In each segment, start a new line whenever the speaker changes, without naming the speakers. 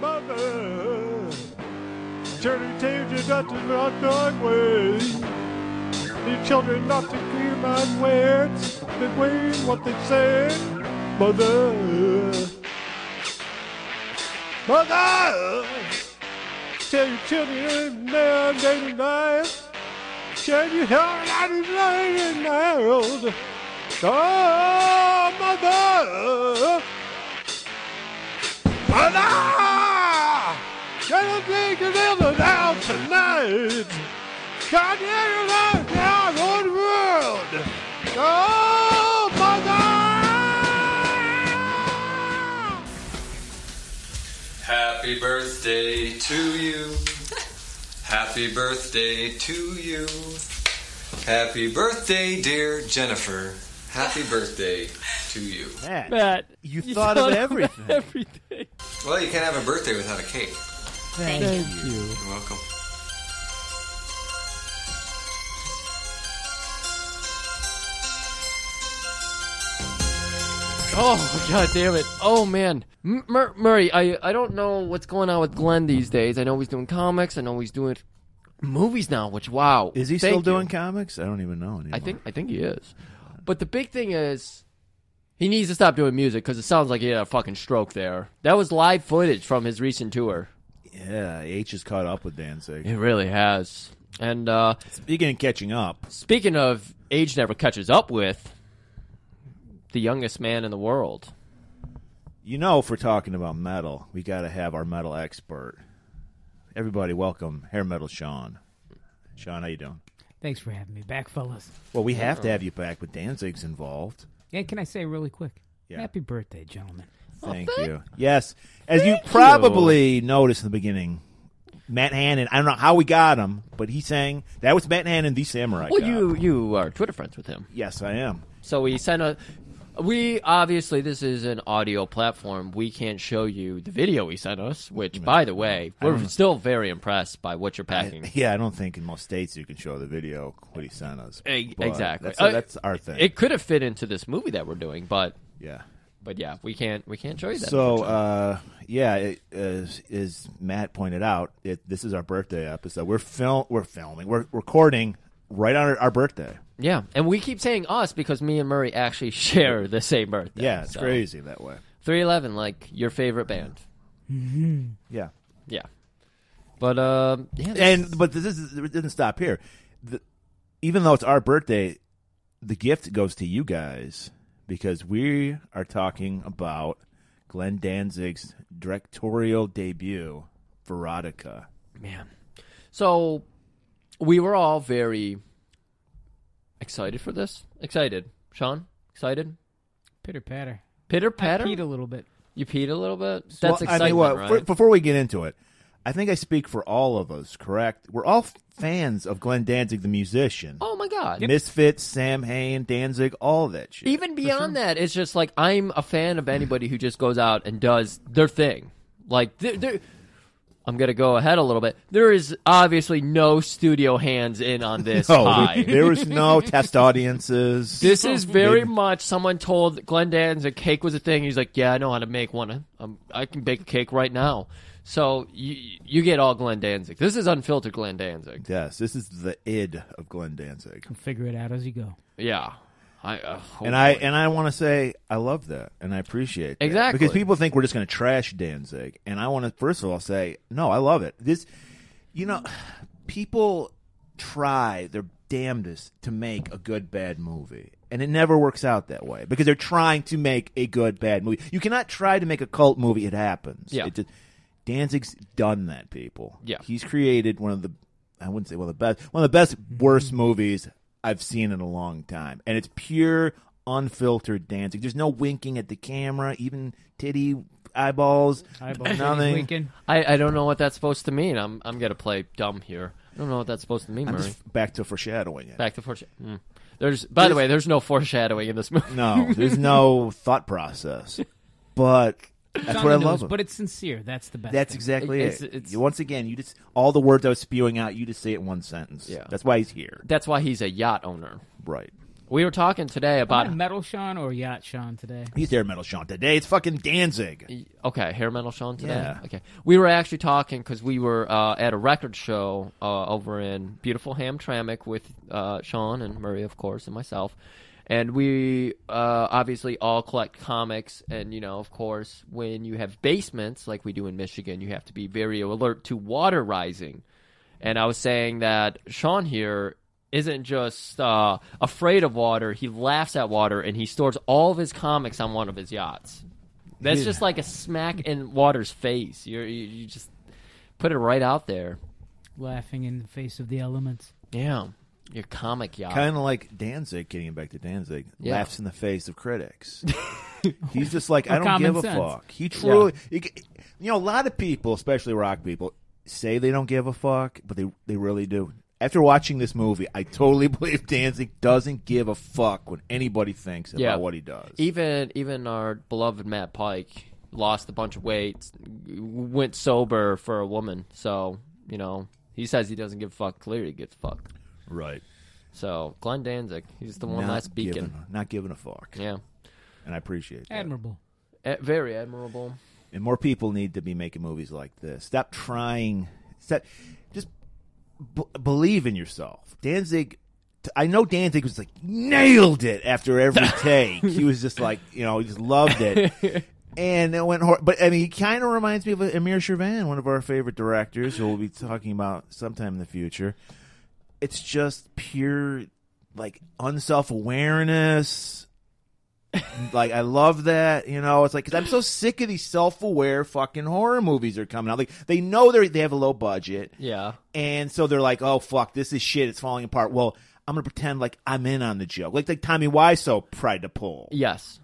mother. Turning tangent not to not dog way. The children not to clear my words. They weigh what they said. Mother. Mother! Tell your children now, day to night. Tell your heart out of night and out. Oh, mother! Mother! Gonna take a little down tonight. God damn it, out down on the world. Oh, mother!
Happy birthday to you. Happy birthday to you. Happy birthday, dear Jennifer. Happy birthday to you.
Matt,
Matt,
you, thought, of everything.
everything.
Well, you can't have a birthday without a cake.
Thank you.
Thank you.
You're welcome.
Oh god damn it! Oh man, M- Mur- Murray, I I don't know what's going on with Glenn these days. I know he's doing comics. I know he's doing movies now. Which wow,
Is he
Thank
still
you.
doing comics? I don't even know anymore.
I think I think he is. But the big thing is, he needs to stop doing music because it sounds like he had a fucking stroke there. That was live footage from his recent tour.
Yeah, H is caught up with Danzig.
It really has. And uh,
Speaking of catching up,
speaking of age never catches up with the youngest man in the world.
you know, if we're talking about metal, we got to have our metal expert. Everybody, welcome hair metal Sean. Sean, how you doing?
Thanks for having me back, fellas.
Well, we have to have you back, but Danzig's involved.
Yeah, can I say really quick?
Yeah.
Happy birthday, gentlemen.
Oh,
Thank you. Yes, as you probably noticed in the beginning, Matt Hannon. I don't know how we got him, but he sang that was Matt Hannon, the Samurai.
Well,
Cop.
you you are Twitter friends with him.
Yes, I am.
So we sent a. We obviously this is an audio platform. We can't show you the video he sent us, which, by the way, we're still very impressed by what you're packing.
Yeah, I don't think in most states you can show the video what he sent us.
E-
but
exactly.
That's,
Uh,
that's our thing.
It could have fit into this movie that we're doing, but
yeah.
but yeah, we can't we can't show you that.
So, uh, yeah, it, as, as Matt pointed out, it, this is our birthday episode. We're film, we're filming, we're recording right on our, our birthday.
yeah, and we keep saying us because me and Murray actually share the same birthday.
Yeah, it's
So,
crazy that way.
311 like your favorite band.
Yeah.
Yeah. But um yeah, this-
and but this is it didn't stop here. The, even though it's our birthday, the gift goes to you guys because we are talking about Glenn Danzig's directorial debut, Veronica.
Man. So we were all very excited for this. Excited. Sean, excited?
Pitter patter.
Pitter patter?
Peed a little bit.
You peed a little bit? That's
Well,
excitement,
I mean, well,
right?
for- before we get into it, I think I speak for all of us. Correct? We're all f- fans of Glenn Danzig, the musician,
oh my god.
Misfits, Sam Hain, Danzig, all that shit.
Even beyond that, it's just like I'm a fan of anybody who just goes out and does their thing. Like there, there- I'm gonna go ahead a little bit. There is obviously no studio hands in on this
no,
pie.
there was no test audiences.
This is very
Big-
much someone told Glenn Danzig cake was a thing. He's like, yeah, I know how to make one. I'm, I can bake a cake right now. So you you get all Glenn Danzig. This is unfiltered Glenn Danzig.
Yes, this is the id of Glenn Danzig,
Oh,
We'll figure it out as you go.
Yeah, I uh,
and I and I want to say I love that, and I appreciate that.
Exactly.
because people think we're just going to trash Danzig, and I want to first of all say no, I love it. This, you know, people try their damnedest to make a good bad movie. And it never works out that way because they're trying to make a good bad movie. You cannot try to make a cult movie; it happens.
Yeah.
It just, Danzig's done that, people.
Yeah.
He's created one of the I wouldn't say one of the best one of the best worst movies I've seen in a long time. And it's pure unfiltered Danzig. There's no winking at the camera, even titty eyeballs.
Eyeballs
nothing.
Weekend.
I I don't know what that's supposed to mean. I'm I'm gonna play dumb here. I don't know what that's supposed to mean,
I'm
Murray.
just back to foreshadowing it.
Back to foreshadowing. There's by the
There's-
way, there's no foreshadowing in this movie.
No, there's no thought process. But
It's
that's
on
what I
the
love.
news,
him.
But it's sincere. That's the best.
That's
thing.
exactly
It's-
it.
it's-
Once again, you just all the words I was spewing out, you just say it in one sentence.
Yeah.
That's why he's here.
That's why he's a yacht owner.
Right.
We were talking today about
Am I metal Sean or yacht Sean today?
He's hair metal Sean today. It's fucking Danzig.
okay hair metal Sean today.
Yeah.
Okay, we were actually talking because we were uh, at a record show uh, over in beautiful Hamtramck with uh, Sean and Murray, of course, and myself. And we uh, obviously all collect comics, and you know, of course, when you have basements like we do in Michigan, you have to be very alert to water rising. And I was saying that Sean here isn't just uh, afraid of water; he laughs at water, and he stores all of his comics on one of his yachts. That's just like a smack in water's face. You're, you you just put it right out there.
Laughing in the face of the elements.
Yeah, your comic yacht.
Kind of like Danzig, getting back to Danzig,
Yeah.
laughs in the face of critics. He's just like, I
Or
don't
common
give a
sense.
fuck. He truly, you c- you know, a lot of people, especially rock people, say they don't give a fuck, but they they really do. After watching this movie, I totally believe Danzig doesn't give a fuck when anybody thinks about
Yeah. E
what he does.
even even our beloved Matt Pike lost a bunch of weight, went sober for a woman. So you know he says he doesn't give a fuck. Clearly, he gives a fuck.
right.
So Glenn Danzig, he's the one that's beacon.
Giving, not giving a fuck.
Yeah,
And I appreciate that.
Admirable.
Eh, very admirable.
and more people need to be making movies like this. Stop trying. Stop, just b- believe in yourself. Danzig. t- I know Danzig was like nailed it after every take. he was just like you know he just loved it. And it went hor but I mean, he kind of reminds me of uh, Amir Shervan, one of our favorite directors, who we'll be talking about sometime in the future. It's just pure, like unself awareness, like I love that, you know. It's like because I'm so sick of these self-aware fucking horror movies that are coming out. Like they know they they have a low budget,
Yeah,
and so they're like, "Oh fuck, this is shit. It's falling apart." Well, I'm gonna pretend like I'm in on the joke, like like Tommy Wiseau tried to pull.
yes,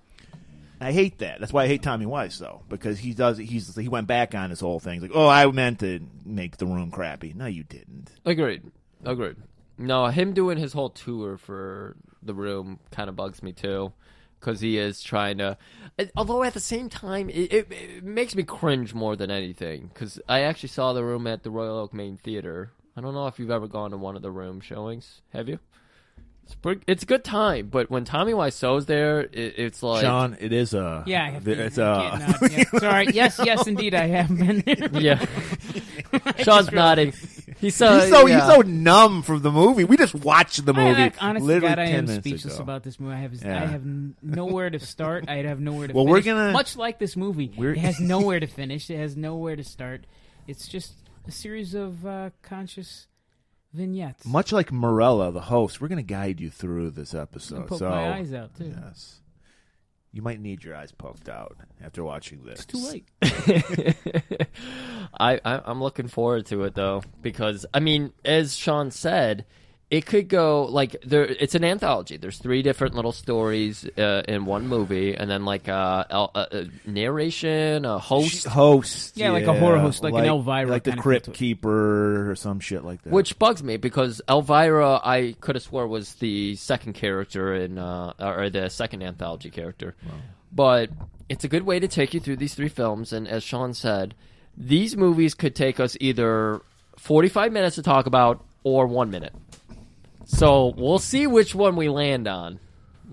I hate that. That's why I hate Tommy Wiseau because he does. He's he went back on his whole thing. He's like, "Oh, I meant to make the room crappy." No, you didn't.
agreed, agreed. No, him doing his whole tour for the room kind of bugs me too, because he is trying to. it- Although at the same time, it, it, it makes me cringe more than anything. Because I actually saw the room at the Royal Oak Main Theater. I don't know if you've ever gone to one of the room showings. Have you? It's, pretty, it's a good time, but when Tommy Wiseau's there, it, it's like
Sean, it is a
Yeah, I have to,
it's uh,
I
a
can't nod, yeah. Sorry. Yes, yes, indeed, I have been there.
yeah. Sean's nodding. He's so
He's so
yeah.
he's so numb from the movie. We just watched the
I,
movie.
like, honestly,
literally
God, I
10
am
minutes
speechless
ago.
about this movie. I have,
Yeah.
I have n- nowhere to start. I have nowhere to.
Well, we're
finish.
gonna-
much like this movie.
We're-
It has nowhere to finish. It has nowhere to start. It's just a series of uh, conscious vignettes.
Much like Morella, the host, we're going to guide you through this
I'm gonna
episode.
poke
so,
my eyes out too.
yes, you might need your eyes poked out after watching this.
It's too late.
I, I I'm looking forward to it though because I mean, as Sean said, it could go like there. It's an anthology. There's three different little stories uh, in one movie, and then like uh, el- uh, uh, narration, a host,
Host, host,
Yeah, like a horror host, like an Elvira
like the
kinda
Crypt
feel to it.
Keeper or some shit like that.
which bugs me because Elvira, I could have swore was the second character in uh, or the second anthology character, but it's a good way to take you through these three films. And as Sean said, these movies could take us either forty-five minutes to talk about or one minute. So we'll see which one we land on.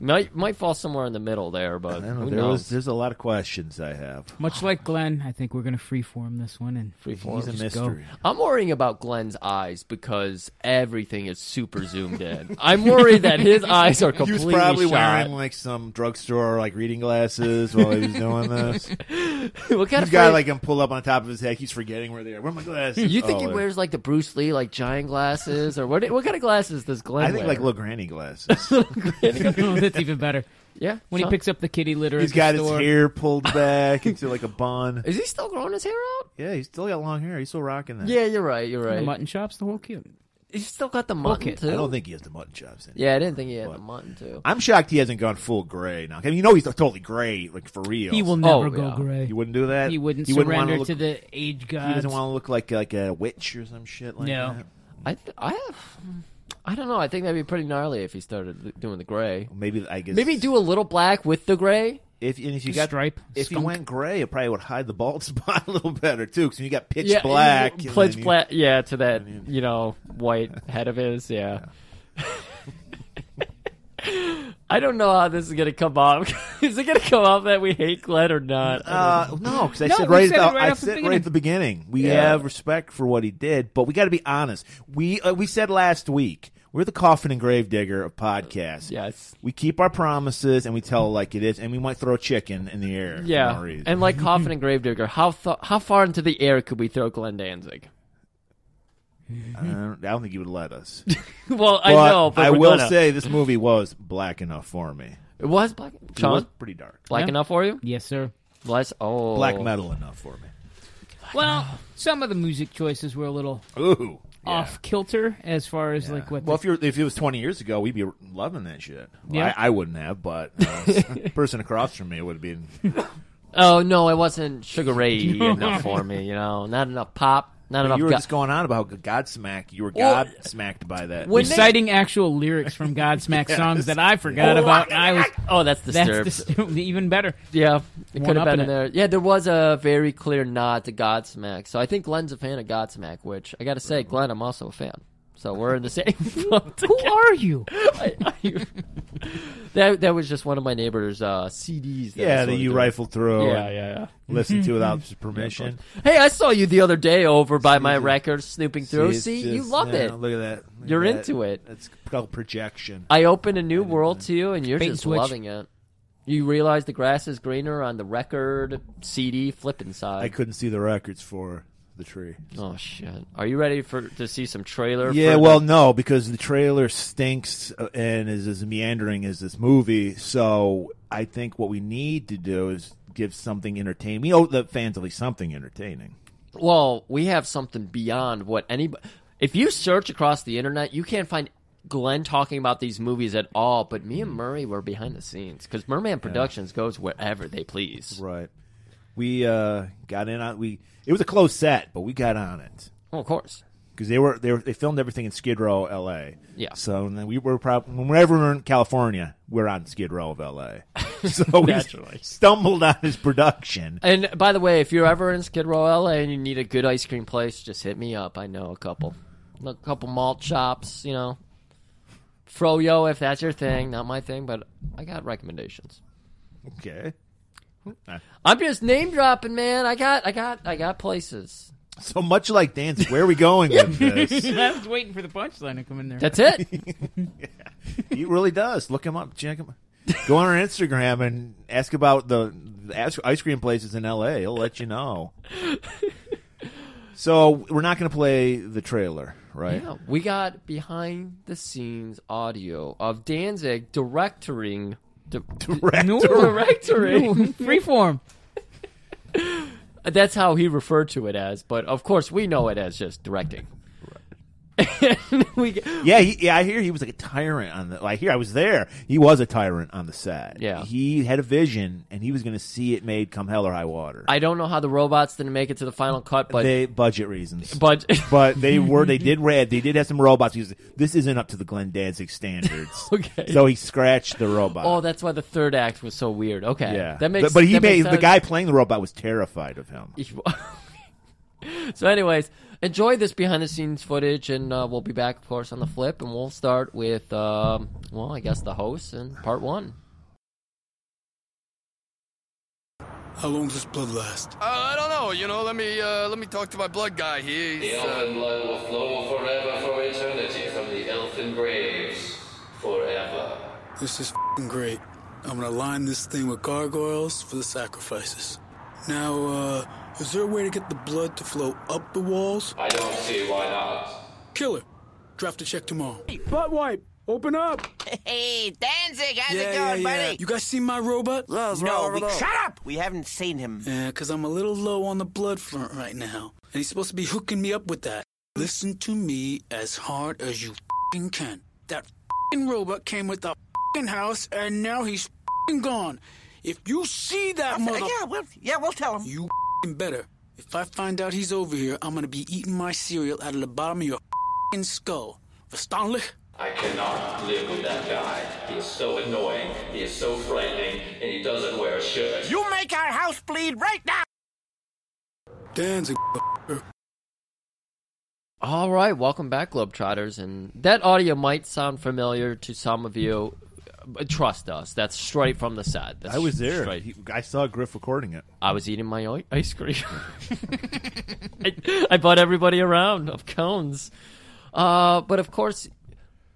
Might might fall somewhere in the middle there, but
I don't know,
who
there
knows?
was, there's a lot of questions I have.
Much like Glenn, I think we're gonna freeform this one and
He's a
Just go.
mystery.
I'm worrying about Glenn's eyes because everything is super zoomed in. I'm worried that his eyes are
He was
completely
probably
shot.
wearing like some drugstore like reading glasses while he was doing this.
what kind
He's
of
got
friend-
like him pull up on top of his head. He's forgetting where they are. Where are my glasses?
You
Oh,
think he
they're-
wears like the Bruce Lee like giant glasses or what? What kind of glasses does Glenn?
I think
wear?
like little granny glasses.
oh, that's even better.
yeah.
When
Sean?
he picks up the kitty litter,
He's
at the
got his
store,
hair pulled back into like a bun.
is he still growing his hair out?
Yeah, he's still got long hair. He's still rocking that.
Yeah, you're right. You're
the
right.
mutton chops, the whole cute.
He's still got the mutton too.
I don't think he has the mutton chops. Anymore.
yeah, I didn't think he had the mutton too.
I'm shocked he hasn't gone full gray now. I mean, you know he's totally gray, like for real.
He will never
Oh,
go
yeah.
gray.
He wouldn't do that.
He wouldn't
wanna
surrender
look-
to the age gods.
He doesn't want to look like like a witch or some shit like
No.
that.
I th- I have. I don't know. I think that'd be pretty gnarly if he started l- doing the gray.
Maybe I guess
Maybe do a little black with the gray.
if and if you
A
got
stripe,
If
skunk.
you went gray, it probably would hide the bald spot a little better too. Because you got pitch
yeah,
black, and then
Pitch
you-
black. Yeah, to that you know white head of his. Yeah. I don't know how this is gonna come off. is it gonna come off that we hate Glenn or not?
Uh, no, because I
No,
said
we
right,
said
at
it
the,
right
I
off the
said right
beginning.
at the beginning. We
Yeah.
have respect for what he did, but we got to be honest. We uh, we said last week we're the coffin and grave digger of podcasts.
yes.
we keep our promises and we tell it like it is, and we might throw chicken in the air. for no
Yeah,
reason.
and like Coffin and Gravedigger, how th- how far into the air could we throw Glenn Danzig?
I, don't, I don't think he would let us.
well, I
But
know, but
I
we're
will
gonna.
say this movie was black enough for me.
it was black.
It
Sean,
was pretty dark.
black
Yeah.
enough for you?
Yes, sir.
Bless. Oh,
Black metal enough for me.
Well, some of the music choices were a little
Ooh. uh, yeah.
off kilter as far as like what.
Well,
the,
if you're if it was 20 years ago, we'd be loving that shit. Well,
Yeah.
I, I wouldn't have, but uh, the person across from me would have been.
Oh no, it wasn't Sugar Ray enough for me. You know, not enough pop, not enough.
You were
go-
just going on about how Godsmack. You were
Well,
Godsmacked by that.
when they-
Citing actual lyrics from Godsmack songs that I forgot
Oh,
about, and I was
oh, that's
that's
disturbed.
disturbed. even better.
yeah, it
One
could have
up
been in
in it.
there. Yeah, there was a very clear nod to Godsmack. So I think Glenn's a fan of Godsmack, which I got to say, Glenn, I'm also a fan. So we're in the same. boat
Who are you?
I- I- that that was just one of my neighbor's uh, CDs. That I
yeah, that
sorted
you
through.
rifle through,
Yeah,
and
yeah,
listen to without his permission.
yeah. Hey, I saw you the other day over by my record snooping through.
it's
See, you
just-
love
yeah,
it.
Look at that. Look at
You're
that.
into it.
That's called projection.
I opened a new world to you, and you're
Bait and
just
switch.
loving it. You realize the grass is greener on the record CD flipping
I
side.
couldn't see the records for the tree.
oh shit! Are you ready for to see some trailer?
Yeah,
for
well, no, because the trailer stinks uh, and is as meandering as this movie. So I think what we need to do is give something entertaining. We owe the fans at least something entertaining.
the- well, we have something beyond what anybody. If you search across the internet, you can't find Glenn talking about these movies at all. But me and Murray were behind the scenes because Merman Productions goes wherever they please.
Right. We uh, got in on we. It was a close set, but we got on it
Oh, of course.
because they were they were, they filmed everything in Skid Row, L.A.
Yeah.
So and then we were probably whenever we're in California, we're on Skid Row of L.A. So we
Naturally.
stumbled on his production.
And by the way, if you're ever in Skid Row, LA, and you need a good ice cream place, just hit me up. I know a couple, a couple malt shops. You know, Froyo, if that's your thing. Not my thing, but I got recommendations.
Okay.
I'm just name dropping, man. I got, I got, I got places.
So much like Danzig, where are we going with this?
I was waiting for the punchline to come in there.
That's it.
He really does. Look him up. Check him. Go on our Instagram and ask about the, the ice- ice cream places in LA. He'll let you know. so we're not going to play the trailer, right?
Yeah, we got behind the scenes audio of Danzig directing. di-
Correct.
No.
directing.
Freeform.
That's how he referred to it as, but of course we know it as just directing. and we,
Yeah, he, yeah. I hear he was like a tyrant on the. I hear I was there. He was a tyrant on the set.
Yeah.
he had a vision and he was going to see it made come hell or high water.
I don't know how the robots didn't make it to the final cut, but
they budget reasons,
but
but they were they did red they did have some robots because this isn't up to the Glenn Danzig standards.
Okay.
so he scratched the robot.
oh, that's why the third act was so weird. Okay,
yeah,
that makes.
But, but he
that
made
makes
the guy playing the robot was terrified of him.
sense. so, anyways, enjoy this behind the scenes footage, and uh, we'll be back, of course, on the flip, and we'll start with um, well, I guess the host and part one.
How long does this blood last?
Uh, I don't know. You know, let me uh, let me talk to my blood guy. He's
The
uh,
elfin blood will flow forever for eternity from the elfin graves. Forever.
This is fing great. I'm gonna line this thing with gargoyles for the sacrifices. Now, uh, is there a way to get the blood to flow up the walls?
I don't see why not.
Killer, draft a check tomorrow.
Butt wipe, open up.
Hey, Danzig, how's it going, buddy?
You guys seen my robot?
no, we, shut up! We haven't seen him.
Yeah, cause I'm a little low on the blood front right now, and he's supposed to be hooking me up with that. Listen to me as hard as you fing can. That fing robot came with the fing house, and now he's fing gone. If you see that mother.
yeah, we'll, yeah, we'll tell him.
You f***ing better. If I find out he's over here, I'm gonna be eating my cereal out of the bottom of your f***ing skull. Verstandlich?
I cannot live with that guy. He is so annoying, he is so frightening, and he doesn't wear a shirt.
You make our house bleed right now!
Danzig.
All right, welcome back, Globetrotters. And that audio might sound familiar to some of you, Uh, Trust us. That's straight from the set. That's
I was there.
straight-
He, I saw Griff recording it.
I was eating my i- ice cream. I, I bought everybody around of cones. Uh, but of course,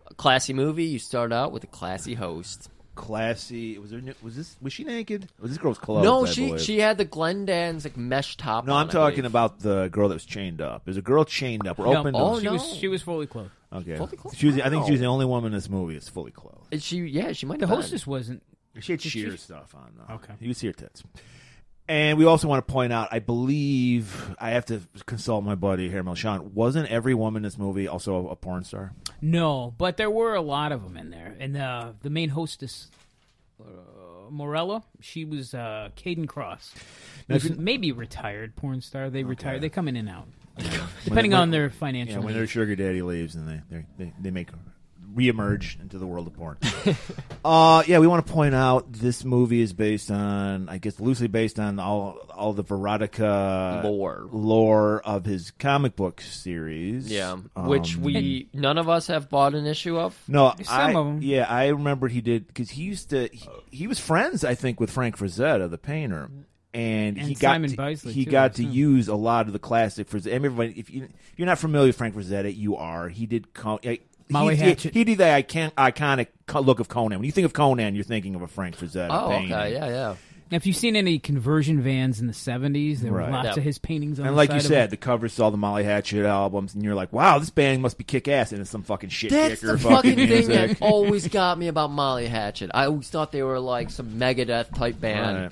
a classy movie. You start out with a classy host.
Classy. Was there? nu- Was this? Was she naked? Was this girl's clothes?
no,
I
she
believe.
she had the Glenn Dan's like mesh top.
No,
on,
I'm
I
talking
believe.
about the girl that was chained up. There's a girl chained up. We're
No,
open.
Oh,
she
no.
was she was fully clothed.
Okay. Oh.
Fully clothed?
She was, I think she was the
Wow.
only woman in this movie that's fully clothed.
And She yeah, she might
The
have been.
hostess wasn't.
She had
Did
sheer
she-
stuff on though.
Okay.
You could see her tits. And we also want to point out, I believe I have to consult my buddy here, Sean. Wasn't every woman in this movie also a porn star?
No, but there were a lot of them in there, and the the main hostess. Uh, Morella, she was uh, Caden Cross,
Now, if
who's
you-
maybe retired porn star. They retire, they come in and out, depending on their
Yeah,
financial.
when their
needs.
sugar daddy leaves and they they, they, they make reemerge into the world of porn. uh yeah, we want to point out this movie is based on I guess loosely based on all all the Veronica
Lore.
lore of his comic book series.
Yeah,
Um,
which we none of us have bought an issue of.
No,
Some
I,
of 'em.
Yeah, I remember he did because he used to. He, he was friends, I think, with Frank Frazetta, the painter, and, he
And
got
Simon
to,
Bisley,
he
too, I
got to
assume.
use a lot of the classic Frazetta. Everybody, if you if you're not familiar with Frank Frazetta, you are. He did. Co- I-
Molly
he, did-
Hatchet.
He did the icon, iconic co- look of Conan. When you think of Conan, you're thinking of a Frank Frazetta.
Oh, okay,
painting.
yeah, yeah.
Now, if you've seen any conversion vans in the '70s, there
Right.
were lots
Yeah.
of his paintings. on
And
the
like
side
you
of
said,
them.
the covers to all the Molly Hatchet albums, and you're like, "Wow, this band must be kick ass!" And it's some fucking shit
That's
kicker
the fucking thing
music.
that Oh, always got me about Molly Hatchet. I always thought they were like some Megadeth type band.
Right.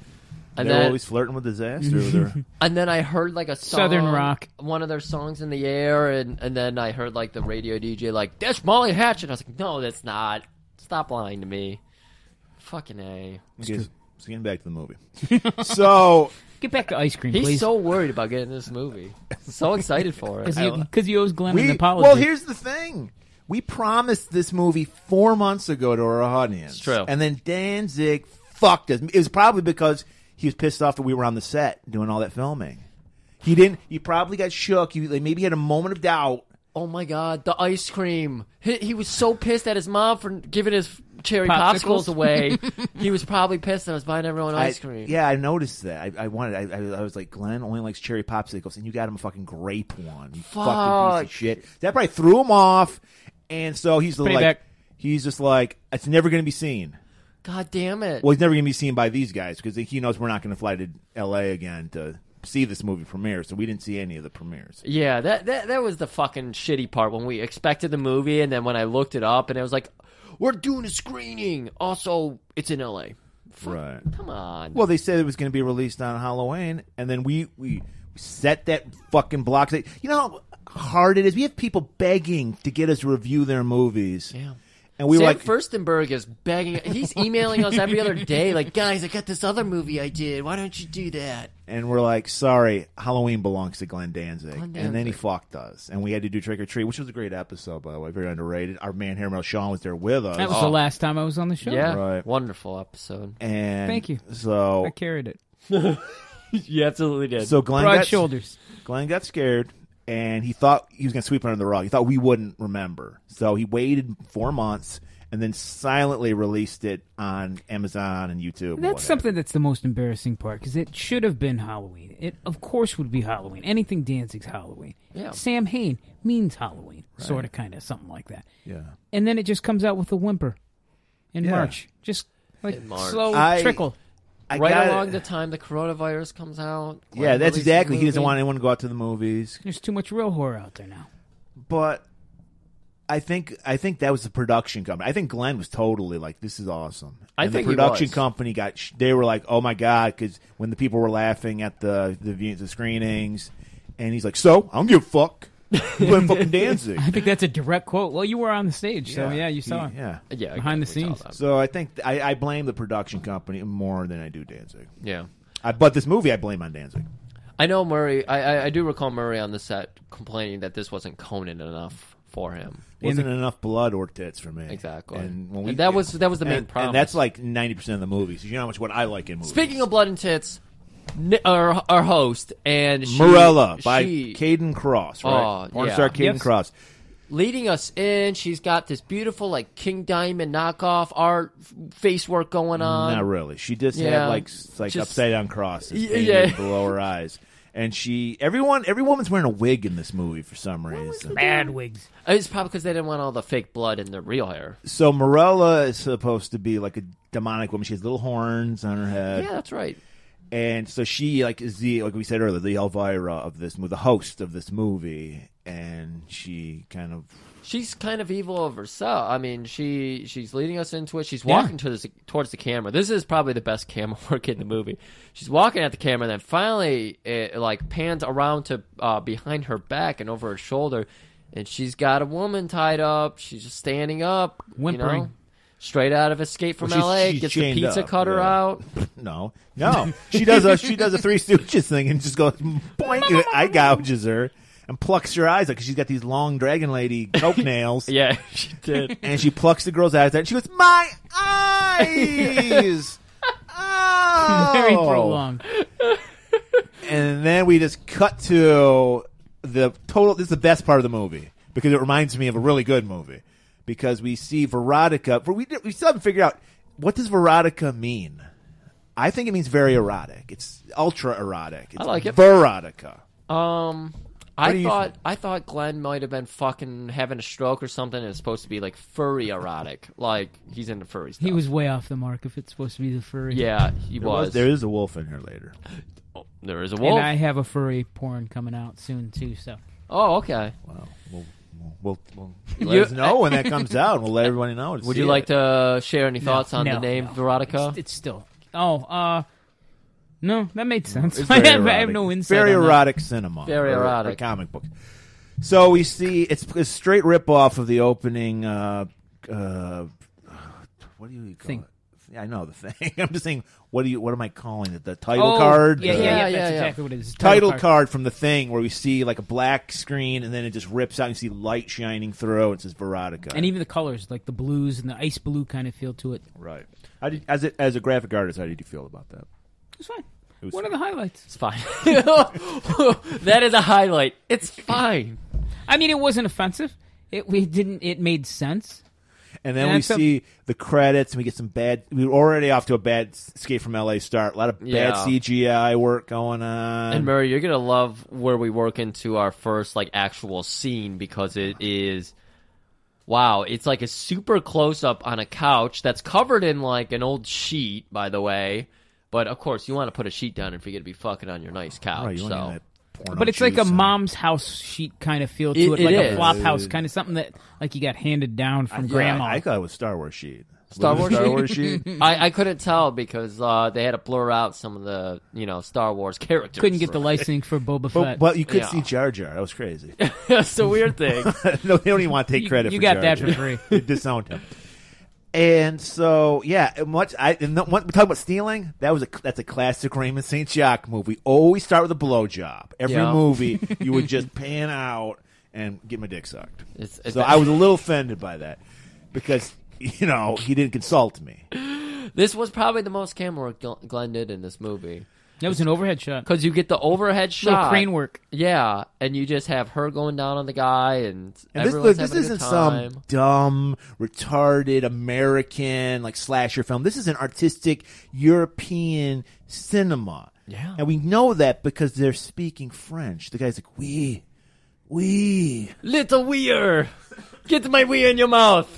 And
They're
then,
always flirting with disaster. with their-
and then I heard like a song,
Southern rock.
one of their songs in the air, and, and then I heard like the radio DJ like that's Molly Hatchet. I was like, no, that's not. Stop lying to me. Fucking a.
Okay, so getting back to the movie. so
get back to ice cream,
He's
please,
so worried about getting this movie. So excited for it.
because he, owes Glenn an
we
apology.
well, here's the thing: we promised this movie four months ago to our audience.
It's true.
and then Danzig fucked us. It was probably because he was pissed off that we were on the set doing all that filming. He didn't. He probably got shook. He like, maybe had a moment of doubt.
Oh my god, the ice cream. He, he was so pissed at his mom for giving his cherry popsicles,
Popsicles?
away. he was probably pissed that I was buying everyone ice
I-
cream.
yeah, I noticed that. I, I wanted. I, I, I was like, Glenn only likes cherry popsicles, and you got him a fucking grape one. You fucking
Fuck.
piece of shit. That probably threw him off, and so he's
Put it
like,
back.
he's just like, it's never going to be seen.
God damn it.
Well, he's never going to be seen by these guys because he knows we're not going to fly to L.A. again to see this movie premiere. So we didn't see any of the premieres.
yeah, that, that that was the fucking shitty part when we expected the movie and then when I looked it up and it was like, we're doing a screening. Also, it's in LA. Fuck,
Right.
Come on.
Well, they said it was going to be released on Halloween, and then we we set that fucking block. You know how hard it is. We have people begging to get us to review their movies.
Yeah.
And we were
Sam
like,
Furstenberg is begging. He's emailing us every other day, like, guys, I got this other movie I did. Why don't you do that?
and we're like, sorry, Halloween belongs to Glenn Danzig.
Glenn
And then he
Danzig.
fucked us. And we had to do Trick or Treat, which was a great episode, by the way. Very underrated. Our man, Hermel Sean, was there with us.
that was the last time I was on the show.
Oh. Yeah.
Right.
Wonderful episode.
and
Thank you.
So,
I carried it.
You absolutely did.
so Glenn,
Broad
got,
shoulders.
Glenn got scared, and he thought he was going to sweep it under the rug. He thought we wouldn't remember. So he waited four months and then silently released it on Amazon and YouTube. and what
That's
have
something that's the most embarrassing part because it should have been Halloween. It of course would be Halloween. Anything Danzig's Halloween.
Yeah.
Sam Hain means Halloween, sort of, kind of, something like that.
you. Yeah.
And then it just comes out with a whimper in
Yeah.
March, just like
March.
slow
I-
trickle.
I got
right
it.
along the time the coronavirus comes out.
Yeah,
like,
that's
release
exactly.
the
He doesn't
movie.
want anyone to go out to the movies.
There's too much real horror out there now.
but I think I think that was the production company. I think Glenn was totally like, "This is awesome."
I
And
think
the
he
production
was.
company got sh- they were like, "Oh my god!" Because when the people were laughing at the the, view- the screenings, and he's like, "So I don't give a fuck." You went fucking dancing.
I think that's a direct quote. Well, you were on the stage,
Oh,
so yeah, you saw
He-
it.
Yeah.
Yeah,
behind the
exactly, we saw
scenes.
that.
So I think th- I, I blame the production company more than I do Danzig.
Yeah,
I, but this movie I blame on Danzig.
I know Murray. I, I I do recall Murray on the set complaining that this wasn't Conan enough for him.
Wasn't enough blood or tits for me.
Exactly.
And, when we,
And that was- that was the main
and-
promise.
And that's like ninety percent of the movies. You know how much what I like in movies.
Speaking of blood and tits, Ni- our our host and she,
Morella by
she-
Caden Cross, right?
Oh,
Porn
yeah.
star Caden
Yes.
Cross.
leading us in. She's got this beautiful like King Diamond knockoff art f- face work going on.
Not really. She just
Um, yeah,
had like s- like
just-
upside down crosses
Y-
painted
yeah.
below her eyes, and she everyone every woman's wearing a wig in this movie for some reason.
Bad wigs.
Uh, It's probably because they didn't want all the fake blood in the real hair.
So Morella is supposed to be like a demonic woman. She has little horns on her head,
Yeah, that's right.
and so she like is the like we said earlier the Elvira of this movie, the host of this movie, and she kind of
She's kind of evil of herself. I mean, she she's leading us into it. She's
Yeah.
walking to this, towards the camera. This is probably the best camera work in the movie. She's walking at the camera, and then finally it like pans around to uh, behind her back and over her shoulder, and she's got a woman tied up. She's just standing up, you know,
Whimpering.
straight out of Escape from
Well, she's-
L.A.
she's
gets the
chained
pizza
up,
cutter
yeah.
out.
no no she does a she does a Three Stooges thing and just goes boink and eye gouges her and plucks her eyes out because she's got these long dragon lady coke nails.
Yeah, she did.
and she plucks the girl's eyes out, and she goes, "My eyes." Oh.
Very prolonged.
And then we just cut to the total. This is the best part of the movie because it reminds me of a really good movie because we see Veronica. But we did- we still haven't figured out what does Veronica mean. I think it means very erotic. It's ultra erotic. It's
like it.
Veronica.
Um,
do
I
you
thought I thought Glenn might have been fucking having a stroke or something. and It's supposed to be like furry erotic, like he's into furry stuff.
He was way off the mark if it's supposed to be the furry.
yeah, he
There was-
was. Oh,
There is a wolf in here later.
there is a
And
wolf.
I have a furry porn coming out soon too, so
oh, okay.
Wow. We'll, we'll, we'll let
You-
us know when that comes out. We'll let everybody know.
Would you like to share any thoughts on
No,
the name
no.
Veronica?
It's, it's still. Oh, uh, no, that made sense.
It's
I,
very
have, I have
erotic.
no insight.
Very
on that.
erotic cinema.
Very
or- or
erotic.
comic book. So we see it's a straight rip off of the opening. Uh, uh, what do you call
Thing.
it? Yeah, I know the thing. I'm just saying. What do you? What am I calling it? The title
Oh,
card.
Yeah, yeah,
The
yeah.
Yeah,
That's
yeah, yeah.
exactly what it is.
Title card. from the thing where we see like a black screen and then it just rips out. and You see light shining through. And it says Veronica.
and even the colors, like the blues and the ice blue kind of feel to it.
right. How did, as a, as a graphic artist, how did you feel about that?
It's fine.
was
What are the highlights?
It's fine. that is a highlight. It's fine.
I mean, it wasn't offensive. It we didn't. It made sense.
Oh, And then
And
we
that's a-
see the credits, and we get some bad. We were already off to a bad s- escape from LA start. A lot of bad
Yeah.
CGI work going on.
And Murray, you're gonna love where we work into our first like actual scene because it is wow, it's like a super close up on a couch that's covered in like an old sheet, by the way. But of course, you want to put a sheet down if you're gonna be fucking on your nice couch.
Oh, you wanna
so
get that porno
But it's like a
juice and-
mom's house sheet kind of feel to
It-
it,
it
like a
is.
flop house kind of something that like you got handed down from
Yeah,
grandma.
I thought it was Star Wars sheet.
Star
Was
Wars
it Star
sheet?
Wars sheet.
Mm-hmm.
I, I couldn't tell because uh, they had to blur out some of the you know Star Wars characters.
Couldn't get the licensing for Boba
But,
Fett.
but you could
Yeah.
see Jar Jar. That was crazy.
That's the weird thing.
no, they don't even want to take
You-
credit.
you
for
got
Jar
that
Jar.
for free.
they disowned him. And so, yeah, and much. I and the, what, we talk about stealing. That was a that's a classic Raymond Saint Jacques move. We always start with a blowjob. Every
Yeah.
movie, you would just pan out and get my dick sucked.
It's- it's-
so I was a little offended by that because you know he didn't consult me.
this was probably the most camera work Gl- Glenn did in this movie
that was an overhead shot.
because you get the overhead
Little
shot,
crane work.
Yeah, and you just have her going down on the guy, and,
And this,
everyone's
look, this
having a good
isn't
time.
some dumb, retarded American like slasher film. This is an artistic European cinema.
Yeah.
and we know that because they're speaking French. The guy's like, "We, we."
little weir. Get my wee in your mouth.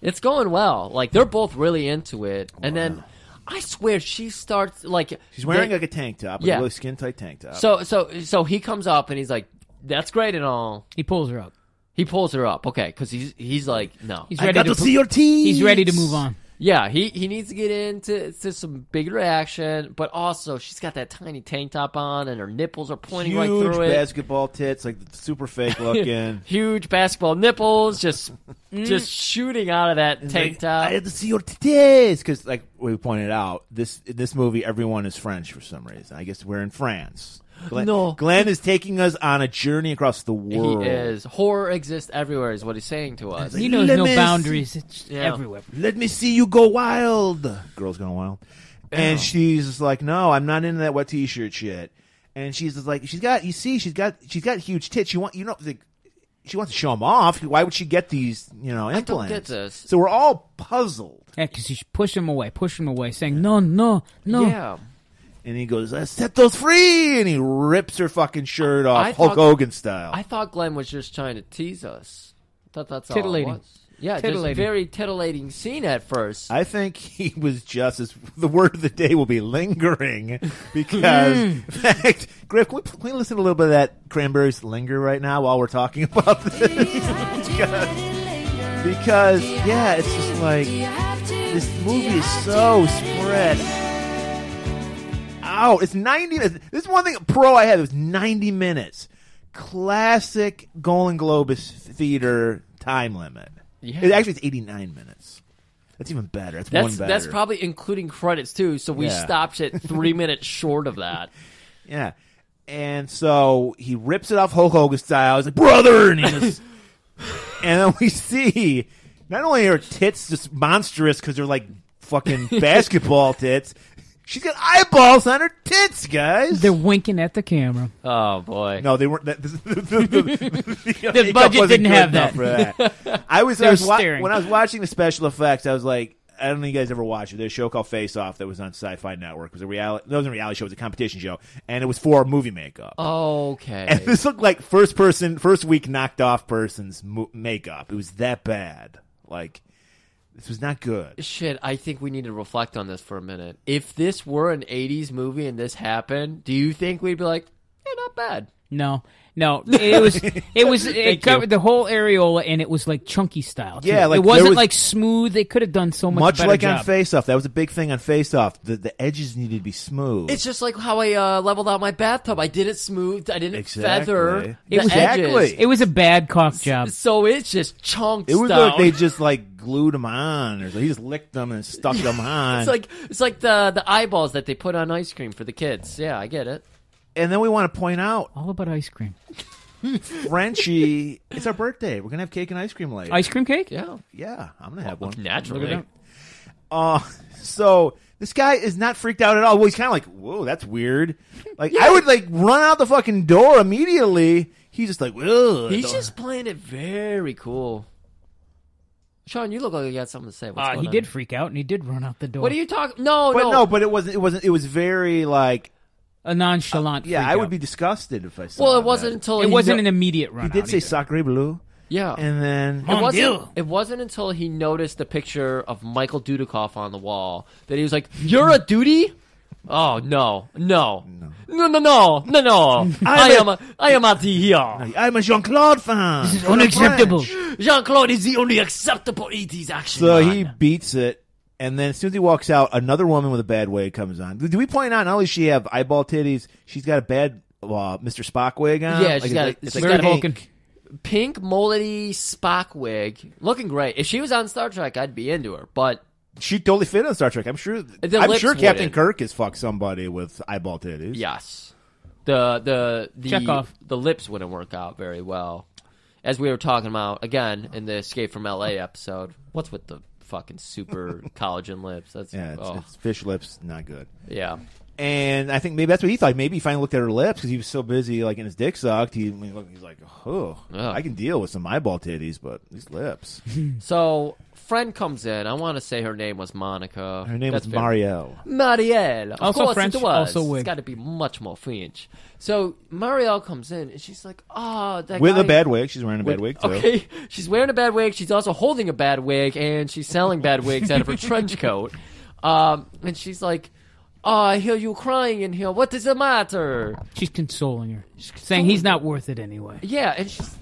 It's going well. Like they're both really into it, and then I swear she starts like
She's wearing
they-
like a tank top, like
Yeah.
a really skin tight tank top.
so so so he comes up and he's like, "That's great and all."
He pulls her up.
He pulls her up, okay, because he's he's like, "No,
He's
I
ready
got
to.
to see your teeth.
he's ready to move on.
Yeah, he, he needs to get into to some bigger action, but also she's got that tiny tank top on and her nipples are pointing
Huge
right through it.
basketball tits, like super fake looking.
Huge basketball nipples, just
Mm.
just shooting out of that tank
Like,
top.
I had to see your tits because, like we pointed out, this in this movie everyone is French for some reason. I guess we're in France. Glenn,
No.
Glenn is taking us on a journey across the world.
He is horror exists everywhere is what he's saying to us.
He knows
Let
no
me see-
boundaries. It's
Yeah.
everywhere.
Let me see you go wild. Girl's going wild, and she's just like, "No, I'm not into that wet t-shirt shit." And she's just like, "She's got you see, she's got she's got huge tits. You want you know." The, she wants to show them off. Why would she get these, you know,
I don't
implants?
get this.
So we're all puzzled.
Yeah, because he's push him away, push him away, saying, no, no, no.
Yeah.
And he goes, "Uh, "Set those free!" And he rips her fucking shirt off,
I
Hulk
thought-
Hogan style.
I thought Glenn was just trying to tease us. I thought that's
Titillating.
all it was. Yeah,
Titillating.
just very titillating scene at first.
I think he was just as the word of the day will be lingering
Hmm.
because, in fact, Griff, can we, can we listen to a little bit of that Cranberries linger right now while we're talking about this? because, yeah, it's just like this movie is so spread out. It's 90 minutes. This is one thing pro I had. It was 90 minutes. Classic Golden Globus theater time limit.
Yeah.
It actually it's 89 minutes. That's even better. That's, one
that's
better.
that's probably including credits too. So we
Yeah.
stopped it three minutes short of that.
Yeah. And so he rips it off Hulk Hogan style. He's like, brother! And, he just, and then we see not only are her tits just monstrous because they're like fucking basketball tits, she's got eyeballs on her tits, guys.
They're winking at the camera.
Oh boy.
no, they weren't. That, the, the, the, the makeup
budget
wasn't
didn't
good
have
enough For that. I was, I
were
was wa-
staring.
when I was watching the special effects. I was like, I don't know if you guys ever watched it. There's a show called Face Off that was on Sci-Fi Network. It was a reality. No, it wasn't a reality show. It was a competition show, and it was for movie makeup. And
Okay.
this looked like first person, first week knocked off person's mo- makeup. It was that bad. Like, this was not good.
Shit, I think we need to reflect on this for a minute. If this were an '80s movie and this happened, do you think we'd be like, "Yeah, not bad."
No, no, it was it was it covered the whole areola, and it was like chunky style. too.
Yeah, like,
it
there
wasn't
was-
like smooth. They could have done so much,
Much
better
like on
job.
Face Off, that was a big thing on Face Off. The, the edges needed to be smooth.
It's just like how I uh, leveled out my bathtub. I did it smooth. I didn't feather
Exactly.
the
Exactly.
edges.
It was a bad cock job.
So it's just chunks.
it was
down.
like they just like glued them on, or so he just licked them and stuck them on.
It's like it's like the the eyeballs that they put on ice cream for the kids. Yeah, I get it.
and then we want to point out,
All about ice cream,
Frenchie, it's our birthday. We're gonna have cake and ice cream later.
ice cream cake.
Yeah,
yeah, I'm gonna have one.
naturally.
Uh, so this guy is not freaked out at all. Well, he's kind of like, whoa, that's weird. Like, I would like run out the fucking door immediately. He's just like, whoa.
He's just playing it very cool. Sean, you look like you got something to say. What's
Uh,
going
he
on?
did freak out, and he did run out the door.
What are you talking? No,
But
no,
no, but it wasn't. It wasn't. It was very like,
A nonchalant.
Uh, yeah,
freak
I
out.
would be disgusted if I saw.
Well,
that.
it wasn't until
It
he
wasn't
no-
an immediate run.
He did
out
say
either.
"Sacre bleu,"
yeah.
and then
it wasn't,
Dieu.
it wasn't until he noticed the picture of Michael Dudikoff on the wall that he was like, "You're a duty." Oh no, no, no, no, no, no, no! I am, a, I am out here.
I'm a Jean Claude fan. This
unacceptable.
Jean Claude is the only acceptable '80s action.
So
man.
he beats it, and then as soon as he walks out, another woman with a bad wig comes on. Do we point out not only does she have eyeball titties, she's got a bad uh, Mr. Spock wig on?
Yeah, she's
it's
got a-
it's
she's
Mary
got a-
Vulcan.
pink mullety Spock wig, looking great. If she was on Star Trek, I'd be into her. But
she totally fit on Star Trek. I'm sure.
The
I'm
lips
sure Captain
wouldn't.
Kirk has fucked somebody with eyeball titties.
yes, the the the
Chekhov.
the lips wouldn't work out very well, as we were talking about again in the Escape from L.A. episode. What's with the fucking super collagen lips? That's
yeah, it's,
oh,
it's fish lips, not good.
yeah.
And I think maybe that's what he thought. Maybe he finally looked at her lips because he was so busy, like, and his dick sucked. He, he's like, oh,
Yeah.
I can deal with some eyeball titties, but these lips.
So friend comes in. I want to say her name was Monica.
Her name
That's
was
fair.
Marielle.
Marielle. Of
Also
course
French,
it was.
also wig.
It's got to be much more French. So Marielle comes in and she's like, "Ah, that
With a
guy-
bad wig. She's wearing a bad wig, too.
Okay, she's wearing a bad wig. She's also holding a bad wig, and she's selling bad wigs out of her trench coat. Um, and she's like, "Oh, I hear you crying in here. What is the matter?"
She's consoling her, saying he's not worth it anyway.
Yeah, and she's,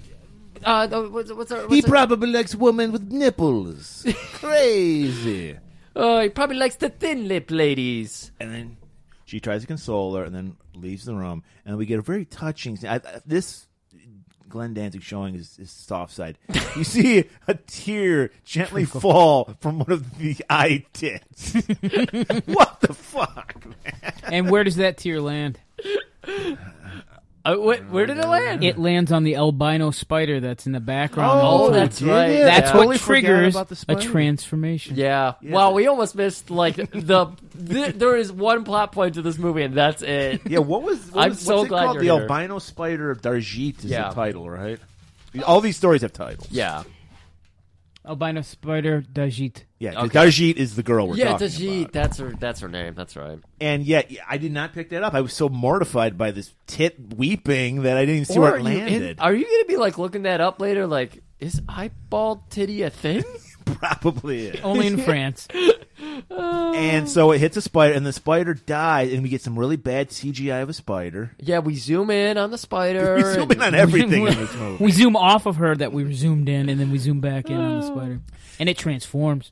uh, uh, what's, what's her? What's
He
her-
probably likes women with nipples. Crazy.
uh, he probably likes the thin lip ladies.
And then she tries to console her, and then leaves the room. And we get a very touching scene. I, I, this Glenn Danzig showing his, his soft side. You see a tear gently fall from one of the eye tits. what the fuck?
and where does that tear land?
Uh, wh- where did it land?
It lands on the albino spider that's in the background. all
Oh,
the time.
that's right.
That's
yeah.
what
Totally forgot
triggers
about the
a
spider.
transformation.
Yeah. Wow, we almost missed like the th- there is one plot point to this movie, and that's it.
Yeah, what was? What
I'm
was
so
what's it
glad
called?
you're
the
here.
albino spider of Darjeet is
Yeah.
the title, right? All these stories have titles.
Yeah.
Albino spider Dajit.
Yeah, 'cause
Okay.
Darjeet is the girl we're
yeah,
talking
Dajit,
about.
That's her. That's her name. That's right.
And yet, yeah, I did not pick that up. I was so mortified by this tit weeping that I didn't even see
Or
where
are
it
you in-
landed.
are you going to be like looking that up later? Like, is eyeball titty a thing?
Probably is.
Only in France.
Oh.
And so it hits a spider, and the spider dies, and we get some really bad CGI of a spider.
yeah, we zoom in on the spider.
We zoom in on
and-
everything in this movie.
We zoom off of her that we were zoomed in, and then we zoom back in
Oh.
on the spider, and it transforms.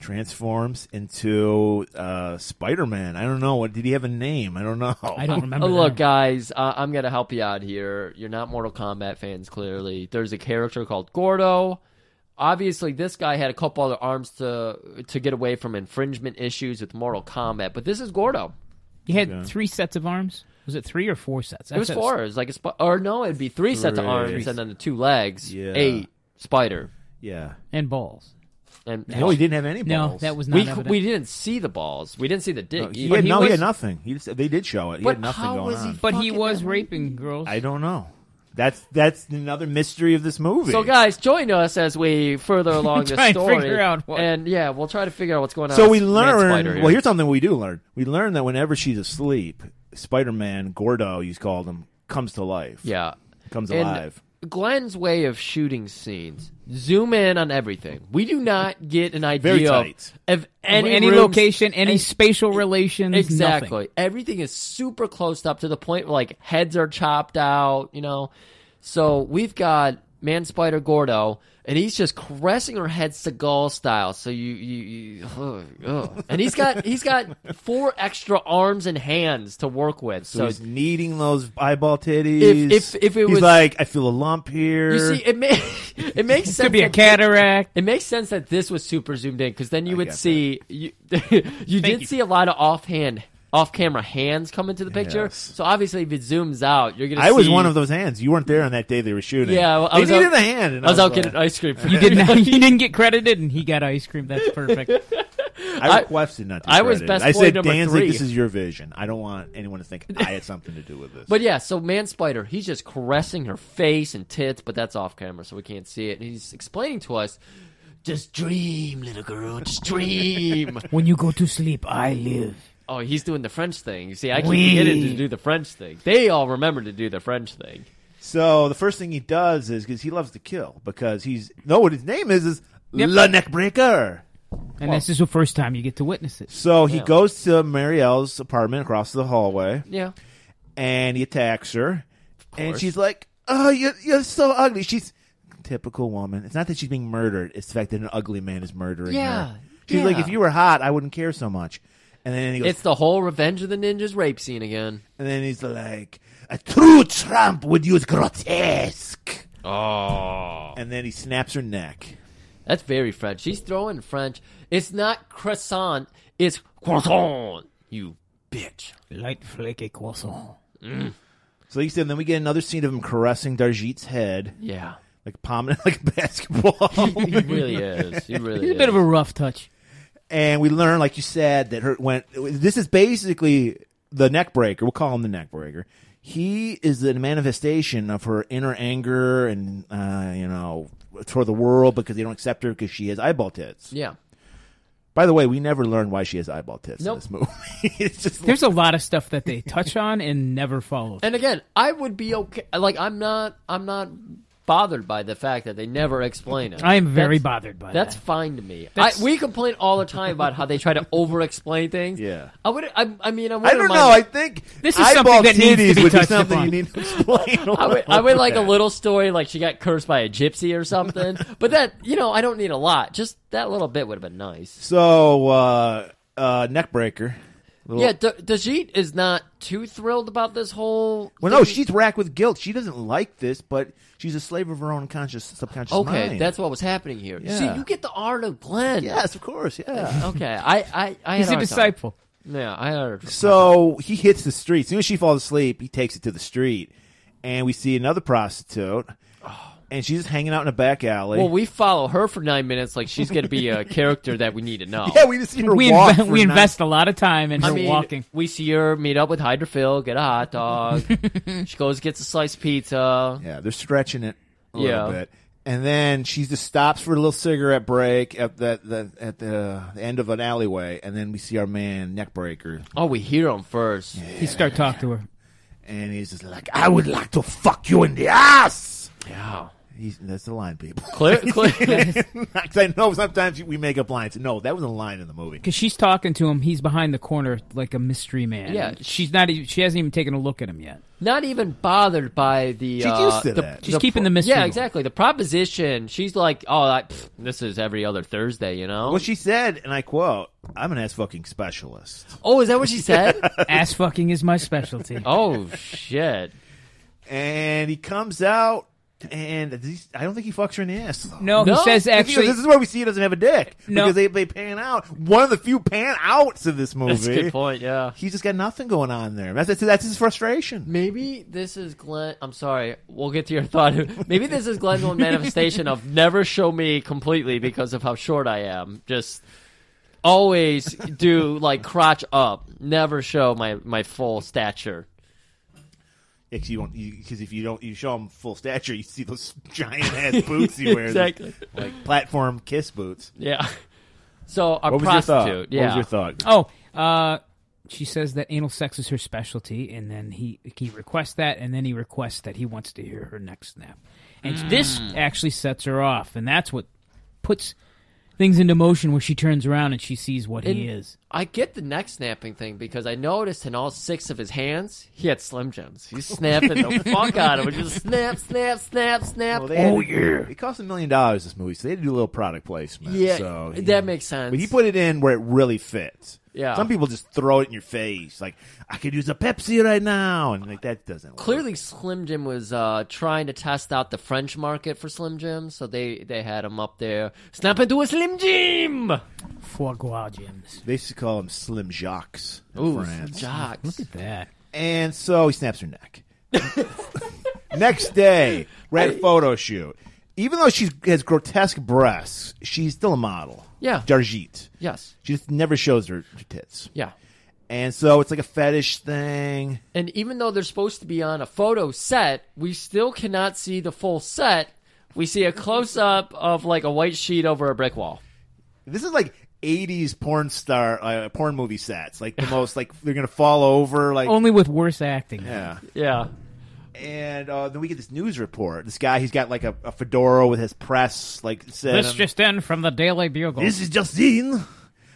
Transforms into uh, Spider Man. I don't know. What did he have a name? I don't know.
I don't remember.
Oh, look,
that.
guys, uh, I'm going to help you out here. You're not Mortal Kombat fans, clearly. There's a character called Gordo. Obviously, this guy had a couple other arms to to get away from infringement issues with Mortal Kombat, but this is Gordo.
he had three sets of arms. Was it three or four sets?
It was four. It was like a sp- or no, it'd be three, sets of arms and then the two legs.
Yeah.
Eight spider
Yeah.
and balls.
and
No, he didn't have any
No,
balls.
that was not.
we
evident.
we didn't see the balls. We didn't see the dick.
No, he
either.
had,
But
no, he
was-
had nothing. He just, they did show it. He
But
had nothing
how
going
was he
on.
but he
fucking
was
that-
raping girls.
I don't know. That's that's another mystery of this movie.
So, guys, join us as we further along this
Try and
story.
figure out what-
And yeah, we'll try to figure out what's going on.
So we
with Man
learn.
Spider here.
Well, here's something we do learn. We learn that whenever she's asleep, Spider Man Gordo, he's called him, comes to life.
yeah,
comes
And
alive.
Glenn's way of shooting scenes: zoom in on everything. We do not get an idea
Very
of-
tight.
of any,
any,
rooms-
location, any spatial relations,
Exactly.
nothing.
Everything is super closed up to the point where like heads are chopped out, you know. So we've got Man Spider Gordo, and he's just caressing her head Seagal style. So you, you, you ugh, ugh. and he's got he's got four extra arms and hands to work with.
So
So,
he's needing those eyeball titties.
If- if- if it
he's
was-
like, I feel a lump here.
you see, it may, it makes sense.
Could be a
that-
cataract.
It makes sense that this was super zoomed in because then you would
get
see you, you did see a lot of offhand, off camera hands come into the picture.
Yes.
So obviously, if it zooms out, you're gonna.
I was
see-
one of those hands. You weren't there on that day they were shooting.
Yeah, well, I
They
was
needed
out-
a hand. And
I was out
like,
getting ice cream. For
You did not. You didn't get credited, and he got ice cream. That's perfect.
I requested not to.
I was
credit.
best
I
boy
said,
number
Danzig,
three."
this is your vision. I don't want anyone to think I had something to do with this.
But yeah, so Man Spider, he's just caressing her face and tits, but that's off camera, so we can't see it. And he's explaining to us, just dream, little girl, just dream.
when you go to sleep, I live.
oh, he's doing the French thing. You see, I keep forgetting to do the French thing. They all remember to do the French thing.
so the first thing he does is because he loves to kill because he's no what his name is is La Neckbreaker.
And this is the first time you get to witness it.
So he goes to Marielle's apartment across the hallway
Yeah.
and he attacks her. And
course.
she's like, Oh, you're, you're so ugly. She's typical woman. It's not that she's being murdered, it's the fact that an ugly man is murdering
Yeah,
her. She's like,
yeah.
If you were hot, I wouldn't care so much. And then he goes,
It's the whole Revenge of the Ninjas rape scene again.
and then he's like, A true tramp would use grotesque.
Oh.
And then he snaps her neck.
That's very French. She's throwing French. It's not croissant, it's croissant, you bitch.
Light flaky croissant.
So he said, then we get another scene of him caressing Darjeet's head,
Yeah.
like palming it like a basketball.
He really is. He really
It's
is.
a bit of a rough touch.
and we learn, like you said, that her went. This is basically the neck breaker. We'll call him the neck breaker. He is the manifestation of her inner anger and uh, you know toward the world because they don't accept her because she has eyeball tits.
Yeah.
By the way, we never learned why she has eyeball tits
Nope.
in this movie. it's just
There's a lot of stuff that they touch on and never follow.
And again, I would be okay. Like I'm not. I'm not bothered by the fact that they never explain it.
I am very
That's-
bothered by
That's
that.
fine to me. I,
That's-
we complain all the time about how they try to over-explain things.
Yeah.
I would. I, I mean, I,
I
wouldn't
don't
mind-
know. I think
This is
eyeball
something that needs to
titties
be
would be
touched
something
upon.
you need to explain. a
I would,
little
I would like a
bit.
little story, like she got cursed by a gypsy or something. but that, you know, I don't need a lot. Just that little bit would have been nice.
So uh, uh, neck breaker. Little-
Yeah, D- Dajit is not too thrilled about this whole.
Well, no,
thing.
she's racked with guilt. She doesn't like this, but she's a slave of her own conscious, subconscious
Okay,
mind.
that's what was happening here.
Yeah.
See, you get the art of Glenn.
yes, of course, yeah.
Okay, Oh. I, I, I had hard
He's a
time.
disciple.
Yeah, I heard.
so he hits the street. As soon as she falls asleep, he takes it to the street, and we see another prostitute, and she's just hanging out in a back alley.
Oh. Well, we follow her for nine minutes, like she's going to be a character that we need to know.
yeah, we just see her
We,
walk.
inve-
for
we
nine-
invest a lot of time in
I
her
mean,
walking.
we see her meet up with Hydra Phil, get a hot dog. she goes gets a sliced pizza.
Yeah, they're stretching it. a little
Yeah.
bit. And then she just stops for a little cigarette break at the, the at the end of an alleyway, and then we see our man Neckbreaker,
Oh, we hear him first.
He start talking to her.
and he's just like, "I would like to fuck you in the ass."
Yeah.
He's, that's the line, people.
Clear, clear.
'Cause I know sometimes we make up lines. No, that was a line in the movie.
Because she's talking to him. He's behind the corner like a mystery man.
Yeah.
And She's not. e- She hasn't even taken a look at him yet.
Not even bothered by the.
She's
uh,
used to
the-
that.
She's keeping the mystery
Yeah,
going.
exactly. The proposition. She's like, oh, I, pfft, this is every other Thursday, you know.
Well, she said, and I quote, "I'm an ass fucking specialist."
oh, is that what she said?
Ass fucking is my specialty.
oh shit.
And he comes out, and these- I don't think he fucks her in the ass. though.
No,
No,
he says
If he-
actually.
this is where we see he doesn't have a dick
No.
because they, they pan out. One of the few pan outs of this movie.
That's a good point. Yeah.
He's just got nothing going on there. That's that's, that's his frustration.
Maybe this is Glenn. I'm sorry. We'll get to your thought. Maybe this is Glenn's one manifestation of never show me completely because of how short I am. Just always do like crotch up. Never show my my full stature.
Because you don't, because if you don't, you show him full stature, you see those giant ass boots he wears,
Exactly.
like platform kiss boots.
Yeah. So our
What was your
prostitute.
thought?
Yeah.
What was your thought?
oh, uh, she says that anal sex is her specialty, and then he he requests that, and then he requests that he wants to hear her neck snap, and this actually sets her off, and that's what puts things into motion where she turns around and she sees what he
And-
is.
I get the neck snapping thing because I noticed in all six of his hands he had Slim Jims. He's snapping the fuck out of it. Just snap, snap, snap, snap.
Well, they
Oh,
had to- It cost a million dollars this movie, so they had to do a little product placement.
yeah,
so,
that
yeah.
makes sense.
But he put it in where it really fits.
Yeah.
Some people just throw it in your face, like I could use a Pepsi right now, and like that doesn't work.
clearly Slim Jim was uh, trying to test out the French market for Slim Jim, so they they had him up there. Snap into a Slim Jim.
Foie gras gems.
They used to call him Slim Jocks in
Ooh,
France.
jocks.
Look at that.
And so he snaps her neck. Next day, we're at a photo shoot. Even though she has grotesque breasts, she's still a model.
Yeah.
Darjeet.
Yes.
She just never shows her her tits.
Yeah.
And so it's like a fetish thing.
And even though they're supposed to be on a photo set, we still cannot see the full set. We see a close up of like a white sheet over a brick wall.
This is like 80s porn star, uh, porn movie sets. Like the most, like they're going to fall over. Like,
Only with worse acting.
yeah.
Yeah.
And uh, then we get this news report. This guy, he's got like a, a fedora with his press, like, said.
This
on-
just in from the Daily Bugle.
This is just in.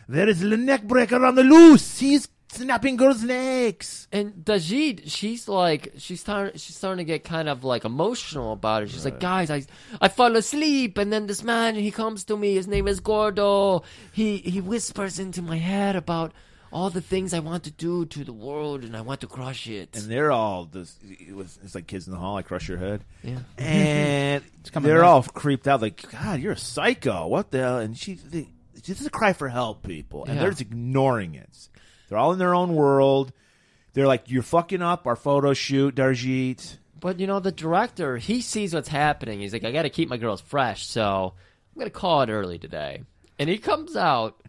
There is the neck breaker on the loose. He's snapping girls' necks.
And Dajid, she's like, she's starting, she's starting to get kind of like emotional about it. She's like, guys, I, I fall asleep, and then this man, he comes to me. His name is Gordo. He, he whispers into my head about all the things I want to do to the world, and I want to crush it.
And they're all this. It was, it's like kids in the hall. I crush your head.
Yeah.
And
coming
they're
back.
all creeped out. Like, God, you're a psycho. What the hell? And she, they, this is a cry for help, people. And
Yeah.
they're just ignoring it. They're all in their own world. They're like, you're fucking up our photo shoot, Darjeet.
but you know, the director, he sees what's happening. He's like, I got to keep my girls fresh, so I'm gonna call it early today. And he comes out.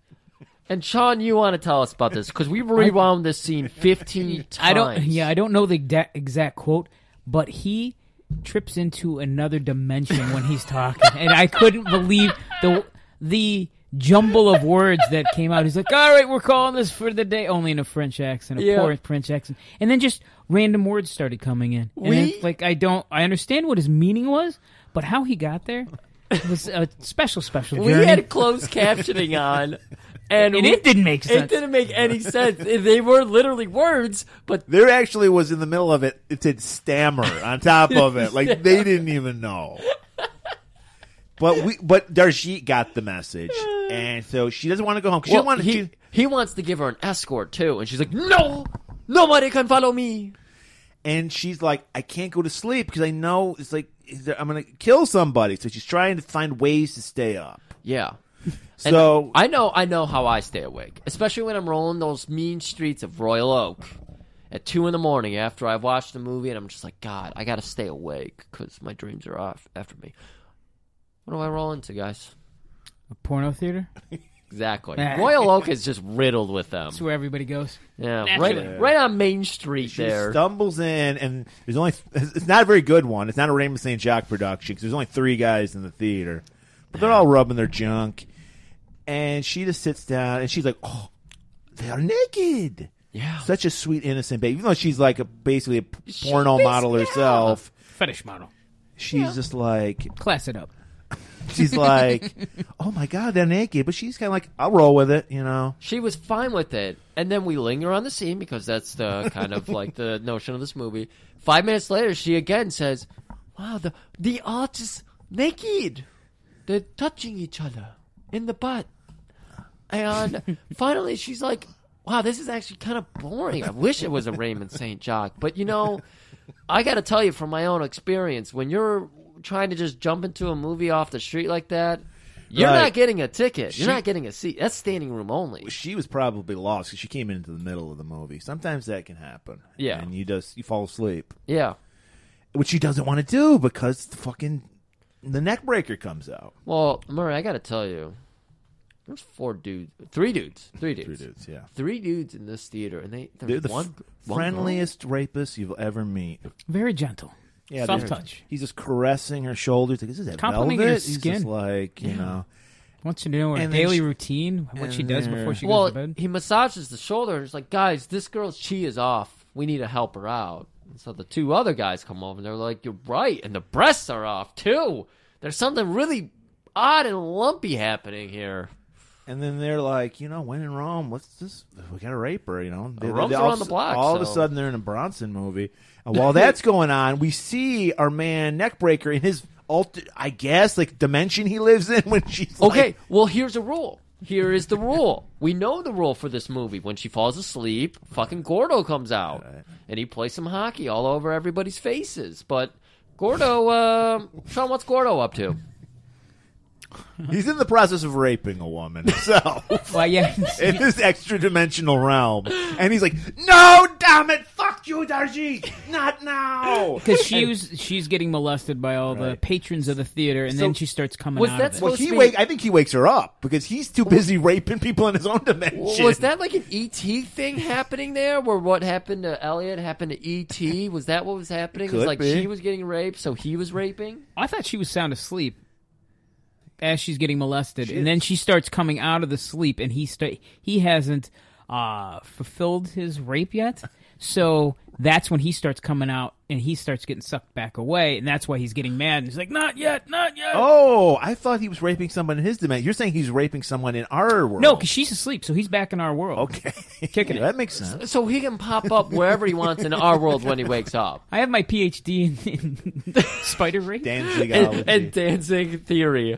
And Sean, you want to tell us about this because we rewound this scene 15 times.
I don't. Yeah, I don't know the exact, exact quote, but he trips into another dimension when he's talking, and I couldn't believe the the jumble of words that came out. He's like, "All right, we're calling this for the day," only in a French accent, a
Yeah.
poor French accent, and then just random words started coming in. And
We-
it's like I don't, I understand what his meaning was, but how he got there was a special, special
We
journey.
had closed captioning on, and
and
we-
it didn't make sense.
It didn't make any sense. They were literally words, but
There actually was in the middle of it. It said stammer on top of it. Like they didn't even know. But we, but Darjeet got the message, and so she doesn't want to go home. 'cause
well,
she wanted
he
to.
he wants to give her an escort too, and she's like, "No, nobody can follow me."
and she's like, I can't go to sleep because I know it's like is there- I'm gonna kill somebody. So she's trying to find ways to stay up.
Yeah. And
So
I know, I know how I stay awake, especially when I'm rolling those mean streets of Royal Oak at two in the morning after I've watched the movie, and I'm just like, God, I gotta stay awake because my dreams are off after me. What do I roll into, guys?
A porno theater.
Exactly. Royal Oak is just riddled with them.
That's where everybody goes.
Yeah,
Naturally.
right, right on Main Street
She
there.
stumbles in, and there's only it's not a very good one. It's not a Raymond St. Jacques production because there's only three guys in the theater, but they're all rubbing their junk, and she just sits down and she's like, "Oh, they're naked."
Yeah.
such a sweet innocent baby. Even though she's like a, basically a porno model herself,
Fetish model.
she's just like
Class it up.
she's like, "Oh my god, they're naked," but she's kind of like, "I'll roll with it," you know.
She was fine with it, and then we linger on the scene because that's the kind of like the notion of this movie. Five minutes later, she again says, "Wow, the the art is naked. They're touching each other in the butt." And finally, she's like, "Wow, this is actually kind of boring. I wish it was a Raymond St. Jacques, but you know, I got to tell you from my own experience, when you're trying to just jump into a movie off the street like that." You're
Right.
not getting a ticket. You're
She-
not getting a seat. That's standing room only.
she was probably lost because she came into the middle of the movie. Sometimes that can happen.
Yeah.
and you just you fall asleep,
Yeah.
which she doesn't want to do because the fucking the neck breaker comes out.
Well, Murray, I gotta tell you, there's four dudes, three dudes, three dudes,
Three dudes, yeah.
three dudes in this theater, and they there
They're
was
the
one,
f-
one
friendliest rapists you'll ever meet.
Very gentle.
Yeah,
Soft
they're-
touch.
He's just caressing her shoulders. Like, is that velvet?
Complimenting her
He's
skin.
just like you know,
Once you know her
And then
daily
she-
routine, what she
and uh,
does
there-
before she
girl.
goes
Well,
to bed.
he massages the shoulder, and he's like, "Guys, this girl's chi is off. We need to help her out." And so the two other guys come over, and they're like, "You're right," and the breasts are off too. There's something really odd and lumpy happening here.
and then they're like, you know, when in Rome, let's just we gotta rape her. You know, they,
Rome's
all,
around the block,
All of a
so-
sudden, they're in a Bronson movie. And while that's going on, we see our man Neckbreaker in his alter, I guess, like dimension he lives in when she's like-
Okay, well, here's a rule. Here is the rule. We know the rule for this movie. When she falls asleep, fucking Gordo comes out and he plays some hockey all over everybody's faces. But Gordo, uh, Sean, what's Gordo up to?
He's in the process of raping a woman himself
Well, yeah.
in this extra dimensional realm. And he's like, No, damn it, fuck you, Darji! Not now.
Because she was, she's getting molested by all the patrons of the theater, and then she starts coming
Was
out
that
of it.
supposed-
Well, he
to be-
wake I think he wakes her up because he's too busy raping people in his own dimension.
Was that like an ET thing happening there, where what happened to Elliot happened to ET? Was that what was happening? It was
Could
like
be.
she was getting raped, so he was raping.
I thought she was sound asleep as she's getting molested, and then she starts coming out of the sleep, and he sta he hasn't uh, fulfilled his rape yet, so that's when he starts coming out, and he starts getting sucked back away, and that's why he's getting mad, and he's like, "Not yet, not yet."
Oh, I thought he was raping someone in his dimension. You're saying he's raping someone in our world.
No, because she's asleep, so he's back in our world.
Okay.
Kicking it.
That makes sense.
So he can pop up wherever he wants in our world when he wakes up.
I have my PhD in, in spider rape.
Danzig
and, and dancing theory.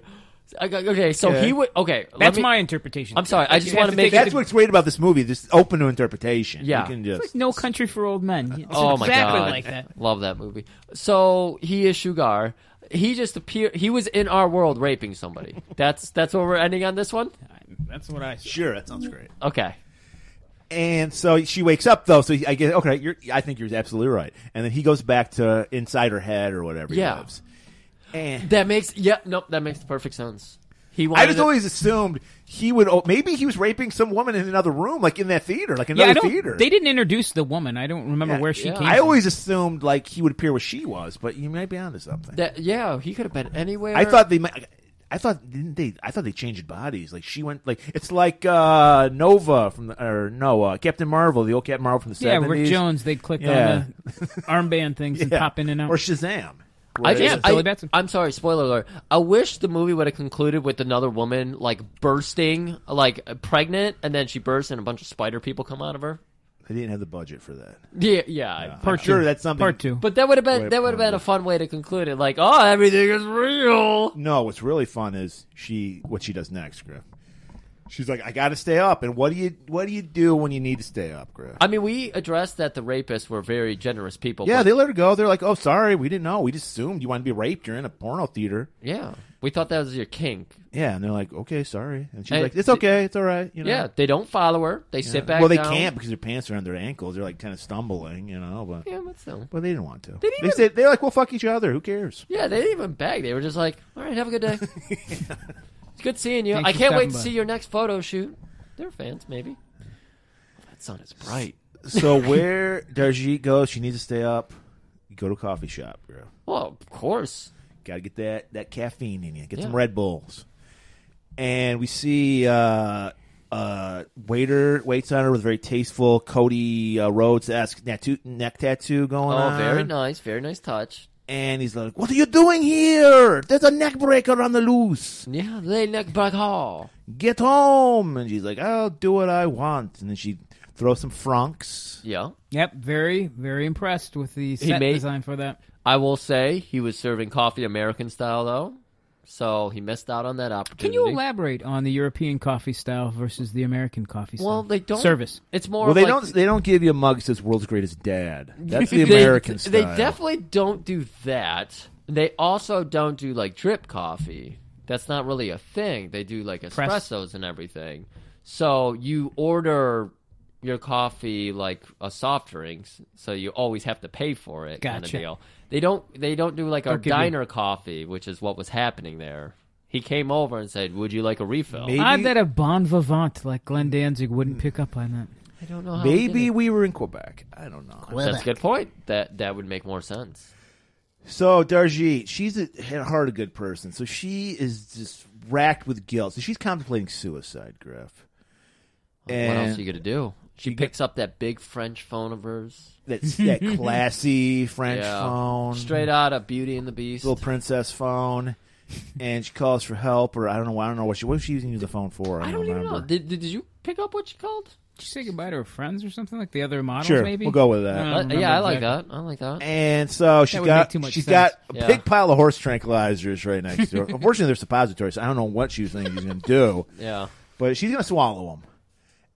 I got- Okay, so
Okay.
he would. Okay, let
That's
me-
my interpretation.
I'm sorry, I just
You have
wanna make-
take
That's
it-
what's great about this movie. This is open to interpretation.
Yeah.
You can just
No Country for Old Men. It's
Oh my
exactly
god,
like that.
love that movie. So he is Sugar. He just appeared. He was in our world raping somebody. That's that's where we're ending on this one.
That's what I.
sure that sounds great.
Okay.
And so she wakes up though. So I guess okay, you're, I think you're absolutely right. And then he goes back to inside her head or whatever.
Yeah.
He lives. And
That makes. Yep. nope. That makes perfect sense. He. Wanted
I just
to-
always assumed he would. oh, Maybe he was raping some woman in another room, like in that theater, like
Yeah,
another
I don't,
theater.
They didn't introduce the woman. I don't remember
Yeah.
where she
Yeah.
came.
I
from.
always assumed like he would appear where she was, but you might be onto something.
That, yeah, he could have been anywhere.
I thought they might. I thought didn't they? I thought they changed bodies. Like she went like it's like uh Nova from the or no uh, Captain Marvel, the old Captain Marvel from the
Yeah,
seventies.
Rick Jones. They click
Yeah.
on the armband things and pop in and out.
or Shazam.
I
Where-
just,
Yeah, Billy
I,
Batson.
I'm sorry, spoiler alert. I wish the movie would have concluded with another woman like bursting, like pregnant, and then she bursts and a bunch of spider people come out of her.
they didn't have the budget for that.
Yeah, yeah.
I'm sure
two.
that's something.
Part two.
But that would have been
Wait,
that would have been a fun way to conclude it. Like, oh, everything is real.
No, what's really fun is she what she does next, Griff. She's like, I got to stay up, and what do you what do you do when you need to stay up, Griff?
I mean, we addressed that the rapists were very generous people.
yeah,
but-
they let her go. They're like, oh, sorry, we didn't know. We just assumed you wanted to be raped. You're in a porno theater.
yeah. We thought that was your kink.
Yeah, and they're like, okay, sorry, and she's
Hey,
like, it's okay, it's all right. You know?
Yeah, they don't follow her. They sit back.
Well, they
down.
can't because their pants are on their ankles. They're like kind of stumbling, you know. But
Yeah, but still.
but they didn't want to.
didn't
They
even-
said they're like, we'll fuck each other. Who cares?
Yeah, they didn't even beg. They were just like, "All right, have a good day." It's good seeing you.
Thanks
I
for
can't wait
stopping
to
by.
see your next photo shoot. They're fans, maybe. That sun is bright.
So where Darjeet goes, she needs to stay up. You go to a coffee shop, bro.
Well, of course.
Got to get that that caffeine in you. Get some
Yeah.
Red Bulls. And we see uh, uh, waiter waits on her with very tasteful Cody uh, Rhodes esque tattoo, neck tattoo going
Oh,
on.
very nice. Very nice touch.
And he's like, "What are you doing here? There's a neck breaker on the loose.
Yeah, lay neck back hall.
Get home." And she's like, "I'll do what I want." And then she throws some francs.
Yeah.
Yep, very, very impressed with the set
made-
design for that.
I will say he was serving coffee American style, though. So he missed out on that
Can
opportunity.
you elaborate on the European coffee style versus the American coffee style?
Well, they don't.
service.
It's more
Well,
of
they
like-
don't. They don't give you a mug that says "World's Greatest Dad." That's the
they-
American style.
They definitely don't do that. They also don't do like drip coffee. That's not really a thing. They do like
Press.
espressos and everything. So you order your coffee like a soft drinks, so you always have to pay for it kind of
Gotcha.
deal. They don't they don't do like a
Don't give you-
diner coffee, which is what was happening there. He came over and said, "Would you like a refill?"
Maybe- Hmm.
Odd that a bon vivant like Glenn Danzig wouldn't pick up on that.
I don't know. How he did
Maybe
it.
we were in Quebec. I don't know.
that's a good point. That that would make more sense.
So Darjeet, she's a, at heart a good person. So she is just racked with guilt. So she's contemplating suicide, Griff. And
what else are you gonna do? She
you get-
picks up that big French phone of hers.
That's that classy French phone,
Straight out of Beauty and the Beast.
little princess phone, and she calls for help, or I don't know. I don't know what she what was she using the phone for. I don't,
I don't even
remember.
know. Did, did you pick up what she called?
Did she say goodbye to her friends or something like the other models?
Sure,
maybe
we'll go with that.
I
Uh,
don't remember
yeah, I like
exactly.
that. I like that.
And so she
That would
got
make too much
she's
sense.
got a
Yeah.
big pile of horse tranquilizers right next to her. Unfortunately, they're suppositories. So I don't know what she was thinking she was going to do,
Yeah.
but she's going to swallow them.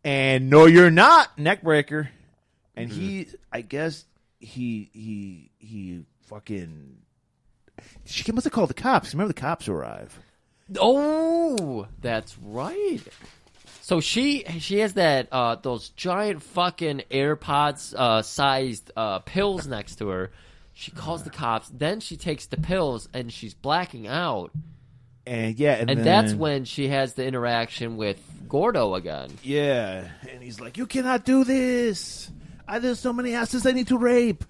And no, you're not neck breaker. And he,
Mm-hmm.
I guess he he he fucking. She must have called the cops. Remember the cops arrive.
Oh, that's right. So she she has that uh, those giant fucking AirPods uh, sized uh, pills next to her. She calls the cops. Then she takes the pills and she's blacking out.
And yeah, and,
And that's
then-
when she has the interaction with Gordo again.
Yeah, and he's like, "You cannot do this. I there's so many asses I need to rape."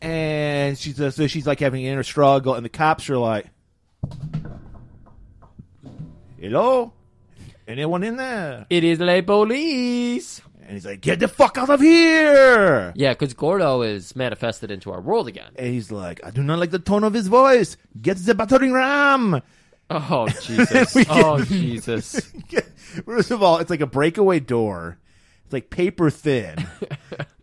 And she's uh, so she's like having an inner struggle, and the cops are like, "Hello, anyone in there?"
It is la police.
And he's like, "Get the fuck out of here!"
Yeah, because Gordo is manifested into our world again.
And he's like, "I do not like the tone of his voice. Get the battering ram."
Oh Jesus!
We
oh Jesus!
First of all, it's like a breakaway door. It's like paper thin,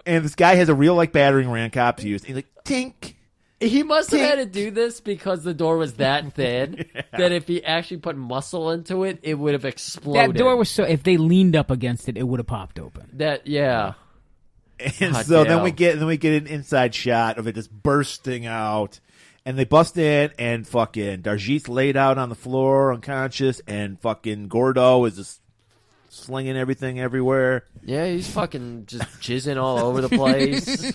and this guy has a real like battering ram cops use. And he's like, "Tink."
He must have had to do this because the door was that thin that if he actually put muscle into it, it would have
That
exploded.
door was so. If they leaned up against it, it would have popped open.
that. Yeah,
And
God
so then
damn.
we get then we get an inside shot of it just bursting out, and they bust in and fucking Darjeet's laid out on the floor unconscious, and fucking Gordo is just slinging everything everywhere,
yeah. He's fucking just jizzing all over the place.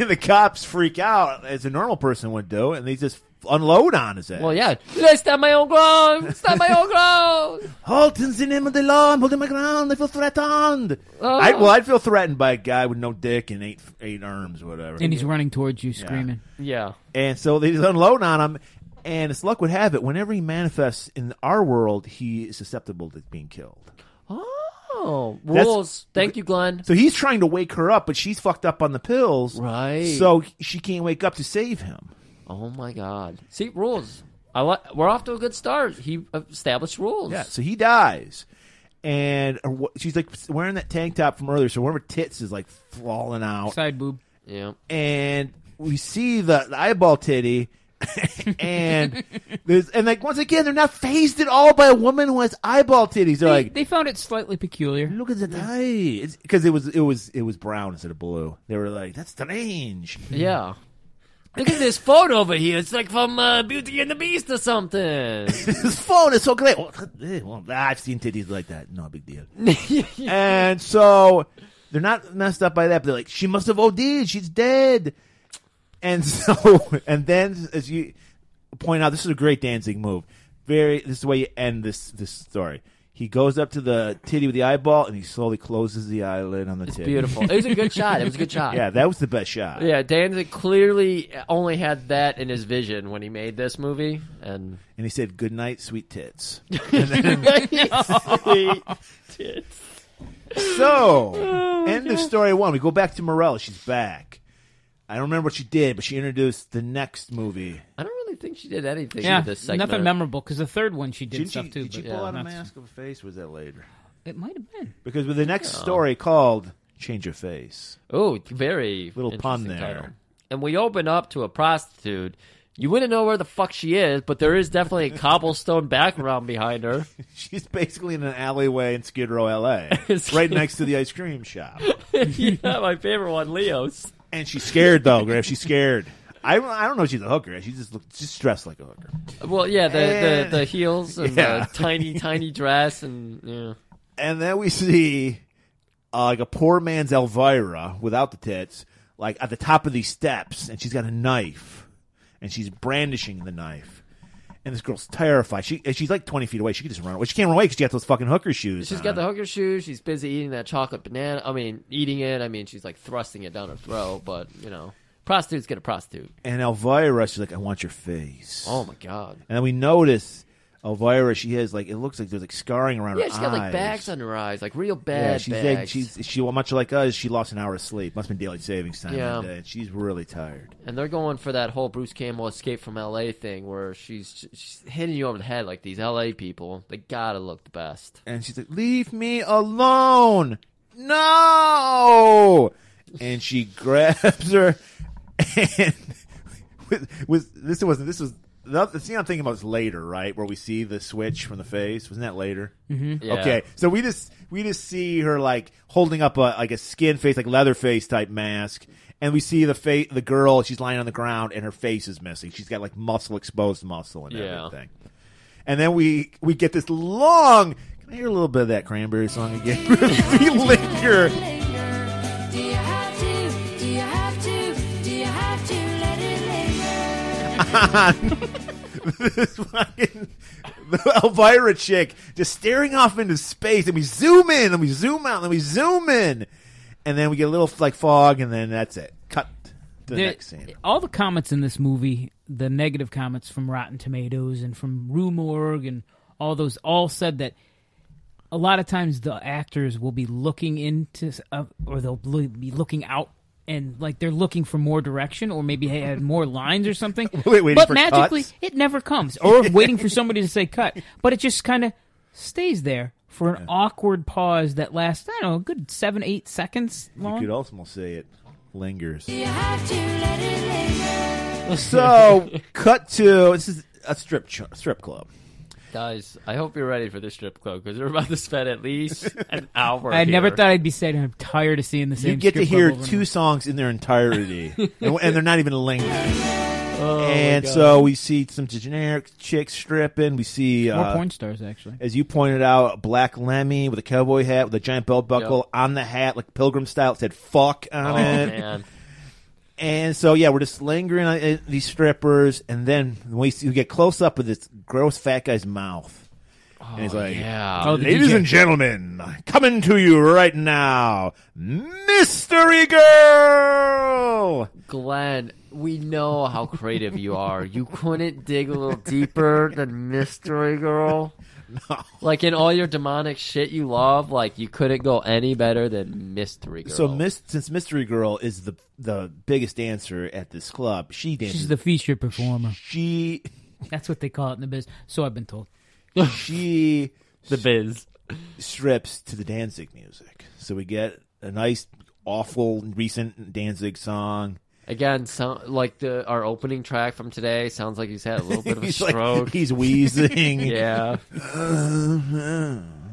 and the cops freak out as a normal person would do, and they just unload on his ass.
well, yeah. Did I stab my own ground? Stab my own ground.
Halton's in the name of the law. I'm holding my ground. I feel threatened.
Oh.
I, well, I'd feel threatened by a guy with no dick and eight eight arms, or whatever.
And he's running towards you, screaming.
Yeah.
And so they just unload on him. And as luck would have it, whenever he manifests in our world, he is susceptible to being killed.
Oh,
That's-
rules. Thank you, Glenn.
So he's trying to wake her up, but she's fucked up on the pills.
Right.
So she can't wake up to save him.
Oh my God. See rules. I li- we're off to a good start. He established rules.
Yeah. So he dies. And her wa- she's like wearing that tank top from earlier. So one of her tits is like falling out.
Side boob.
Yeah.
and we see the, the eyeball titty, and there's and like once again they're not phased at all by a woman who has eyeball titties. They're
They,
like,
they found it slightly peculiar.
look at the eye, because it was it was it was brown instead of blue. They were like, that's strange.
Yeah. Look at this photo over here. It's like from uh, Beauty and the Beast or something.
this phone is so great. Well, eh, well, I've seen titties like that. No big deal. and so they're not messed up by that. But they're like, she must have OD'd. She's dead. And so, and then as you point out, this is a great dancing move. very. This is the way you end this this story. He goes up to the titty with the eyeball, and he slowly closes the eyelid on the titty.
Beautiful. It was a good shot. It was a good shot.
yeah, that was the best shot.
Yeah, Danzig clearly only had that in his vision when he made this movie, and
And he said, "Good night, sweet tits." So,
Oh,
end of story one. We go back to Morella. She's back. I don't remember what she did, but she introduced the next movie.
I don't really think she did anything
Yeah,
in this segment.
nothing memorable because the third one she did
Didn't
stuff
she,
too.
did she
but
pull out a
not-
mask of a face? Was that later?
It might have been.
Because with the next
Oh.
story called "Change Your Face,"
Oh, very
Little pun
interesting
there.
title. And we open up to a prostitute. You wouldn't know where the fuck she is, but there is definitely a cobblestone background behind her.
she's basically in an alleyway in Skid Row, L.A., right next to the ice cream shop.
yeah, my favorite one, Leo's.
And she's scared though, Graham. She's scared. I don't, I don't know. if She's a hooker. She just looked just dressed like a hooker.
Well, yeah, the,
And-
the, the heels and
Yeah.
the tiny, tiny dress, and yeah.
And then we see uh, like a poor man's Elvira without the tits, like at the top of these steps, and she's got a knife, and she's brandishing the knife. And this girl's terrified. She and she's like twenty feet away. She could just run away. She can't run away because she got those fucking hooker shoes.
She's
on.
got the hooker shoes. She's busy eating that chocolate banana. I mean, eating it. I mean, she's like thrusting it down her throat, but, you know, prostitutes get a prostitute.
and Elvira. She's like, I want your face.
Oh, my God.
And then we notice Elvira. She has like it looks like there's like scarring around
Yeah,
her
she's got like
eyes.
bags under her eyes, like real bad
Yeah, she's
bags.
like, she's she well, much like us. She lost an hour of sleep. Must have been daylight savings time
Yeah.
that day. And she's really tired.
And they're going for that whole Bruce Campbell escape from LA thing where she's, she's hitting you over the head like these LA people. They gotta look the best.
and she's like, "Leave me alone!" No, and she grabs her, and with, with this wasn't this was the, the scene I'm thinking about is later, right? Where we see the switch from the face. Wasn't that later? Mm-hmm.
Yeah.
Okay, so we just we just see her like holding up a like a skin face, like leather face type mask, and we see the face the girl. She's lying on the ground, and her face is missing. She's got like muscle exposed muscle and
Yeah.
everything. And then we we get this long. Can I hear a little bit of that cranberry song again? we linger. This fucking the Elvira chick just staring off into space, and we zoom in, and we zoom out, and we zoom in, and then we get a little like fog, and then that's it. Cut to the
There-
next scene.
All the comments in this movie, the negative comments from Rotten Tomatoes and from Rumorg and all those, all said that a lot of times the actors will be looking into s- uh, or they'll lo- be looking out and like they're looking for more direction or maybe they had more lines or something.
Wait, waiting
but
for
magically,
cuts?
it never comes or waiting for somebody to say cut, but it just kind of stays there for an awkward pause that lasts I don't know, a good seven, eight seconds
You
long.
could almost say it lingers. So cut to this is a strip ch- strip club.
Guys, I hope you're ready for this strip club because we're about to spend at least an hour.
I
here.
never thought I'd be saying I'm tired of seeing the same.
you get to
script
hear
over and
two
over.
songs in their entirety, and, and they're not even linked. and so we see some generic chicks stripping. We see,
more
uh,
porn stars actually.
as you pointed out, a black Lemmy with a cowboy hat with a giant belt buckle on the hat, like pilgrim style. It said "fuck" on
Oh,
it.
man.
And so, yeah, we're just lingering on uh, these strippers, and then we, see, we get close up with this gross fat guy's mouth, and he's like,
Yeah.
Oh, the
Ladies
DJ.
and gentlemen, coming to you right now, Mystery Girl.
Glenn, we know how creative you are. You couldn't dig a little deeper than Mystery Girl. Like in all your demonic shit you love, like you couldn't go any better than Mystery Girl.
So, mis- since Mystery Girl is the the biggest dancer at this club, she dances.
She's the feature performer.
she
That's what they call it in the biz. So I've been told.
she
the biz.
strips to the Danzig music. So we get a nice, awful recent Danzig song.
Again, sound like the our opening track from today sounds like he's had a little bit of a
he's
stroke.
like he's wheezing.
yeah.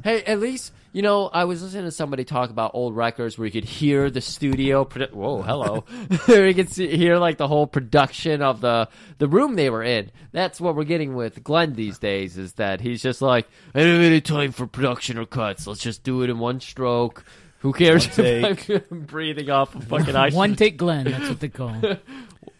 hey, at least you know I was listening to somebody talk about old records where you could hear the studio. Produ- Whoa, hello! Where you could see, hear like the whole production of the the room they were in. That's what we're getting with Glenn these days. Is that he's just like I don't have any time for production or cuts. Let's just do it in one stroke. Who cares
One
if I'm breathing off a fucking ice?
One take Glenn. That's what they call. Him.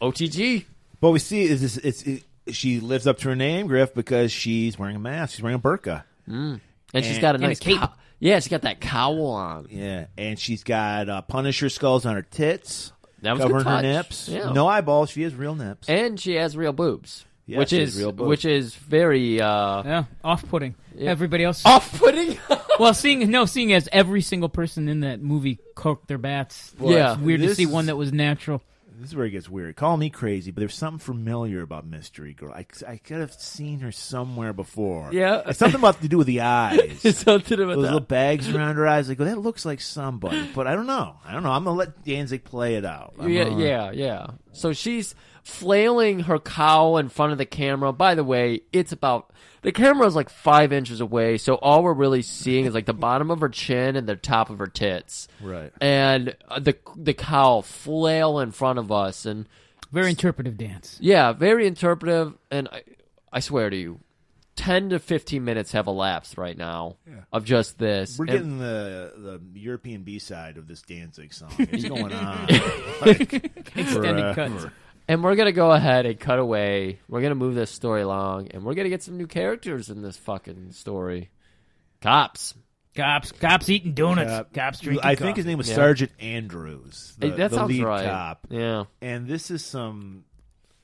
OTG.
But we see is this it's it, she lives up to her name, Griff, because she's wearing a mask. She's wearing a burqa.
Mm. And she's
And-
got a
And
nice
a cape.
cow- yeah, she's got that cowl on.
Yeah, and she's got uh, Punisher skulls on her tits,
That was a good
covering her
touch.
nips.
Yeah.
No eyeballs. She has real nips.
And she has real boobs,
Yeah,
which
she has
is
real boobs.
which is very uh,
Yeah, off-putting. Everybody else
off-putting.
well, seeing no, seeing as every single person in that movie coked their bats.
Well, Yeah.
it's weird to
this
see one
is-
that was natural.
This is where it gets weird. Call me crazy, but there's something familiar about Mystery Girl. I, I could have seen her somewhere before.
Yeah.
it's something about to do with the eyes.
It's
Those
something about
little
that.
bags around her eyes. I go, that looks like somebody, but I don't know. I don't know. I'm gonna let Danzig play it out. I'm
Yeah,
gonna-
yeah, yeah. So she's flailing her cowl in front of the camera. By the way, it's about the camera's like five inches away, so all we're really seeing is like the bottom of her chin and the top of her tits,
Right.
And uh, the the cowl flail in front of us, and
Very interpretive dance.
yeah, very interpretive. And I, I swear to you, ten to fifteen minutes have elapsed right now of just this.
We're
And-
getting the the European B side of this Danzig song. It's going on like,
Extended cuts.
forever.
And we're gonna go ahead and cut away. We're gonna move this story along, and we're gonna get some new characters in this fucking story. Cops.
Cops, cops eating donuts.
Uh,
cops drinking.
I think his
coffee.
name was
Yeah.
Sergeant Andrews, the,
Hey, that
the
sounds
lead
right.
cop.
Yeah.
And this is some.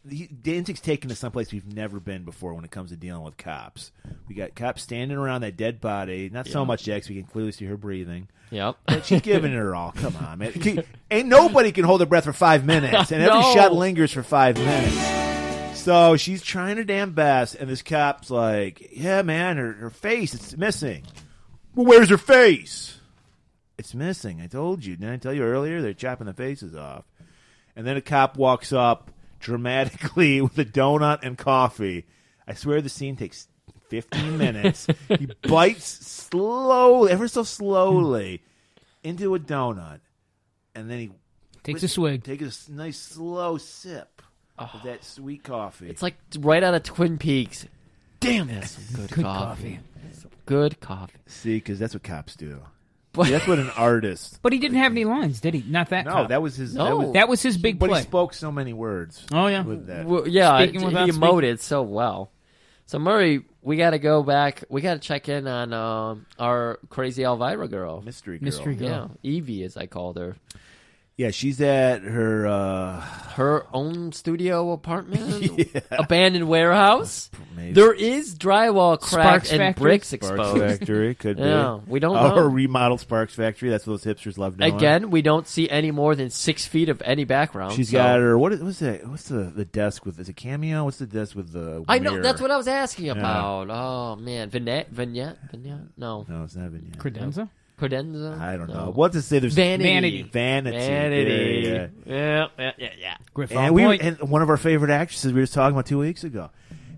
he- Danzig's taken to someplace we've never been before when it comes to dealing with cops. We got cops standing around that dead body. Not so much Jax. We can clearly see her breathing.
Yep.
But she's giving it her all. Come on, man. She- Ain't nobody can hold their breath for five minutes, and every
No.
shot lingers for five minutes. So she's trying her damn best, and this cop's like, "Yeah, man, her, her face it's missing." Well, where's her face? It's missing. I told you. Didn't I tell you earlier? They're chopping the faces off. And then a cop walks up dramatically with a donut and coffee. I swear the scene takes 15 minutes. he bites slowly, ever so slowly, into a donut. And then he
takes a swig.
takes a s- nice slow sip of that sweet coffee.
Oh. It's like right out of Twin Peaks. Damn, that's some good,
Good
coffee.
coffee.
Good coffee.
See, because that's what cops do.
But-
See, that's what an artist.
But he didn't have any lines, did he? Not that.
No,
cop.
that was his. That
No.
was,
that was his big
but
play.
he spoke so many words.
Oh, yeah.
with that.
Well, yeah,
Speaking
it-
without
he
speaking.
emoted so well. So Murray, we got to go back. We got to check in on um, our crazy Elvira girl.
Mystery girl.
Mystery girl.
Yeah, Evie, as I called her.
Yeah, she's at her uh
her own studio apartment, abandoned warehouse.
Maybe.
There is drywall cracked
Sparks
and
factory?
bricks
Sparks
exposed.
Factory. Could be.
Yeah, we don't
Or
know.
remodeled Sparks Factory. That's what those hipsters love doing.
Again, we don't see any more than six feet of any background.
she's
so-
got her. What is what's that? What's the the desk with? Is it cameo? What's the desk with the?
I know.
mirror?
That's what I was asking about. Oh man, vignette, vignette, vignette. No,
No, it's not vignette.
credenza.
credenza.
I don't
No.
know. What to say? There's
Vanity.
Vanity.
Vanity.
Yeah, yeah.
Yeah, yeah, yeah. yeah.
Griff on
And we
point.
and one of our favorite actresses we were talking about two weeks ago.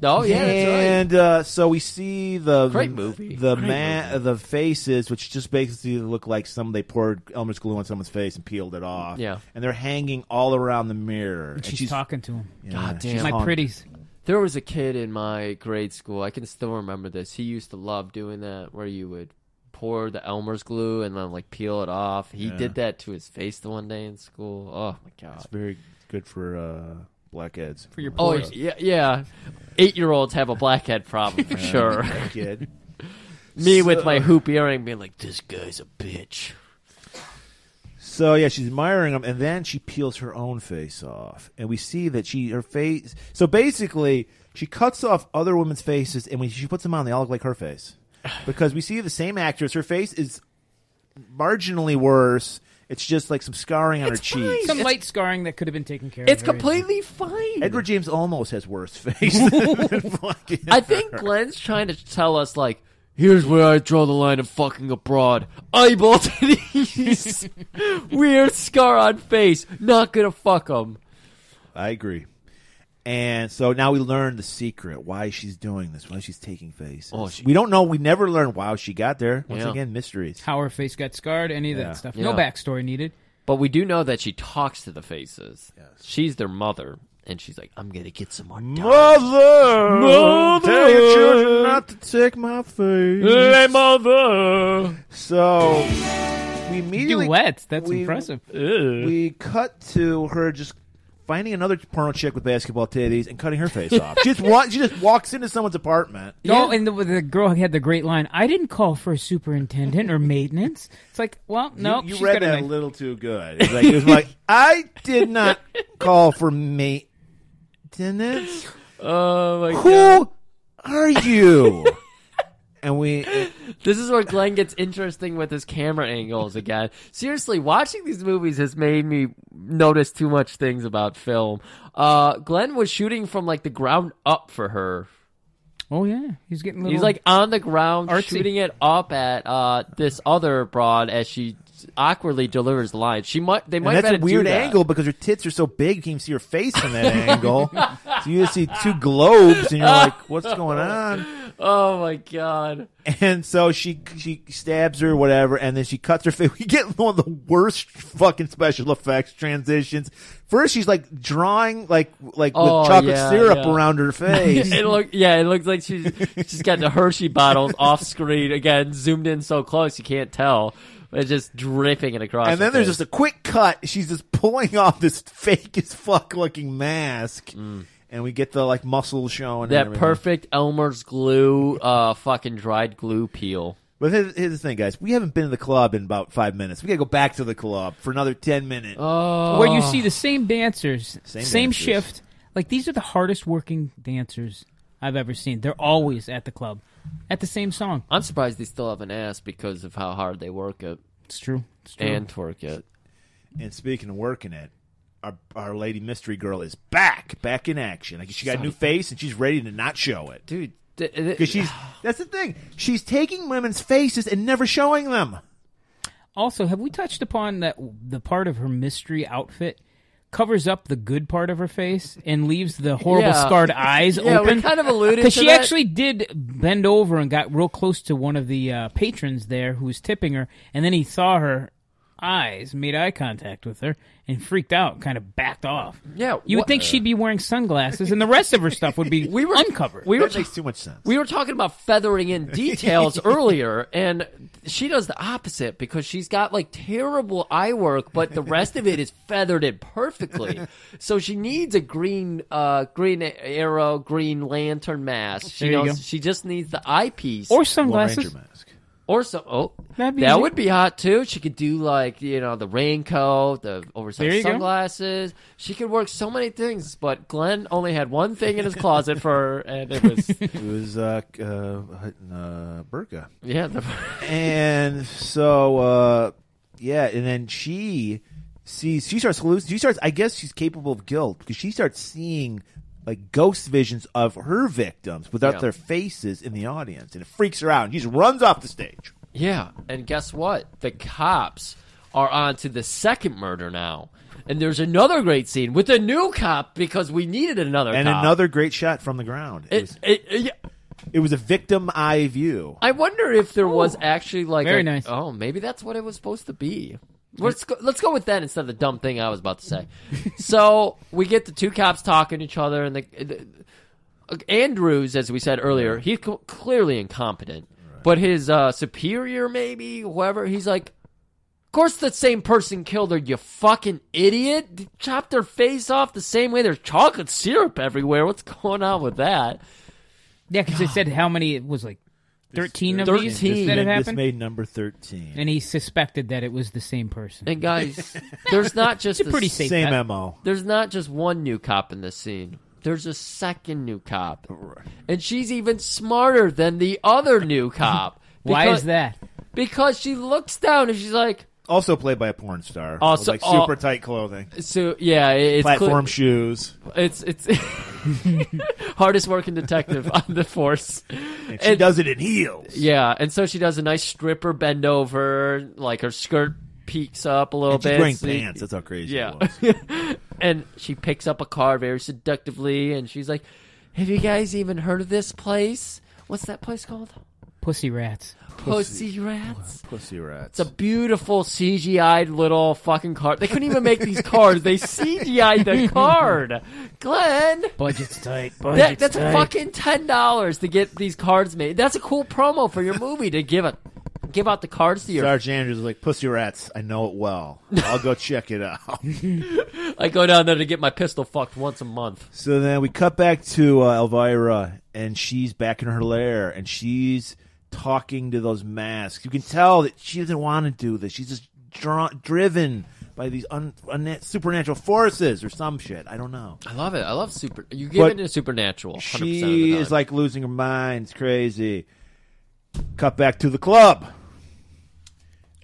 Oh yeah, that's right.
and uh, so we see the
Great movie.
the ma- the faces, which just basically look like some they poured Elmer's glue on someone's face and peeled it off.
Yeah.
and they're hanging all around the mirror. And
she's, talking to him.
yeah,
God
she's
damn.
My
honking.
pretties.
There was a kid in my grade school. I can still remember this. He used to love doing that, where you would pour the Elmer's glue and then like peel it off. He did that to his face the one day in school. Oh my god.
It's very good for uh, blackheads. For
your
Oh
Boys.
yeah, yeah. Eight year olds have a blackhead problem for sure.
kid.
Me with my hoop earring being like, this guy's a bitch.
So yeah, she's admiring him, and then she peels her own face off, and we see that she her face. So basically, she cuts off other women's faces, and when she puts them on, they all look like her face, because we see the same actress. Her face is marginally worse. It's just like some scarring on her cheeks.
Some light scarring that could have been taken care
It's
of. very
completely
easily.
fine.
Edward James almost has worse face. than fucking
I think Glenn's trying to tell us like, here's where I draw the line of fucking abroad. Eyeball titties, weird scar on face. Not gonna fuck them.
I agree. And so now we learn the secret why she's doing this, why she's taking faces.
Oh, she-
we don't know. We never learn why she got there. Once
Yeah.
again, mysteries.
How her face got scarred. Any of
Yeah.
that stuff.
Yeah.
No backstory needed.
But we do know that she talks to the faces. She's their mother, and she's like, I'm gonna get some more. dough."
Mother,
Mother!
tell your children not to take my face.
Hey, mother.
So we immediately
Duets. That's
we-
impressive.
We cut to her just finding another porno chick with basketball titties and cutting her face off. She just wa- she just walks into someone's apartment.
Oh, and the, the girl had the great line. I didn't call for a superintendent or maintenance. It's like, well, no,
you, you
she's
read
got a
that a
nice-
little too good. It's like, it was like I did not call for maintenance.
Oh my god.
Who are you? and we
This is where Glenn gets interesting with his camera angles again. Seriously, watching these movies has made me notice too much things about film. Uh, Glenn was shooting from like the ground up for her.
Oh yeah, he's getting. Little,
He's like on the ground
Artsy.
shooting it up at uh, this other broad as she awkwardly delivers the line. She might they might
and that's
have
a
had to do
weird
that.
angle because her tits are so big you can't even see her face from that angle. So you just see two globes and you're like, what's going on?
Oh my god.
And so she she stabs her, whatever, and then she cuts her face. We get one of the worst fucking special effects transitions. First, she's like drawing like like
Oh,
with chocolate
yeah,
syrup
yeah.
around her face.
It look yeah, it looks like she's she's got the Hershey bottles off screen again, zoomed in so close you can't tell. It's just dripping it across.
and
her
then there's
face.
just a quick cut. She's just pulling off this fake as fuck looking mask, and we get the like muscle showing. and
Mm. that
everything.
perfect Elmer's glue, uh, fucking dried glue peel.
But here's, here's the thing, guys. We haven't been to the club in about five minutes. We gotta go back to the club for another ten minutes.
Oh,
where you see the same dancers,
Same
same,
dancers.
shift. Like these are the hardest working dancers I've ever seen. They're always at the club, at the same song.
I'm surprised they still have an ass because of how hard they work it
It's true. It's true.
and twerk it.
And speaking of working it, our our lady mystery girl is back, back in action. Like she got a new face and she's ready to not show it
Dude, th- th-
because she's that's the thing. She's taking women's faces and never showing them.
also, have we touched upon that the part of her mystery outfit? Covers up the good part of her face and leaves the horrible
Yeah.
scarred eyes
yeah,
open.
we kind of alluded to
Because she
that.
actually did bend over and got real close to one of the uh, patrons there who was tipping her, and then he saw her eyes, made eye contact with her, and freaked out, kind of backed off.
Yeah,
you would
what-
think she'd be wearing sunglasses, and the rest of her stuff would be
We were-
uncovered.
we were
That makes too much sense.
we were talking about feathering in details earlier, and she does the opposite because she's got like terrible eye work, but the rest of it is feathered in perfectly. So she needs a green, uh, green arrow, green lantern mask. She
There you
knows
go.
she just needs the eyepiece
or
Lone
sunglasses.
Ranger mask.
or so. Oh,
That'd be
that
easy.
would be hot too. She could do like you know the raincoat, the
There
oversized
you go.
sunglasses. She could work so many things, but Glenn only had one thing in his closet for her, and it was
It was uh, uh, uh, burqa.
yeah. The,
and so uh yeah and then she sees she starts hallucinating she starts i guess she's capable of guilt because she starts seeing like ghost visions of her victims without
Yeah.
their faces in the audience and it freaks her out and she just runs off the stage
Yeah, and guess what? The cops are on to the second murder now. And there's another great scene with a new cop because we needed another
and
cop.
another great shot from the ground it,
It,
was,
it, it-
it was a victim eye view
I wonder if there was actually like
very
a-
nice.
Oh, maybe that's what it was supposed to be. Let's go, let's go with that instead of the dumb thing I was about to say. so we get the two cops talking to each other, and the, the Andrews, as we said earlier, he's co- clearly incompetent. But his uh, superior, maybe whoever, he's like, of course the same person killed her. You fucking idiot! They chopped their face off the same way. There's chocolate syrup everywhere. What's going on with that?
Yeah, because they said how many it was like thirteen of these
13.
that
And
had
this
happened,
made number 13
and he suspected that it was the same person.
And guys, there's not just
It's a pretty safe
same
bet.
mo
there's not just one new cop in this scene. There's a second new cop. And she's even smarter than the other new cop.
Why
Because-
is that?
Because she looks down and she's like,
also played by a porn star
Also-
with, like super
oh,
tight clothing
so yeah, it- it's clear-
platform shoes
it's it's hardest working detective on the force.
and she does it in heels
Yeah, and so she does a nice stripper bend over, like her skirt peeks up a little
and she's
bit.
wearing
so-
pants that's how crazy
Yeah.
it was
and she picks up a car very seductively and she's like, Have you guys even heard of this place? What's that place called?
Pussy rats.
Pussy Rats.
pussy rats
It's a beautiful CGI'd little fucking card. They couldn't even make these cards. They CGI'd the card. Glenn,
Budget's tight. Budget's
that, that's
tight.
fucking ten dollars to get these cards made. That's a cool promo for your movie to give a don't give out the cards to your.
Sarge Andrews is like, Pussy Rats, I know it well. I'll go check it out.
I go down there to get my pistol fucked once a month.
So then we cut back to uh, Elvira, and she's back in her lair, and she's talking to those masks. You can tell that she doesn't want to do this. She's just drawn, driven by these un, un, supernatural forces or some shit. I don't know.
I love it. I love super. You give
But
it to supernatural. 100% of the
She
time.
is like losing her mind. It's crazy. Cut back to the club.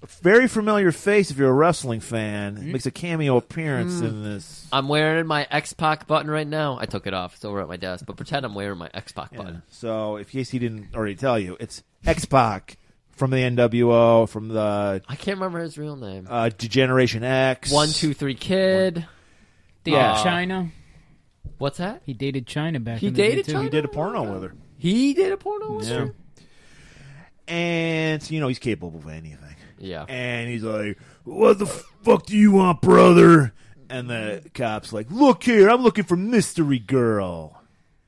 A very familiar face if you're a wrestling fan.
Mm-hmm.
Makes a cameo appearance
Mm.
in this.
I'm wearing my X Pac button right now. I took it off. It's over at my desk, but pretend I'm wearing my X Pac button.
So, if Casey didn't already tell you, it's X Pac from the NWO, from the
I can't remember his real name.
uh, Degeneration X.
One, two, three, kid.
Dated
Yeah.
China.
What's that?
He dated China back.
He
in the day,
dated
too.
China?
He did a porno with her.
He did a porno with
Yeah.
her?
And, so, you know, he's capable of anything.
Yeah.
And he's like, "What the fuck do you want, brother?" And the cops like, "Look here, I'm looking for Mystery Girl.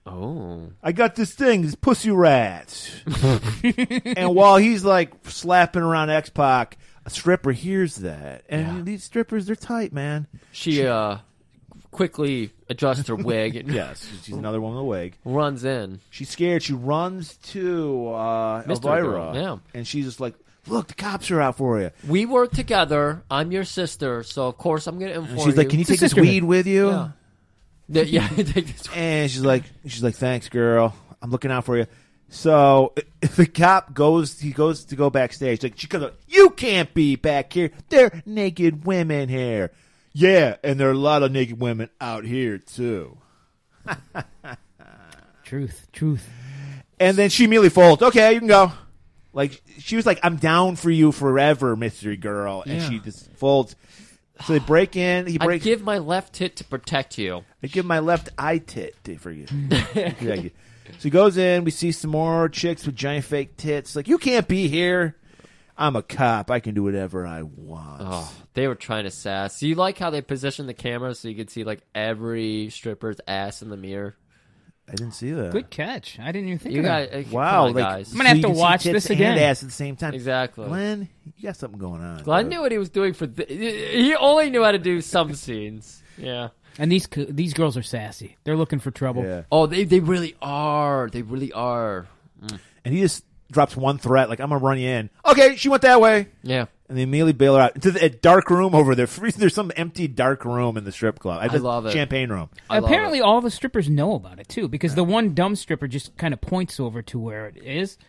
Oh.
I got this thing, this pussy rats." and while he's like slapping around X Pac, a stripper hears that, and these strippers they're tight, man.
She uh quickly adjusts her wig and
Yes, she's another woman in the wig.
runs in.
She's scared. She runs to uh,
Mystery
Elvira,
Girl, yeah.
and she's just like, "Look, the cops are out for you."
We work together. I'm your sister, so of course I'm gonna inform
And she's like, "Can you take this weed with you?"
Yeah. Th- yeah, take this.
and she's like, she's like, thanks, girl. I'm looking out for you. So the cop goes, he goes to go backstage. Like she comes up, you can't be back here. They're naked women here. Yeah, and there are a lot of naked women out here too.
Truth, truth.
And then she immediately folds. Okay, you can go. Like she was like, I'm down for you forever, mystery girl. And she just folds. So they break in. He
I
breaks.
give my left tit to protect you.
I give my left eye tit to- for you. Thank you. so he goes in. We see some more chicks with giant fake tits. Like you can't be here. I'm a cop. I can do whatever I want.
Oh, they were trying to sass. Do you like how they positioned the camera so you could see like every stripper's ass in the mirror?
I didn't see that.
Good catch. I didn't even think
You
of
got
that.
Wow,
come on,
like,
guys.
so
gonna have
you
to
can see
watch
tits
this
and
again.
ass at the same time.
Exactly.
Glenn, you got something going on.
Glenn
bro.
knew what he was doing for. Th- he only knew how to do some scenes. Yeah.
And these c- these girls are sassy. They're looking for trouble.
Yeah,
Oh, they they really are. They really are.
and he just drops one threat. Like I'm gonna run you in. Okay, she went that way.
Yeah.
And they immediately bail her out into the a dark room over there. For- There's some empty dark room in the strip club. I,
love it. Oh,
Champagne room.
I love
Apparently, all the strippers know about it too, because the one dumb stripper just kind of points over to where it is.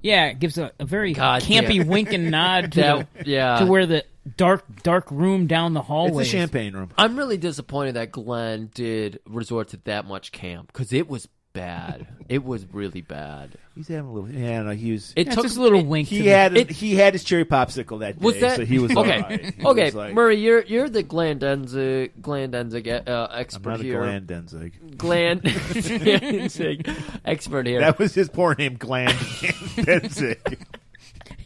Yeah, it gives a, a very
God
campy
damn.
wink and nod to,
That-
the-
yeah.
to where the dark dark room down the
It's
hallway.
the
is.
champagne room.
I'm really disappointed that Glenn did resort to that much camp because it was bad. it was really bad.
He's having a little. Yeah, no, he was.
It
Yeah, it's
took
just a little
it-
wink. to
he
the-
had
It-
he had his cherry popsicle that day,
Was that
so he was
okay?
all right. He
okay,
was like,
Murray, you're you're the Glenn Denzig Glenn Denzig uh, expert
I'm not a
here.
Glenn Denzig.
Glenn Denzig expert here.
That was his poor name, Glenn Denzig.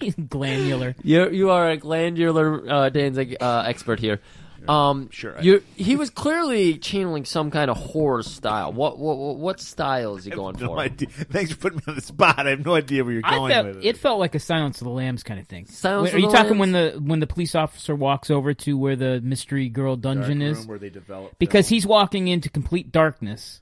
He's glandular.
You you are a glandular uh, Danzig uh, expert here. Um,
Sure, I-
you he was clearly channeling some kind of horror style. What what what- what style is he going
No
for?
idea. Thanks for putting me on the spot. I have no idea where you're
I
going
felt
with
it.
it.
felt like a Silence of the Lambs kind of thing.
Silence
Wait,
of
are you
the
talking
Lambs?
when the when the police officer walks over to where the mystery girl dungeon is?
where they develop
Because he's walking into complete darkness.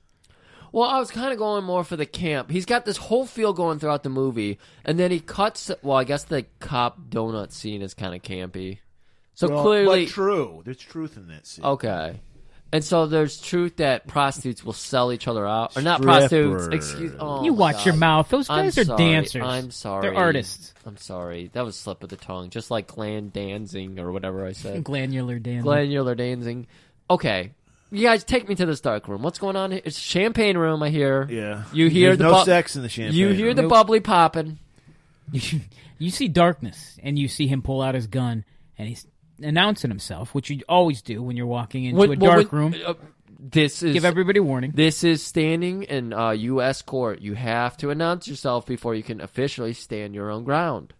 Well, I was kind of going more for the camp. He's got this whole feel going throughout the movie, and then he cuts. Well, I guess the cop donut scene is kind of campy. So clearly, Oh.
but true. There's truth in that. scene.
okay. And so there's truth that prostitutes will sell each other out, or not prostitutes. Excuse.
Strippers.
Oh
you
my
watch your
God.
mouth. Those
I'm
guys are
sorry.
dancers.
I'm sorry.
They're artists.
I'm sorry. That was slip of the tongue, just like Glenn Danzing or whatever I said.
Glandular dancers.
Glenn Euler Danzing. Okay. You guys take me to this dark room. What's going on here? It's champagne room, I hear.
Yeah.
You hear
There's
the
no
bu-
sex in the champagne.
You hear
room.
the bubbly popping.
you see darkness and you see him pull out his gun and he's announcing himself, which you always do when you're walking into
When-
a
well,
dark
when-
room.
uh, this is
Give everybody warning.
this is standing in uh, U.S. court. You have to announce yourself before you can officially stand your own ground.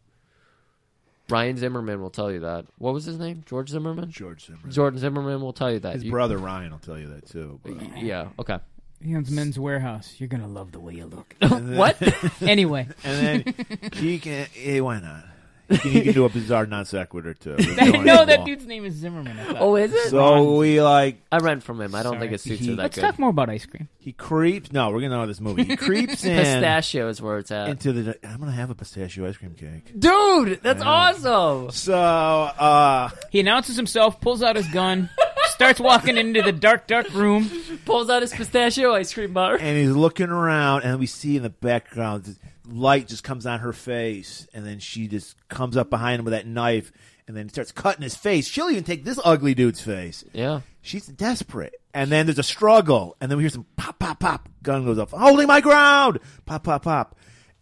Ryan Zimmerman will tell you that. What was his name? George Zimmerman.
George Zimmerman.
Jordan Zimmerman will tell you that.
His
You-
brother Ryan will tell you that too. but-
Yeah. Okay.
Hands Men's Warehouse. You're gonna love the way you look.
what?
anyway,
And then he can. Hey, eh, why not? You can, you can do a bizarre non sequitur too.
no, that dude's name is Zimmerman. I thought.
Oh, is it?
So we like
I rent from him. I don't think his suits
He-
are that
Let's
good.
talk more about ice cream.
he creeps. No, we're gonna know this movie. He creeps in
Pistachio is where it's at.
into the. I'm gonna have a pistachio ice cream cake.
Uh, Dude, that's awesome.
So uh,
He announces himself, pulls out his gun, starts walking into the dark, dark room.
Pulls out his pistachio ice cream bar.
and he's looking around, and we see in the background this light just comes on her face, and then she just comes up behind him with that knife, and then starts cutting his face. She'll even take this ugly dude's face.
Yeah.
She's desperate. And then there's a struggle. And then we hear some pop, pop, pop. Gun goes off. Holding my ground. Pop, pop, pop.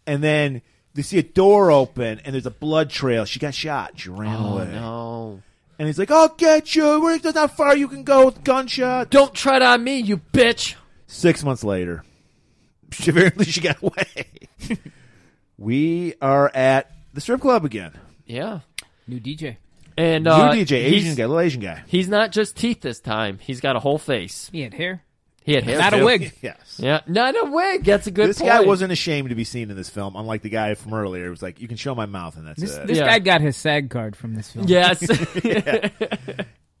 And then they see a door open and there's a blood trail. She got shot. She ran
Oh,
away.
no.
And he's like, I'll get you. We're- There's not far you can go with gunshot.
Don't tread on me, you bitch.
Six months later, she, apparently she got away. we are at the strip club again.
Yeah.
New DJ.
And
New
uh,
DJ,
he's-
Asian guy, little Asian guy.
He's not just teeth this time. He's got a whole face.
He had hair.
He had hair.
Not a
too.
wig.
Yes.
Yeah, not a wig. That's a good
this
point.
guy wasn't ashamed to be seen in this film, unlike the guy from earlier. It was like, you can show my mouth, and that's
This,
it.
this
Yeah.
guy got his SAG card from this film.
Yes.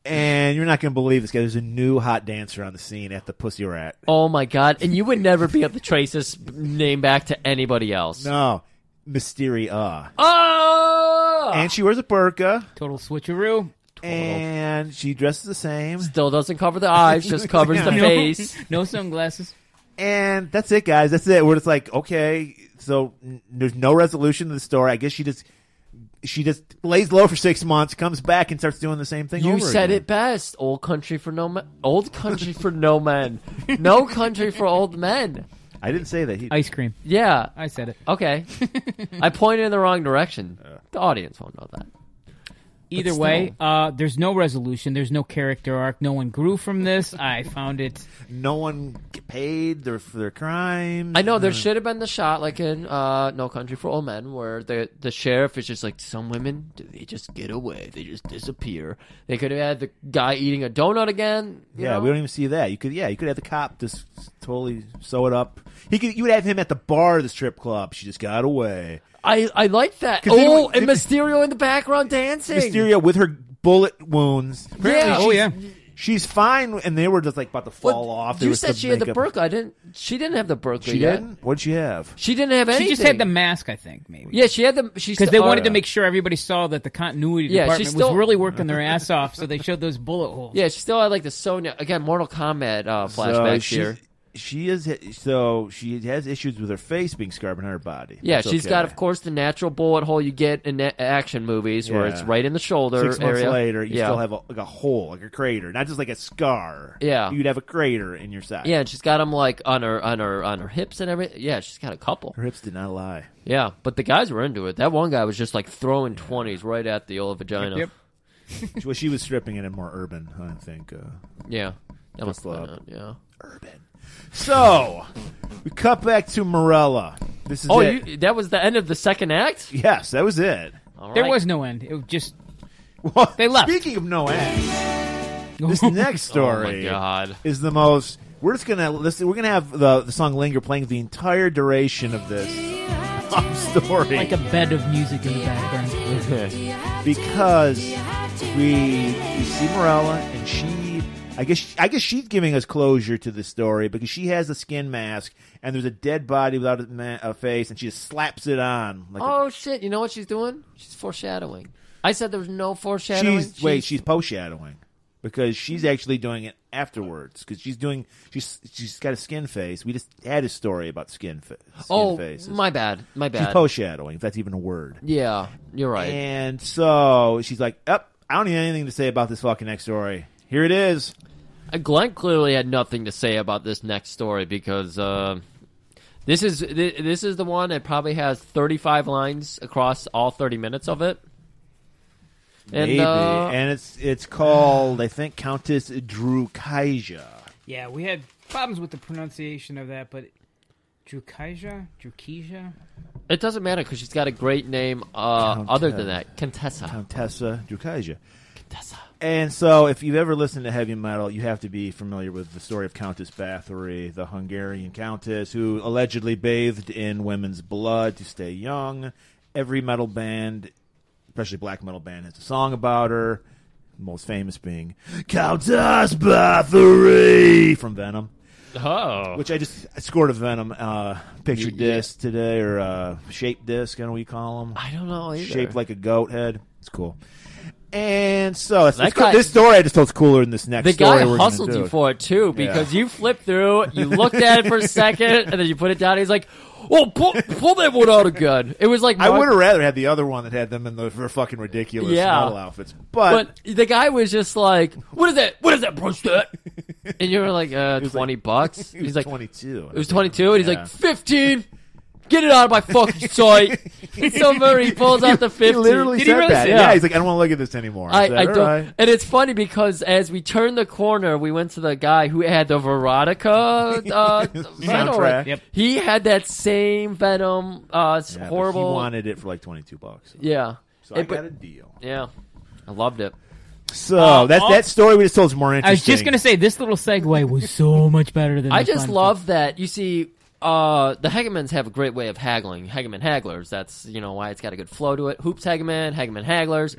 and you're not going to believe this guy. There's a new hot dancer on the scene at the Pussy Rat.
oh my god! And you would never be able to trace this name back to anybody else.
No, Mysteria.
Ah. Oh.
And she wears a burqa,
Total switcheroo.
and she dresses the same.
Still doesn't cover the eyes. Just covers the
Yeah.
face.
No sunglasses.
And that's it, guys. That's it. We're just like, okay, so n- there's no resolution to the story. I guess she just she just lays low for six months, comes back, and starts doing the same thing.
You
over
said
again.
it best. Old country for no men. Old country for no men. No country for old men.
I didn't say that. He,
Ice cream.
Yeah.
I said it.
Okay. I pointed in the wrong direction. The audience won't know that.
Either
But
way,
still.
uh, there's no resolution. There's no character arc. No one grew from this. I found it.
no one get paid their, for their crimes.
I know there should have been the shot like in uh, No Country for Old Men where the the sheriff is just like some women do they just get away they just disappear they could have had the guy eating a donut again you
Yeah,
know?
we don't even see that. You could, yeah, you could have the cop just totally sew it up. He could, you would have him at the bar of the strip club. She just got away.
I I like that
'Cause then
oh
we-
and Mysterio in the background dancing
Mysterio with her bullet wounds.
yeah
Oh, yeah.
She's fine, and they were just like about to
Well,
fall off. There
you
was
said
some
she had the
makeup.
burqa I didn't she didn't have the burqa
She
yet
didn't. What'd she have?
she didn't have anything
She just had the mask, I think, maybe.
yeah she had the she oh,
Because they
still-
wanted to
or-
make sure everybody saw that the continuity
Yeah,
department
she's still-
was really working their ass off, so they showed those bullet holes.
yeah she still had like the Sonya again Mortal Kombat uh, flashbacks
she,
here
She is so she has issues with her face being scarred on her body.
Yeah,
she's
she's got, of course, the natural bullet hole you get in a- action movies where it's
Yeah.
right in the shoulder
Six months
area.
later, you
yeah.
still have a, like a hole, like a crater, not just like a scar.
Yeah.
you'd have a crater in your side.
Yeah, and she's got them like on her on her on her hips and everything. Yeah, she's got a couple.
her hips did not lie.
Yeah, but the guys were into it. That one guy was just like throwing twenties right at the old vagina.
Yep.
well, she was stripping it in more urban, I think. Uh,
Yeah, that was
love.
fun. Yeah.
so we cut back to Morella. This is
Oh,
it.
you, that was the end of the second act.
yes, that was it.
All
There
right.
was no end. It was just
Well,
They left.
Speaking of no end, this next story
Oh my god.
is the most. We're just gonna listen. We're gonna have the, the song "Linger" playing the entire duration of this story
like a bed of music in the background.
because we we see Morella and she. I guess I guess she's giving us closure to the story because she has a skin mask and there's a dead body without a, ma- a face and she just slaps it on. Like a-
Oh shit! You know what she's doing? She's foreshadowing. I said there was no foreshadowing.
she's wait, she's post shadowing because she's actually doing it afterwards because she's doing she's she's got a skin face. We just had a story about skin, fa- skin
oh
faces.
my bad, my bad.
she's post shadowing, if that's even a word.
yeah, you're right.
And so she's like, "Up, I don't need anything to say about this fucking next story. Here it is." Eh.
Uh, Glenn clearly had nothing to say about this next story because uh, this is thi- this is the one that probably has 35 lines across all 30 minutes of it. And,
Maybe.
uh,
and it's it's called I think Countess Drew Kaija.
Yeah, we had problems with the pronunciation of that, but Drukaija? Drukija?
it doesn't matter because she's got a great name uh, other than that, Contessa.
Countessa Drukaija. And so, if you've ever listened to heavy metal, you have to be familiar with the story of Countess Bathory, the Hungarian countess who allegedly bathed in women's blood to stay young. Every metal band especially black metal band, has a song about her. Most famous being Countess Bathory from Venom,
Oh.
which I just I scored a Venom uh, picture disc today or uh, shape disc. I don't know what you call them.
I don't know Oh, either.
Shaped like a goat head. It's cool. And so it's,
That
it's cool.
guy-
this story I just told is cooler than this next
the
story.
guy
we're gonna
hustled
do.
you for it too because you flipped through, you looked at it for a second, and then you put it down. And he's like, "Oh, pull, pull that one out again." It was like
I
Mark-
would have rather had the other one that had them in the their fucking ridiculous
Yeah.
model outfits. But,
But the guy was just like, "What is that? What is that, bro? Stat?" And you were like, uh, "20 bucks."
he was
He's like,
22.
It was 22, and he's
Yeah.
like, 15! Get it out of my fucking sight! It's so very, he pulls out the 15.
He literally
Did
said
he really
that.
say
Yeah.
that?
he's like, I don't want to look at this anymore.
I,
said,
I
"All
don't,
right."
and it's funny because as we turned the corner, we went to the guy who had the Veronica uh, metal
Soundtrack.
Yep.
He had that same Venom, uh, s-
Yeah, but
horrible.
He wanted it for like 22 bucks.
yeah,
So I
And- but-
got a deal.
yeah, Oh. I loved it.
So
Uh,
that
all-
that story we just told is more interesting.
I was just gonna say this little segue was so much better than
I
the
just
fun-
love that. You see, uh, the Hegemans have a great way of haggling. Hegeman hagglers. That's you know why it's got a good flow to it. Hoops Hegeman, Hegeman hagglers.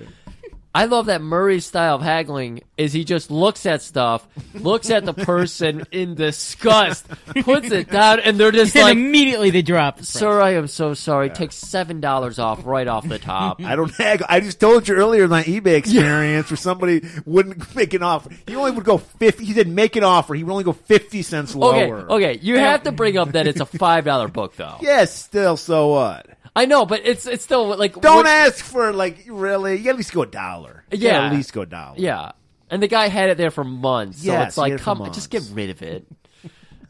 I love that Murray's style of haggling is he just looks at stuff, looks at the person in disgust, puts it down, and they're just
And
like,
immediately they dropped. the price.
"Sir, I am so sorry. Take seven dollars off right off the top."
I don't haggle. I just told you earlier my eBay experience where somebody wouldn't make an offer. He only would go 50. He said make an offer. He would only go 50 cents
Okay,
lower.
okay. You have to bring up that it's a five dollar book, though.
Yes, still, so what?
I know, but it's it's still like
Don't
what-
ask for, like, really. You at least go a dollar. You
Yeah.
At least go a dollar.
Yeah. And the guy had it there for months. So
Yes,
it's
he had
like,
it for
come
months.
just get rid of it.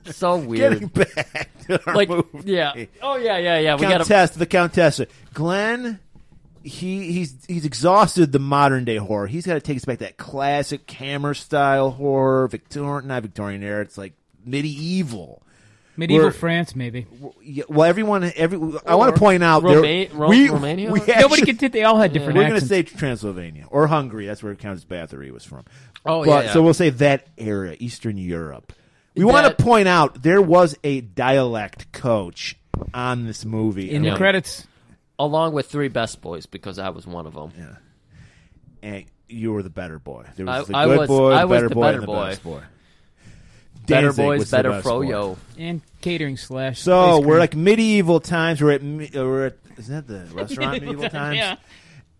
so
Getting
weird.
back to our
Like,
movie.
yeah. Oh, yeah, yeah, yeah. We got to.
Countess, the Countessa. Glenn, he he's he's exhausted the modern day horror. He's got to take us back to that classic camera style horror, Victorian, not Victorian era. It's like medieval.
medieval
we're-
France maybe.
Yeah, Well, everyone, every I want
Or
to point out, there-
Roma- Ro-
we,
Romania?
we
Nobody
Nobody
actually-
could. They all had different.
We're going to
accents.
say Transylvania or Hungary. That's where Countess Bathory was from.
Oh,
But-
yeah, yeah.
So we'll say that era, Eastern Europe. We want
That-
to point out there was a dialect coach on this movie,
in
Yeah.
the credits.
Along with three best boys, because I was one of them.
and you were the better boy. There was
I-
the
I
good
was-
boy,
I
the
was
better
the
boy,
better
and the
boy.
best boy.
Better
Danzig
boys,
was the
better
best boy.
froyo.
and catering slash. ice
So
cream.
we're like medieval times. We're at me- uh, we're at isn't that the restaurant medieval times?
yeah.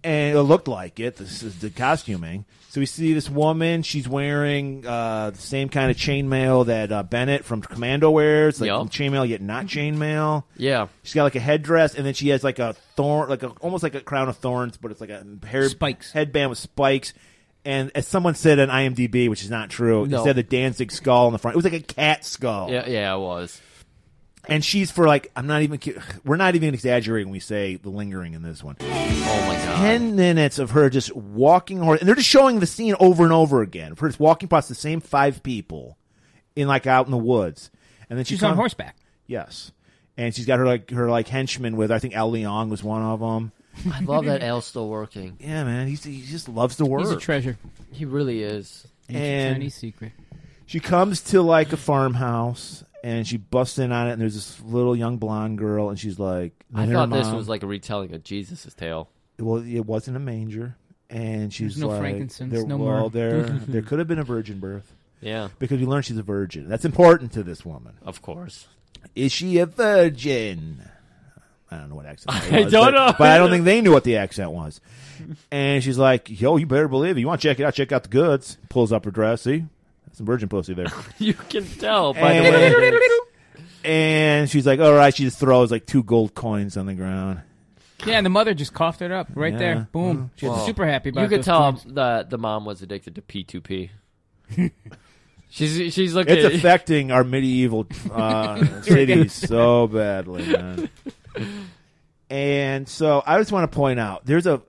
And it looked like it. This is the costuming. So we see this woman. She's wearing uh, the same kind of chainmail that uh, Bennett from Commando wears, like
Yup.
chainmail yet not chainmail.
Yeah.
She's got like a headdress, and then she has like a thorn, like a, almost like a crown of thorns, but it's like a hair
Spikes.
headband with spikes. And as someone said on IMDb, which is not true,
No.
instead of the Danzig skull in the front, it was like a cat skull.
Yeah, yeah, I was.
And she's for like, I'm not even, ki- we're not even exaggerating when we say the lingering in this one.
Oh, my God.
10 minutes of her just walking hor and they're just showing the scene over and over again of her just walking past the same five people in like out in the woods and then she
She's
come-
on horseback.
yes and she's got her like her like henchmen with i think al leong was one of them
I love that Al's still working.
yeah man he's, he just loves the work
He's a treasure.
He really is.
and
Chinese secret.
she comes to like a farmhouse and she busts in on it and there's this little young blonde girl and she's like
I
and her
thought this
mom-
was like a retelling of Jesus' tale.
well, it wasn't a manger, and she's
no
like,
frankincense,
there,
no
well, there,
myrrh.
there could have been a virgin birth
Yeah,
because we learn she's a virgin. That's important to this woman.
of course.
Is she a virgin? I don't know what accent. that
I
was, but,
don't know.
but I don't think they knew what the accent was. And she's like, "Yo, you better believe it. You want to check it out? Check out the goods." Pulls up her dress. See, some virgin pussy there.
You can tell by the
And-
way. it is.
and she's like, "All right." She just throws like two gold coins on the ground.
Yeah, and the mother just coughed it up right
Yeah.
there. Boom. She was
Whoa.
super happy about
You could
those
tell
coins.
the the mom was addicted to P2P. she's she's looking.
It's affecting our medieval uh, cities so badly, man. And so I just want to point out there's a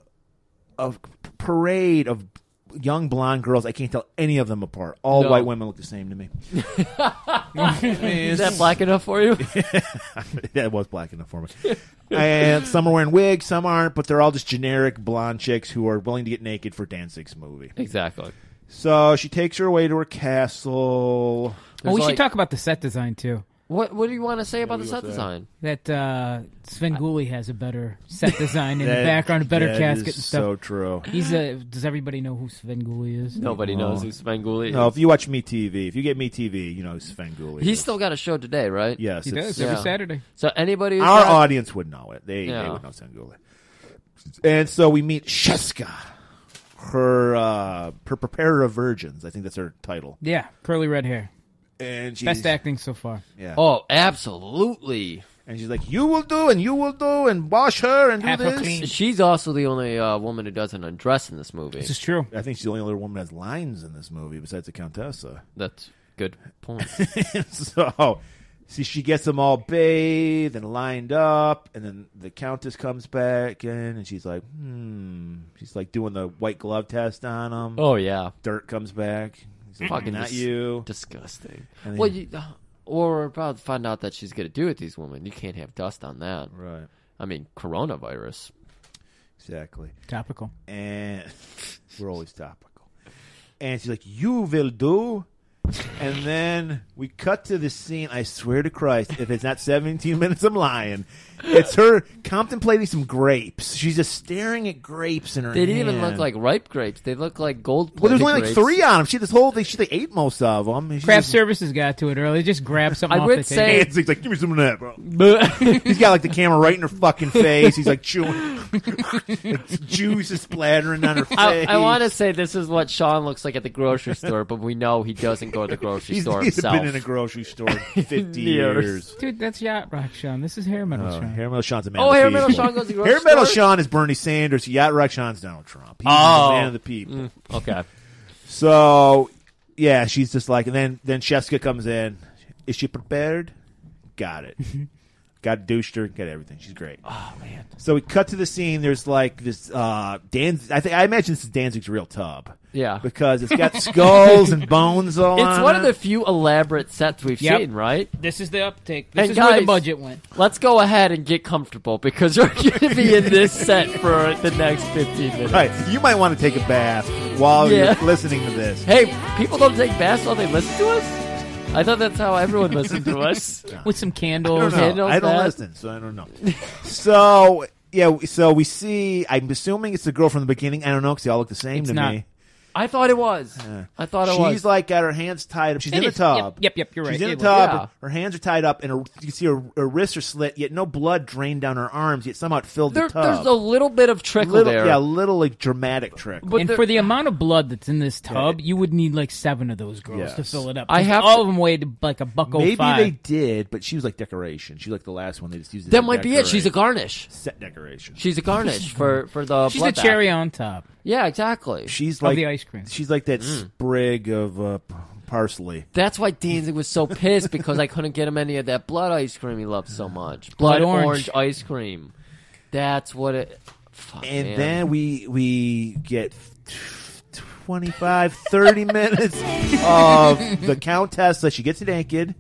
a parade of young blonde girls. I can't tell any of them apart. All
No.
white women look the same to me.
Is that black enough for you?
that was black enough for me. and some are wearing wigs, some aren't, but they're all just generic blonde chicks who are willing to get naked for Danzig's movie.
exactly.
So she takes her away to her castle.
Oh, we
There's
Oh, should
like-
talk about the set design too.
What What do you want to say about the
we
set
go there.
design?
That uh, Sven Gulli has a better set design in the
That-
background, a better
that
casket
is
and stuff.
so true.
He's a. Does everybody know who Sven Gulli is?
Nobody knows who Spanguli
No,
is.
if you watch Me TV, if you get Me TV, you know Svengoolie.
He's still got a show today, right?
Yes, He it's- uh, does,
every Saturday.
So anybody, who's
Our
got-
audience would know it. They, they
Yeah.
would know Svengoolie. And so we meet Sheska, her uh, her preparer of virgins. I think that's her title.
Yeah, curly red hair.
And she's,
Best acting so far.
Yeah.
Oh, absolutely.
And she's like, "You will do, and you will do, and wash her, and do
Have her
this."
clean.
She's also the only uh, woman who doesn't undress in this movie.
This is true.
I think she's the only other woman that has lines in this movie besides the Countessa.
That's good point.
so see she gets them all bathed and lined up and then the countess comes back in and she's like hmm she's like doing the white glove test on them
oh yeah,
dirt comes back He's like,
fucking
not
dis-
you
Disgusting.
And
well,
then-
you, uh, or about to find out that she's gonna do it. These women, you can't have dust on that.
right
I mean, coronavirus.
exactly
Topical.
and we're always topical and she's like you will do and then we cut to the scene. I swear to Christ, if it's not 17 minutes, I'm lying. It's her contemplating some grapes. She's just staring at grapes in her.
They didn't even
hand.
look like ripe grapes. They look like gold.
Well, there's only
grapes.
like three on them. She this whole thing. She they ate most of them. She's
Craft
just-
services got to it early. Just grab something.
I
off
would
the
say-
table.
It's like, give me some of that, bro.
But-
He's got like the camera right in her fucking face. He's like chewing, like, juice is splattering on her face.
I, I want to say this is what Sean looks like at the grocery store, but we know he doesn't go to the grocery
He's,
store
he's
himself.
been in a grocery store in 50
Years.
years.
dude, that's yacht rock, Sean. This is hair metal,
Oh,
Sean.
hair metal Sean's a man.
Oh,
of the
hair metal
people.
Sean goes to the grocery
Hair metal
store?
Sean is Bernie Sanders. Yacht Rock Sean's Donald Trump. He's
Oh.
the man of the people.
Mm, okay.
So yeah, she's just like, and then then Sheska comes in. Is she prepared? Got it. got douched her. Got everything. She's great. Oh man. So we cut to the scene. There's like this uh Dan. I think I imagine this is Danzig's real tub.
Yeah.
Because it's got skulls and bones all
It's
on
one of
it.
the few elaborate sets we've
Yep.
seen, right?
This is the uptake. This
And
is where
guys-
the budget went.
Let's go ahead and get comfortable because we're going to be in this set for the next 15 minutes.
Right. You might want to take a bath while
Yeah.
you're listening to this.
Hey, people don't take baths while they listen to us? I thought that's how everyone listened to us.
With some
I
candles.
don't know.
handles
I don't
that.
listen, so I don't know. so yeah, so we see. I'm assuming it's the girl from the beginning. I don't know because they all look the same
It's
to
not.
me.
I thought it was. I thought it
She's
was.
like got her hands tied up. She's
It
in a
is.
tub.
Yep, yep, yep, you're
She's
right.
in a
It was.
tub.
Yeah.
Her, her hands are tied up, and her, you can see her, her wrists are slit. Yet no blood drained down her arms. Yet somehow it filled
there,
the tub.
there's a little bit of trickle
little,
there.
yeah, little like dramatic trick.
But
and
there-
for the amount of blood that's in this tub, you would need like seven of those girls to
Yes.
fill it up.
I have
all
to-
of them weighed like a buck
Maybe
05.
they did, but she was like decoration. She was like the last one they just used. as
that
a
might be it. She's a
decorate-
garnish.
set decoration.
She's a garnish for, for the
She's the
bloodbath.
cherry on top.
Yeah, exactly.
she's like
the ice cream.
She's like that
Mm.
sprig of uh, p- parsley.
That's why Danzig was so pissed because I couldn't get him any of that blood ice cream he loves so much. Blood,
Blood orange.
ice cream. That's what it. Fuck,
And
man.
then we we get 25, 30 minutes of the Countess. She gets naked,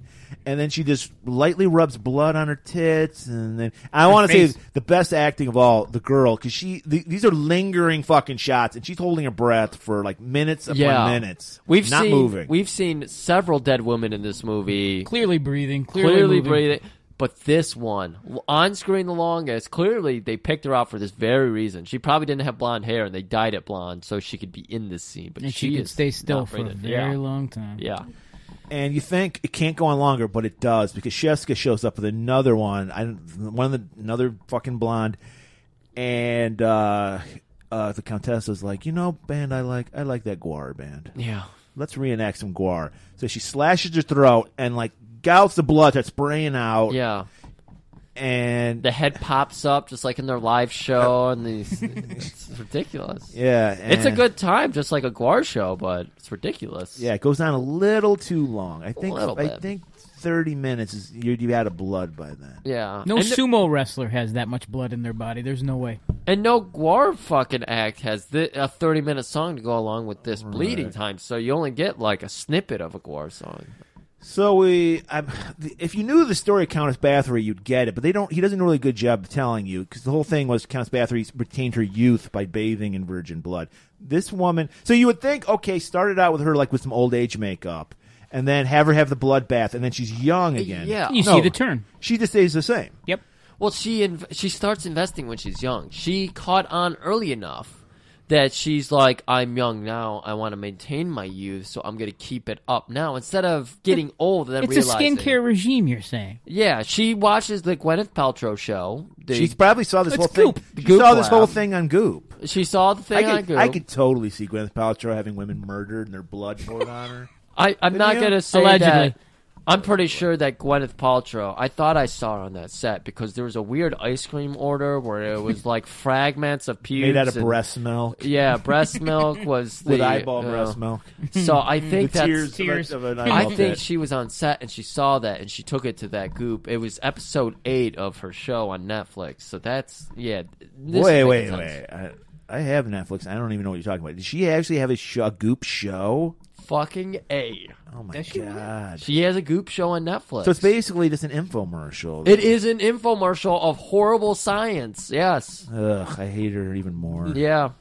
and then she just lightly rubs blood on her tits. And then I want to
face.
say the best acting of all, the girl, because she th- these are lingering fucking shots, and she's holding her breath for like minutes upon
yeah,
minutes.
We've
not
seen
moving.
we've seen several dead women in this movie.
Clearly breathing. Clearly,
Clearly
moving.
breathing, but this one l- on screen the longest. Clearly, they picked her out for this very reason. She probably didn't have blonde hair, and they dyed it blonde so she could be in this scene. But
And
she,
she, could
is
stay still
not
for a
breathing.
very
yeah.
long time.
Yeah,
And you think it can't go on longer, but it does because Sheska shows up with another one. I one of the another fucking blonde, and uh, uh, the Countessa's like, you know, band I like, I like that Guar band.
yeah.
Let's reenact some Guar. So she slashes her throat and like gouts the blood that's spraying out.
Yeah,
and
the head pops up just like in their live show, and these it's ridiculous.
yeah,
It's a
and-
good time, just like a Guar show, but it's ridiculous.
Yeah, it goes on a little too long. I think
little
I
bit.
think thirty minutes is you'd be out of blood by then.
yeah.
No
and,
sumo wrestler has that much blood in their body. There's no way.
and no Guar fucking act has thi- a thirty-minute song to go along with this bleeding time, so you only get like a snippet of a Guar song.
So we, I'm, if you knew the story of Countess Bathory, you'd get it. But they don't. He doesn't do a really good job of telling you because the whole thing was Countess Bathory retained her youth by bathing in virgin blood. This woman. So you would think, okay, started out with her like with some old age makeup, and then have her have the bloodbath, and then she's young again.
Yeah.
You
No,
see the turn.
She just stays the same.
Yep.
Well, she inv- she starts investing when she's young. She caught on early enough that she's like, I'm young now. I want to maintain my youth, so I'm going to keep it up now instead of getting old and then
It's a
realizing.
skincare regime. You're saying
Yeah, she watches the Gwyneth Paltrow show. The-
She probably saw this
It's
whole
Goop.
thing. She
Goop
saw this whole
Lab.
thing on Goop.
she saw the thing
I
on
could,
Google.
I could totally see Gwyneth Paltrow having women murdered and their blood poured on her.
I, I'm not
you?
going to say
Allegedly.
that. I'm pretty sure that Gwyneth Paltrow. I thought I saw her on that set because there was a weird ice cream order where it was like fragments of pubes
Made out of
and-
breast milk
Yeah, breast milk was the
with eyeball
uh,
breast milk.
So I
The
think that's.
tears, of a-
Tears.
of an
I
eyeball
think
pit.
she was on set and she saw that and she took it to that goop. It was episode eight of her show on Netflix. So that's yeah. This
wait,
makes
wait,
sense.
wait. I, I have Netflix. I don't even know what you're talking about. Did she actually have a, sh- a Goop show?
Fucking a.
Oh my
Does she really?
god!
She has a goop show on Netflix.
So it's basically just an infomercial.
It is an infomercial of horrible science. Yes.
Ugh, I hate her even more.
Yeah.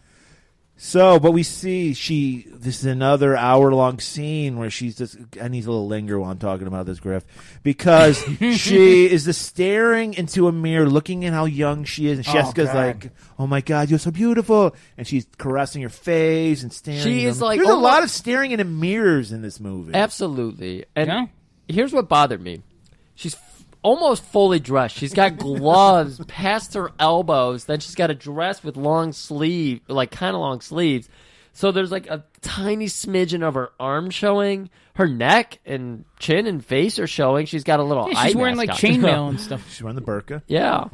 So, but we see she. This is another hour-long scene where she's just. I need to linger while I'm talking about this, Griff, because she is just staring into a mirror, looking at how young she is, and Jessica's
God.
like, "Oh my God, you're so beautiful," and she's caressing her face and staring.
She
at
is
them.
like,
There's
"Oh
a
my-"
lot of staring into mirrors in this movie.
Absolutely. And
Yeah.
here's what bothered me. She's f- almost fully dressed. She's got gloves past her elbows. Then she's got a dress with long sleeve, like kind of long sleeves. So there's like a tiny smidgen of her arm showing. Her neck and chin and face are showing. She's got a little.
Yeah, she's
eye
wearing like
mask on.
chainmail and stuff.
She's wearing the burqa.
yeah,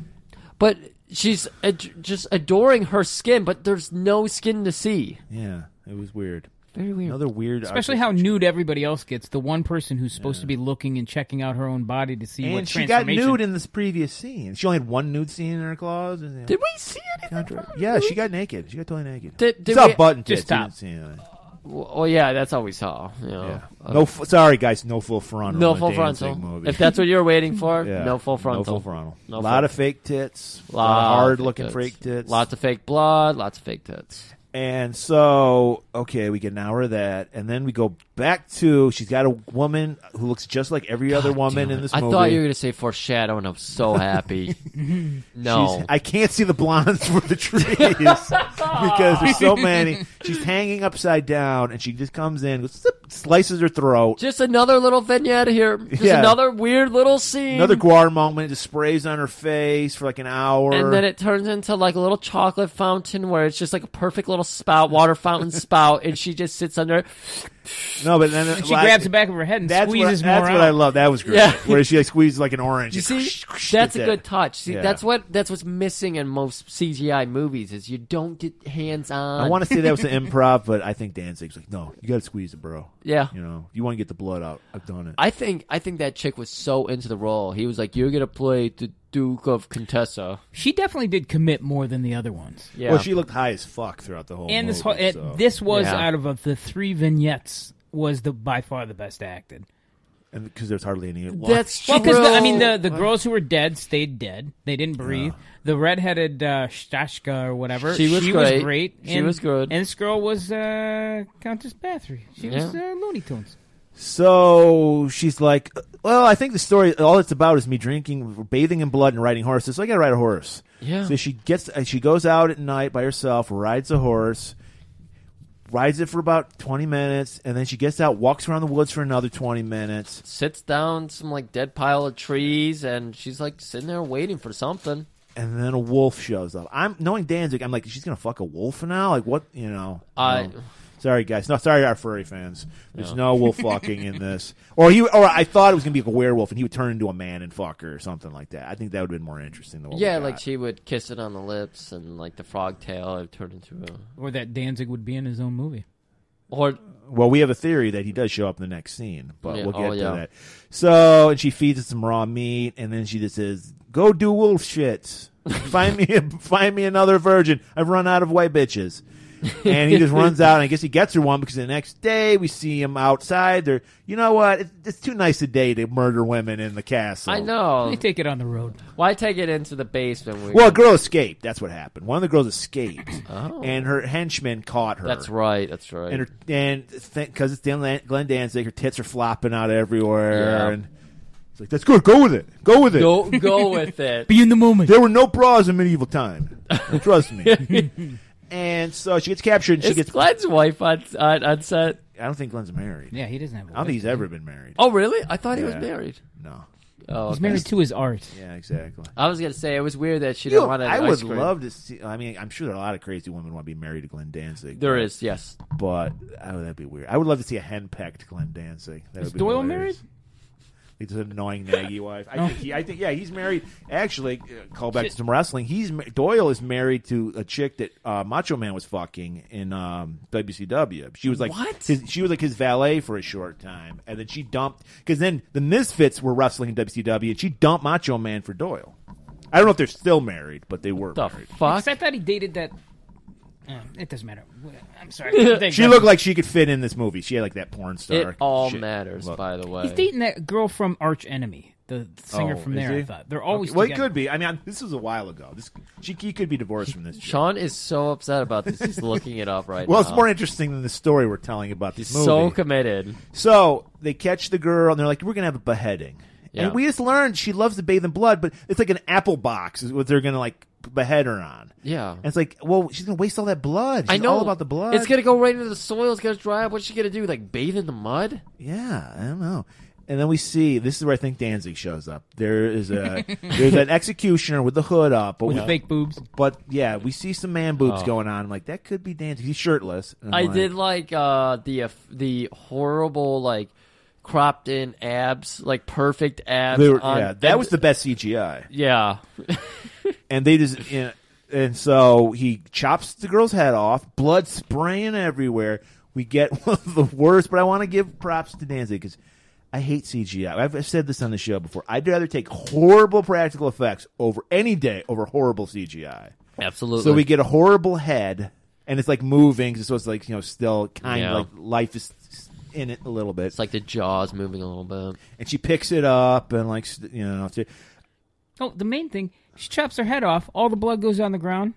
but she's ad- just adoring her skin. But there's no skin to see.
Yeah, it was weird.
Very weird.
Another weird,
Especially
artist-
how nude everybody else gets. The one person who's supposed to be looking and checking out her own body to see what
And she got
transformation.
nude in this previous scene. She only had one nude scene in her claws. and-
Did we see anything? from
Contra- Yeah, she got naked. She got totally naked.
Did- did
It's all
we-
button
Just
tits. You
top.
didn't see anything.
Well, oh, yeah, that's all we saw. You know. Uh,
Yeah. no, f- sorry guys, no full frontal.
No
in a
full
damn
frontal.
thing Movie.
If that's what you're waiting for,
Yeah.
no full frontal.
No full frontal.
No
a
full-
lot of fake tits. A lot
Lot
of
of
hard looking
tits.
fake tits.
Lots of fake blood. Lots of fake tits.
And so, okay, we get an hour of that, and then we go back to she's got a woman who looks just like every other woman in this
I
movie.
thought you were going to say foreshadow, and I'm so happy. no.
She's- I can't see the blondes for the trees because there's so many. She's hanging upside down, and she just comes in, zip, slices her throat.
just another little vignette here. Just
Yeah.
another weird little scene.
Another guar moment. It just sprays on her face for like an hour.
and then it turns into like a little chocolate fountain where it's just like a perfect little spout, water fountain spout, and she just sits under. it.
no, but then
And she grabs the back of her head and
That's,
squeezes
what, I-
more
that's
out.
what I love. That was great.
Yeah.
Where she like squeezes like an orange.
You see, that's a good touch. See,
Yeah.
that's what that's what's missing in most CGI movies is you don't get hands on.
I want to say that was an improv, but I think Danzig's like, no, you got to squeeze it, bro.
Yeah.
You know, you want to get the blood out. I've done it.
I think I think that chick was so into the role. He was like, "You're gonna play the Duke of Contessa."
She definitely did commit more than the other ones.
Yeah,
Well, she looked high as fuck throughout the whole
And this whole,
movie,
it,
so.
this was
Yeah.
out of, of the three vignettes was the by far the best acted.
because there's hardly any.
that's
Well, because I mean
true.
the, the girls who were dead stayed dead. They didn't breathe. The redheaded uh, Stashka or whatever,
She was great. She
and,
was good.
And this girl was uh, Countess Bathory. She was uh, Looney Tunes.
So she's like, well, I think the story, all it's about is me drinking, bathing in blood, and riding horses. So I got to ride a horse.
Yeah.
So she gets, uh, she goes out at night by herself, rides a horse, rides it for about twenty minutes, and then she gets out, walks around the woods for another twenty minutes.
sits down some like dead pile of trees, and she's like sitting there waiting for something.
and then a wolf shows up. I'm knowing Danzig, I'm like, she's gonna fuck a wolf now. Like what? You know?
I-
No. Sorry, guys. No, sorry, our furry fans. There's no, wolf fucking in this. Or he, or I thought it was gonna be like a werewolf, and he would turn into a man and fuck her or something like that. I think that would have been more interesting. Than what we
yeah,
got.
like she would kiss it on the lips, and like the frog tail it turned into a
Or that Danzig would be in his own movie.
or
Well, we have a theory that he does show up in the next scene, but
Yeah,
we'll get
oh, yeah.
to that. So, and she feeds it some raw meat, and then she just says, "Go do wolf shit. Find me, find me another virgin. I've run out of white bitches." and he just runs out. And I guess he gets her one because the next day we see him outside. There, you know what? It's, it's too nice a day to murder women in the castle.
I
They
know.
take it on the road.
Why take it into the basement? when we-
Well, a girl escaped. That's what happened. One of the girls escaped,
Oh.
and her henchmen caught her.
that's right. That's right.
And her, and because it's Dan, Glenn Danzig, her tits are flopping out everywhere,
Yeah.
and it's like that's good. Go with it. Go with it.
go go with it.
Be in the moment.
There were no bras in medieval time. Trust me. and so she gets captured. And she
Is
gets.
Glenn's wife on, on on set?
I don't think Glenn's married.
Yeah, he doesn't have. A
I don't think he's ever been married.
Oh, really? I thought he was
Yeah.
married.
No.
Oh,
He's
okay.
married to his art.
Yeah, exactly.
I was gonna say it was weird that she
You
didn't
know,
want to.
I would love to see. I mean, I'm sure there are a lot of crazy women who want to be married to Glenn Danzig.
There is yes.
but oh, that'd be weird. I would love to see a henpecked Glenn Danzig. That
Is
would be
Doyle
hilarious. He's an annoying naggy wife. I think. He, I think. Yeah, he's married. Actually, uh, call back to some wrestling. He's ma- Doyle is married to a chick that uh, Macho Man was fucking in um, WCW. She was like
What?
His, she was like his valet for a short time, and then she dumped because then the Misfits were wrestling in WCW, and she dumped Macho Man for Doyle. I don't know if they're still married, but they were.
The
married.
fuck?
Because I thought he dated that. Uh, it doesn't matter. I'm sorry.
She looked like she could fit in this movie. She had like that porn star.
It all
shit
matters,
look.
by the way.
He's dating that girl from Arch Enemy, the singer
Oh,
from
is
there.
he?
I thought they're always.
Okay, Well, it
together.
could be. I mean, I'm- this was a while ago. This she he could be divorced from this. chick.
Sean is so upset about this. He's looking it up right
Well,
now.
it's more interesting than the story we're telling about this movie.
so committed.
So they catch the girl and they're like, "We're gonna have a beheading."
Yeah.
And we just learned she loves to bathe in blood, but it's like an apple box is what they're gonna like behead her on.
Yeah.
And it's like, well, she's gonna waste all that blood. She's
I know
all about the blood.
It's gonna go right into the soil. It's gonna dry up. What's she gonna do? Like bathe in the mud?
Yeah, I don't know. And then we see this is where I think Danzig shows up. There is a there's an executioner with the hood up, but
with
we-
fake boobs.
But yeah, we see some man boobs
Oh.
going on. I'm like, that could be Danzig. He's shirtless. And
I
I'm like,
did like uh, the uh, the horrible like cropped in abs, like perfect abs.
they were-
on-
yeah, that
and-
was the best CGI.
yeah.
And they just you know, and so he chops the girl's head off, blood spraying everywhere. We get one of the worst. But I want to give props to Danzig because I hate CGI. I've I've said this on the show before. I'd rather take horrible practical effects over any day over horrible CGI.
Absolutely.
So we get a horrible head, and it's like moving. So it's like you know, still kind
Yeah.
of like life is in it a little bit.
it's like the jaws moving a little bit.
and she picks it up and like st- you know, she-
Oh, the main thing. She chops her head off. All the blood goes on the ground.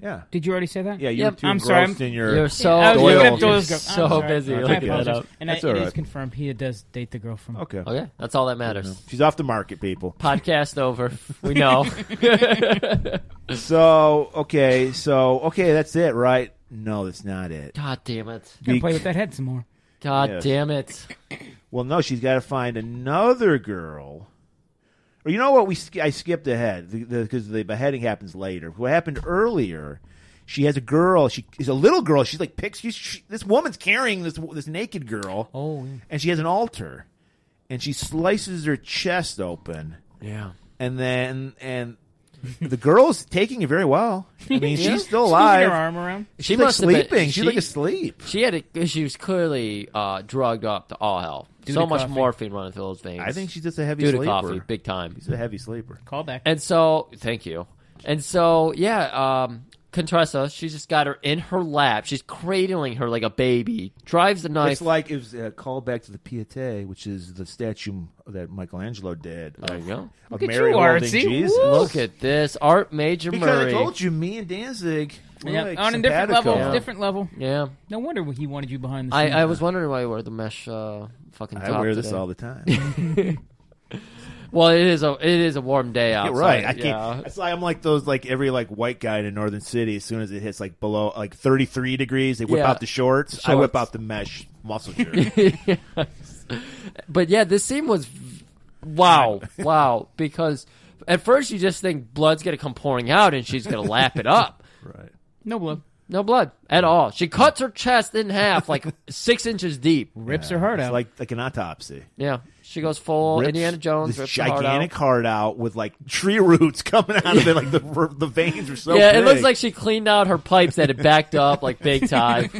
yeah,
Did you already say that?
yeah. You're
Yep,
too
I'm Oh, sorry,
engrossed in your.
You're so
I was
Doyle.
looking at
you're
Doyle's girl.
so
I'm sorry.
busy.
I
I
looked
looking
that
apologize.
up.
And
That's
I,
all
it is
right.
confirmed he does date the girl from.
okay.
Okay, that's all that matters.
She's off the market, people.
Podcast over. We know.
So okay, so okay, that's it, right? No, that's not it.
God damn it.
Gonna play with that head some more.
God
Yes.
damn it.
Well, no, she's got to find another girl. Or you know what? We sk- I skipped ahead because the, 'cause the beheading happens later. What happened earlier? She has a girl. She is a little girl. She's like picks. She's, she, this woman's carrying this this naked girl,
Oh, yeah.
and she has an altar, and she slices her chest open,
Yeah.
and then and the girl's taking it very well. I mean,
Yeah.
she's still
She's
alive.
moving her arm around.
She's
She
like
must have been-
sleeping. she's like
she-
asleep.
She had a, she was clearly uh, drugged up to all hell. so
to
much
coffee.
morphine running through those veins.
I think she's just a heavy
due to
sleeper.
coffee, big time.
She's a heavy sleeper.
Call back.
And so, thank you. And so, yeah, um, Contressa, she's just got her in her lap. She's cradling her like a baby. Drives the knife.
It's like it was a callback to the Pietà, which is the statue that Michelangelo did.
there you go.
Of
at
Mary
you,
holding
Artsy.
Jesus.
Woo.
Look at this, Art Major
because
Murray.
I told you, me and Danzig were
yeah,
like
on a different
simpatico.
level.
Yeah.
Different level.
Yeah,
No wonder he wanted you behind the
I,
scenes.
I was wondering why you wore the mesh uh, fucking.
I
top
wear this
today.
all the time.
Well, it is a it is a warm day
You're
outside.
right. I
yeah.
can't. That's why I'm like those like every like white guy in a northern city. As soon as it hits like below like 33 degrees, they whip
Yeah.
out the shorts. I whip
Shorts.
out the mesh muscle shirt.
But yeah, this scene was wow, wow. Because at first you just think blood's gonna come pouring out and she's gonna lap it up.
right.
no blood.
No blood at all. She cuts her chest in half, like six inches deep.
Rips her heart
It's
out.
like like an autopsy.
Yeah, she goes full
rips
Indiana Jones.
this
Rips her heart
gigantic
out.
heart out with like tree roots coming out of it, like the the veins are so.
yeah, it
big.
looks like she cleaned out her pipes that had backed up like big time.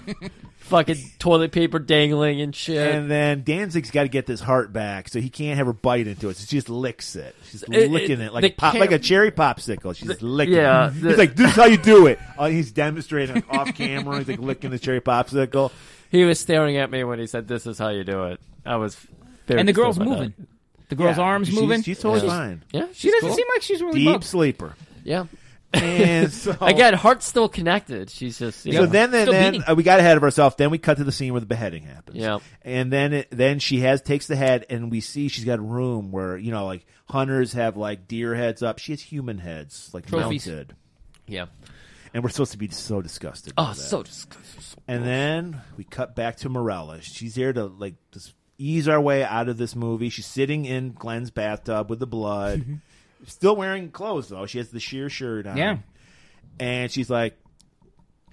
fucking toilet paper dangling and shit.
And then Danzig's got to get this heart back, so he can't have her bite into it. So she just licks it. She's
It-
licking it,
it-
like
they
a pop,
can't-
like a cherry popsicle. She's just licking.
yeah,
it.
the-
he's like, "This is how you do it." Oh, he's demonstrating like, off camera. He's like licking the cherry popsicle.
he was staring at me when he said, "This is how you do it." I was. very
and the girl's
disturbed by
moving. The girl's
Yeah,
arms
she's-
moving.
She's totally fine.
that. Yeah, she's
she doesn't
cool.
seem like she's really
Deep
bugged.
sleeper.
Yeah.
And so,
Again, heart's still connected. She's just. You
Oh. So
know.
then, then,
Still
then
beating.
uh, we got ahead of ourselves. Then we cut to the scene where the beheading happens.
Yeah.
and then it, then she has takes the head, and we see she's got a room where you know like hunters have like deer heads up. She has human heads like
Trophies.
mounted,
yeah.
and we're supposed to be so disgusted. by
Oh,
that.
so disgusting.
And then we cut back to Morella. She's there to like just ease our way out of this movie. She's sitting in Glenn's bathtub with the blood,
Mm-hmm.
still wearing clothes though. She has the sheer shirt on.
Yeah.
and she's like,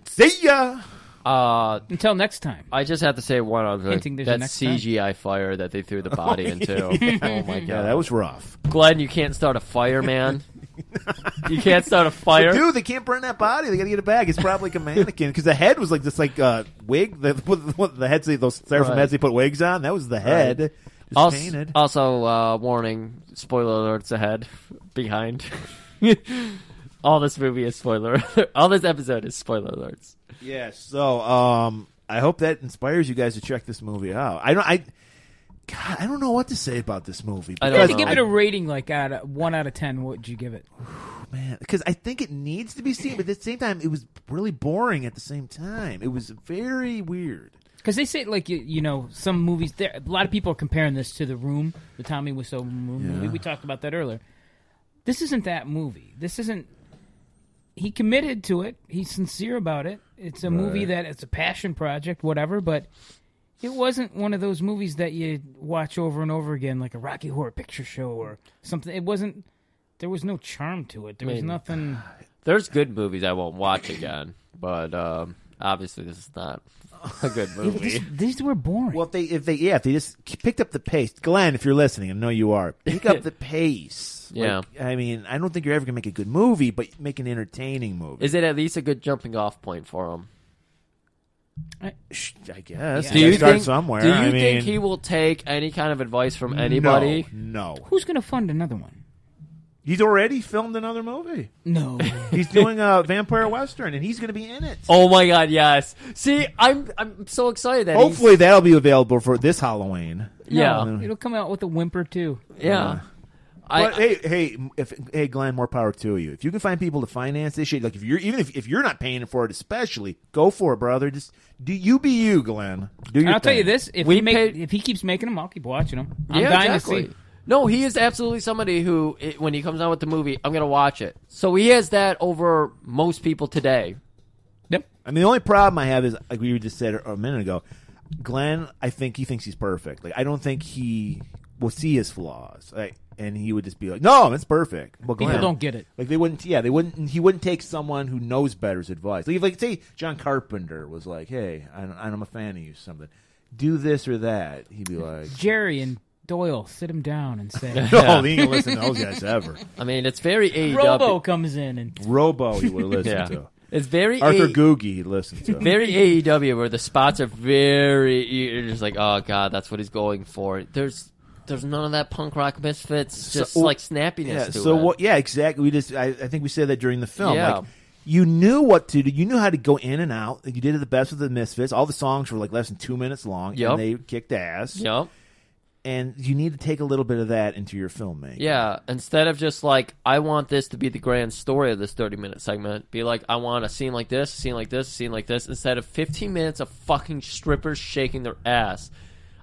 "See ya."
Uh,
Until next time.
I just have to say one other thing.
Hinting there's a
That
next time.
CGI fire that they threw the body into. Oh my god.
Yeah, that was rough.
Glenn, you can't start a fire, man. you can't start a fire.
Dude, they can't burn that body. They got to get it back. It's probably like a mannequin because the head was like this, like uh, wig. The, what- what- the heads, they, those styrofoam
Right.
heads they put wigs on. That was the head. Just
also,
painted.
also uh, warning, spoiler alerts ahead, behind. All this movie is spoiler. alert. All this episode is spoiler alerts.
yeah. So, um, I hope that inspires you guys to check this movie out. I don't. I God, I don't know what to say about this movie.
I
I
don't
had
because
to give
know.
it a rating like out of one out of ten. What would you give it?
man, because I think it needs to be seen, but at the same time, it was really boring. At the same time, it was very weird.
Because they say like you, you know some movies. There, a lot of people are comparing this to the Room, the Tommy Wiseau Room movie. We talked about that earlier. This isn't that movie. This isn't. He committed to it. He's sincere about it. It's a movie that it's a passion project, whatever. But it wasn't one of those movies that you watch over and over again, like a Rocky Horror Picture Show or something. It wasn't. There was no charm to it. There was
mean,
nothing.
There's good movies I won't watch again, but um, obviously this is not a good
This-
movie.
these were boring.
Well, if they if they yeah if they just k- picked up the pace, Glenn, if you're listening, I know you are. Pick up the pace.
Yeah.
Like, I mean, I don't think you're ever gonna make a good movie, but make an entertaining movie.
Is it at least a good jumping off point for him?
Sh- I guess.
Yeah.
You gotta start somewhere?
Do you
I mean,
think he will take any kind of advice from anybody?
No, no.
Who's going to fund another one?
He's already filmed another movie.
No.
He's doing a vampire western, and he's gonna be in it.
Oh my god, yes. See, I'm I'm so excited that he's-
Hopefully, that'll be available for this Halloween.
yeah,
No, it'll come out with a whimper too.
yeah. I,
But hey, hey, if hey, Glenn, more power to you. If you can find people to finance this shit, like if you're even if, if you're not paying for it, especially go for it, brother. Just do you be you, Glenn. Do your
I'll tell you
thing.
this: if
We
he make,
paid-
if he keeps making them, I'll keep watching them. I'm
yeah,
dying
exactly.
to see.
No, he is absolutely somebody who, it, when he comes out with the movie, I'm gonna watch it. So he has that over most people today.
Yep.
I mean, the only problem I have is like we just said a minute ago. Glenn, I think he thinks he's perfect. Like I don't think he will see his flaws, like, and he would just be like, "No, it's perfect." Well,
People
Glenn-
don't get it.
Like they wouldn't. Yeah, they wouldn't. He wouldn't take someone who knows better's advice. Like, if, like say John Carpenter was like, "Hey, I, I'm a fan of you. Something, do this or that." He'd be like,
Jerry and Doyle sit him down and say,
"No, he ain't gonna listen to those guys ever."
I mean, it's very AEW.
"Robo comes in and
Robo, he would listen
Yeah.
to.
It's very
Arthur
A- E
Googie, he'd listen to.
very AEW where the spots are very you're just like oh god that's what he's going for. There's there's none of that punk rock misfits just
So-
like snappiness
Yeah.
to
So
it.
what? Yeah, exactly. We just I, I think we said that during the film.
Yeah.
Like, you knew what to do. You knew how to go in and out. You did it the best with the Misfits. All the songs were like less than two minutes long,
Yep.
and they kicked ass.
Yep.
And you need to take a little bit of that into your filmmaking.
Yeah, instead of just like I want this to be the grand story of this 30 minute segment, be like I want a scene like this, a scene like this, a scene like this instead of 15 minutes of fucking strippers shaking their ass.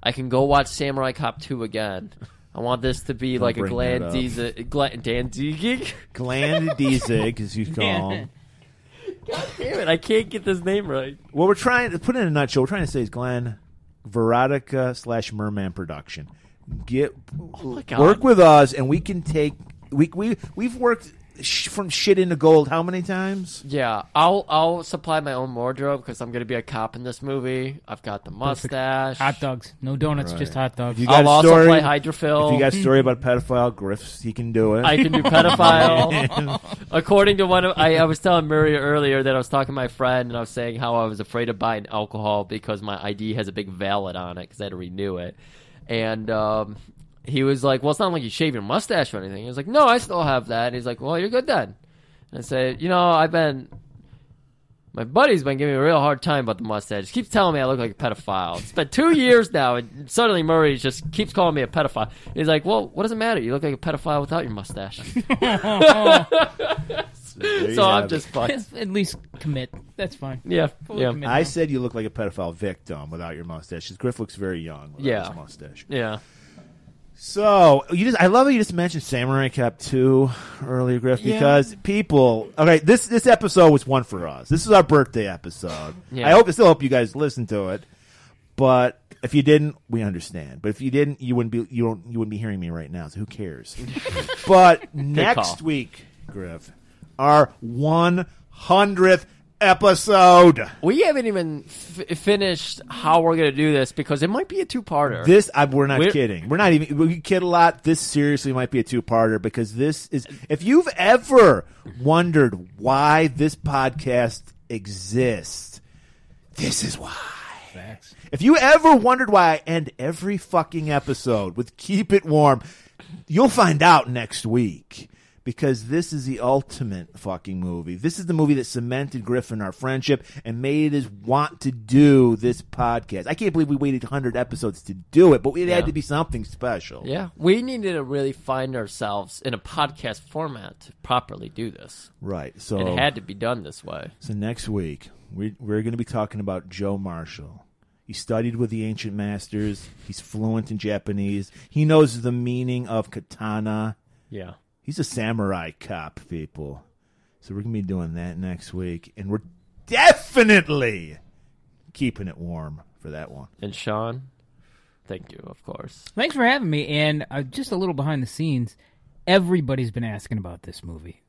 I can go watch Samurai Cop 2 again. I want this to be like a
bring
Glenn
that up.
Deez- Glenn Dan Deeg.
Glenn Dizig, as you call him.
Damn it, I can't get this name right.
What we're trying to put it in a nutshell, we're trying to say is Glenn Veronica slash Merman Production. Get
God. Um,
work with us, and we can take we we we've worked sh- from shit into gold how many times?
Yeah, I'll I'll supply my own wardrobe because I'm gonna be a cop in this movie. I've got the mustache.
Hot dogs, no donuts, just hot dogs.
If you got
I'll
a
also
story,
play hydrophil.
If you got a story about a pedophile, Griff's, he can do it.
I can do pedophile. According to one of, I, I was telling Murray earlier that I was talking to my friend and I was saying how I was afraid of buying alcohol because my ID has a big valid on it because I had to renew it. And um, he was like, Well, it's not like you shave your mustache or anything. He was like, No, I still have that. And he's like, Well, you're good then. And I said, You know, I've been. My buddy's been giving me a real hard time about the mustache. He keeps telling me I look like a pedophile. It's been two years now, and suddenly Murray just keeps calling me a pedophile. He's like, "Well, what does it matter? You look like a pedophile without your mustache."
There you
so
have
I'm
it.
just fucked.
At least commit. That's fine.
Yeah,
Fully
yeah,
commit now.
I said you look like a pedophile victim without your mustache. 'cause Griff looks very young without
Yeah.
his mustache.
yeah.
So you just, I love how you just mentioned Samurai Cap two earlier, Griff, because people. Okay, this this episode was one for us. This is our birthday episode.
Yeah.
I hope I still hope you guys listen to it, but if you didn't, we understand. But if you didn't, you wouldn't be you don't you wouldn't be hearing me right now. So who cares? but next
call.
week, Griff, our one hundredth episode.
We haven't even f- finished how we're gonna do this because it might be a two-parter.
This I, we're not
We're-
kidding. We're not even. We kid a lot. This seriously might be a two-parter because this is. If you've ever wondered why this podcast exists, this is why.
Facts.
If you ever wondered why I end every fucking episode with "Keep It Warm," you'll find out next week because this is the ultimate fucking movie. This is the movie that cemented Griffin our friendship and made us want to do this podcast. I can't believe we waited 100 episodes to do it, but it
Yeah.
had to be something special.
yeah, we needed to really find ourselves in a podcast format to properly do this.
Right. So
It had to be done this way.
So next week, we, we're going to be talking about Joe Marshall. He studied with the ancient masters. He's fluent in Japanese. He knows the meaning of katana.
Yeah.
He's a samurai cop, people. So we're going to be doing that next week. And we're definitely keeping it warm for that one.
And Sean, thank you, of course.
Thanks for having me. And uh, just a little behind the scenes, everybody's been asking about this movie.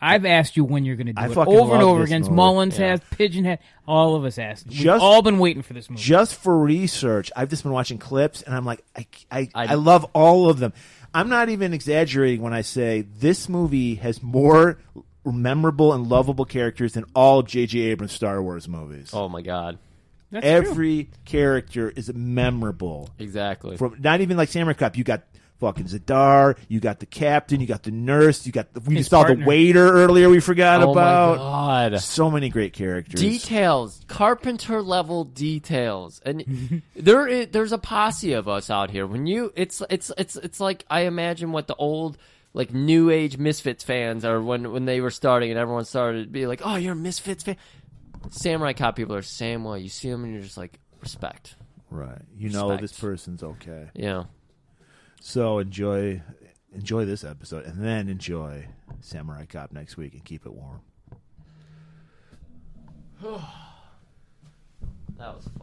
I've asked you when you're going to do
I
it
fucking
over and
love
over
this
again.
movie.
Mullins
Yeah.
has, Pigeon has, all of us asked. We've
Just-
all been waiting for this movie.
Just for research, I've just been watching clips and I'm like, I, I,
I-
I love all of them. I'm not even exaggerating when I say this movie has more memorable and lovable characters than all of J.J. Abrams' Star Wars movies.
Oh my God.
That's true.
Every character is memorable.
Exactly.
From not even like Samurai Cop, you got fucking Zadar, you got the captain, you got the nurse, you got the, we
His
saw
partner.
the waiter earlier. We forgot
oh
about
my God.
so many great characters.
Details, carpenter level details, and there is, there's a posse of us out here. When you, it's it's it's it's like I imagine what the old like new age Misfits fans are when when they were starting, and everyone started to be like, "Oh, you're a Misfits fan." Samurai Cop people are the same way. You see them, and you're just like, respect.
right? You know
Respect.
this person's okay.
Yeah,
So enjoy enjoy this episode and then enjoy Samurai Cop next week and keep it warm.
that was. Fun.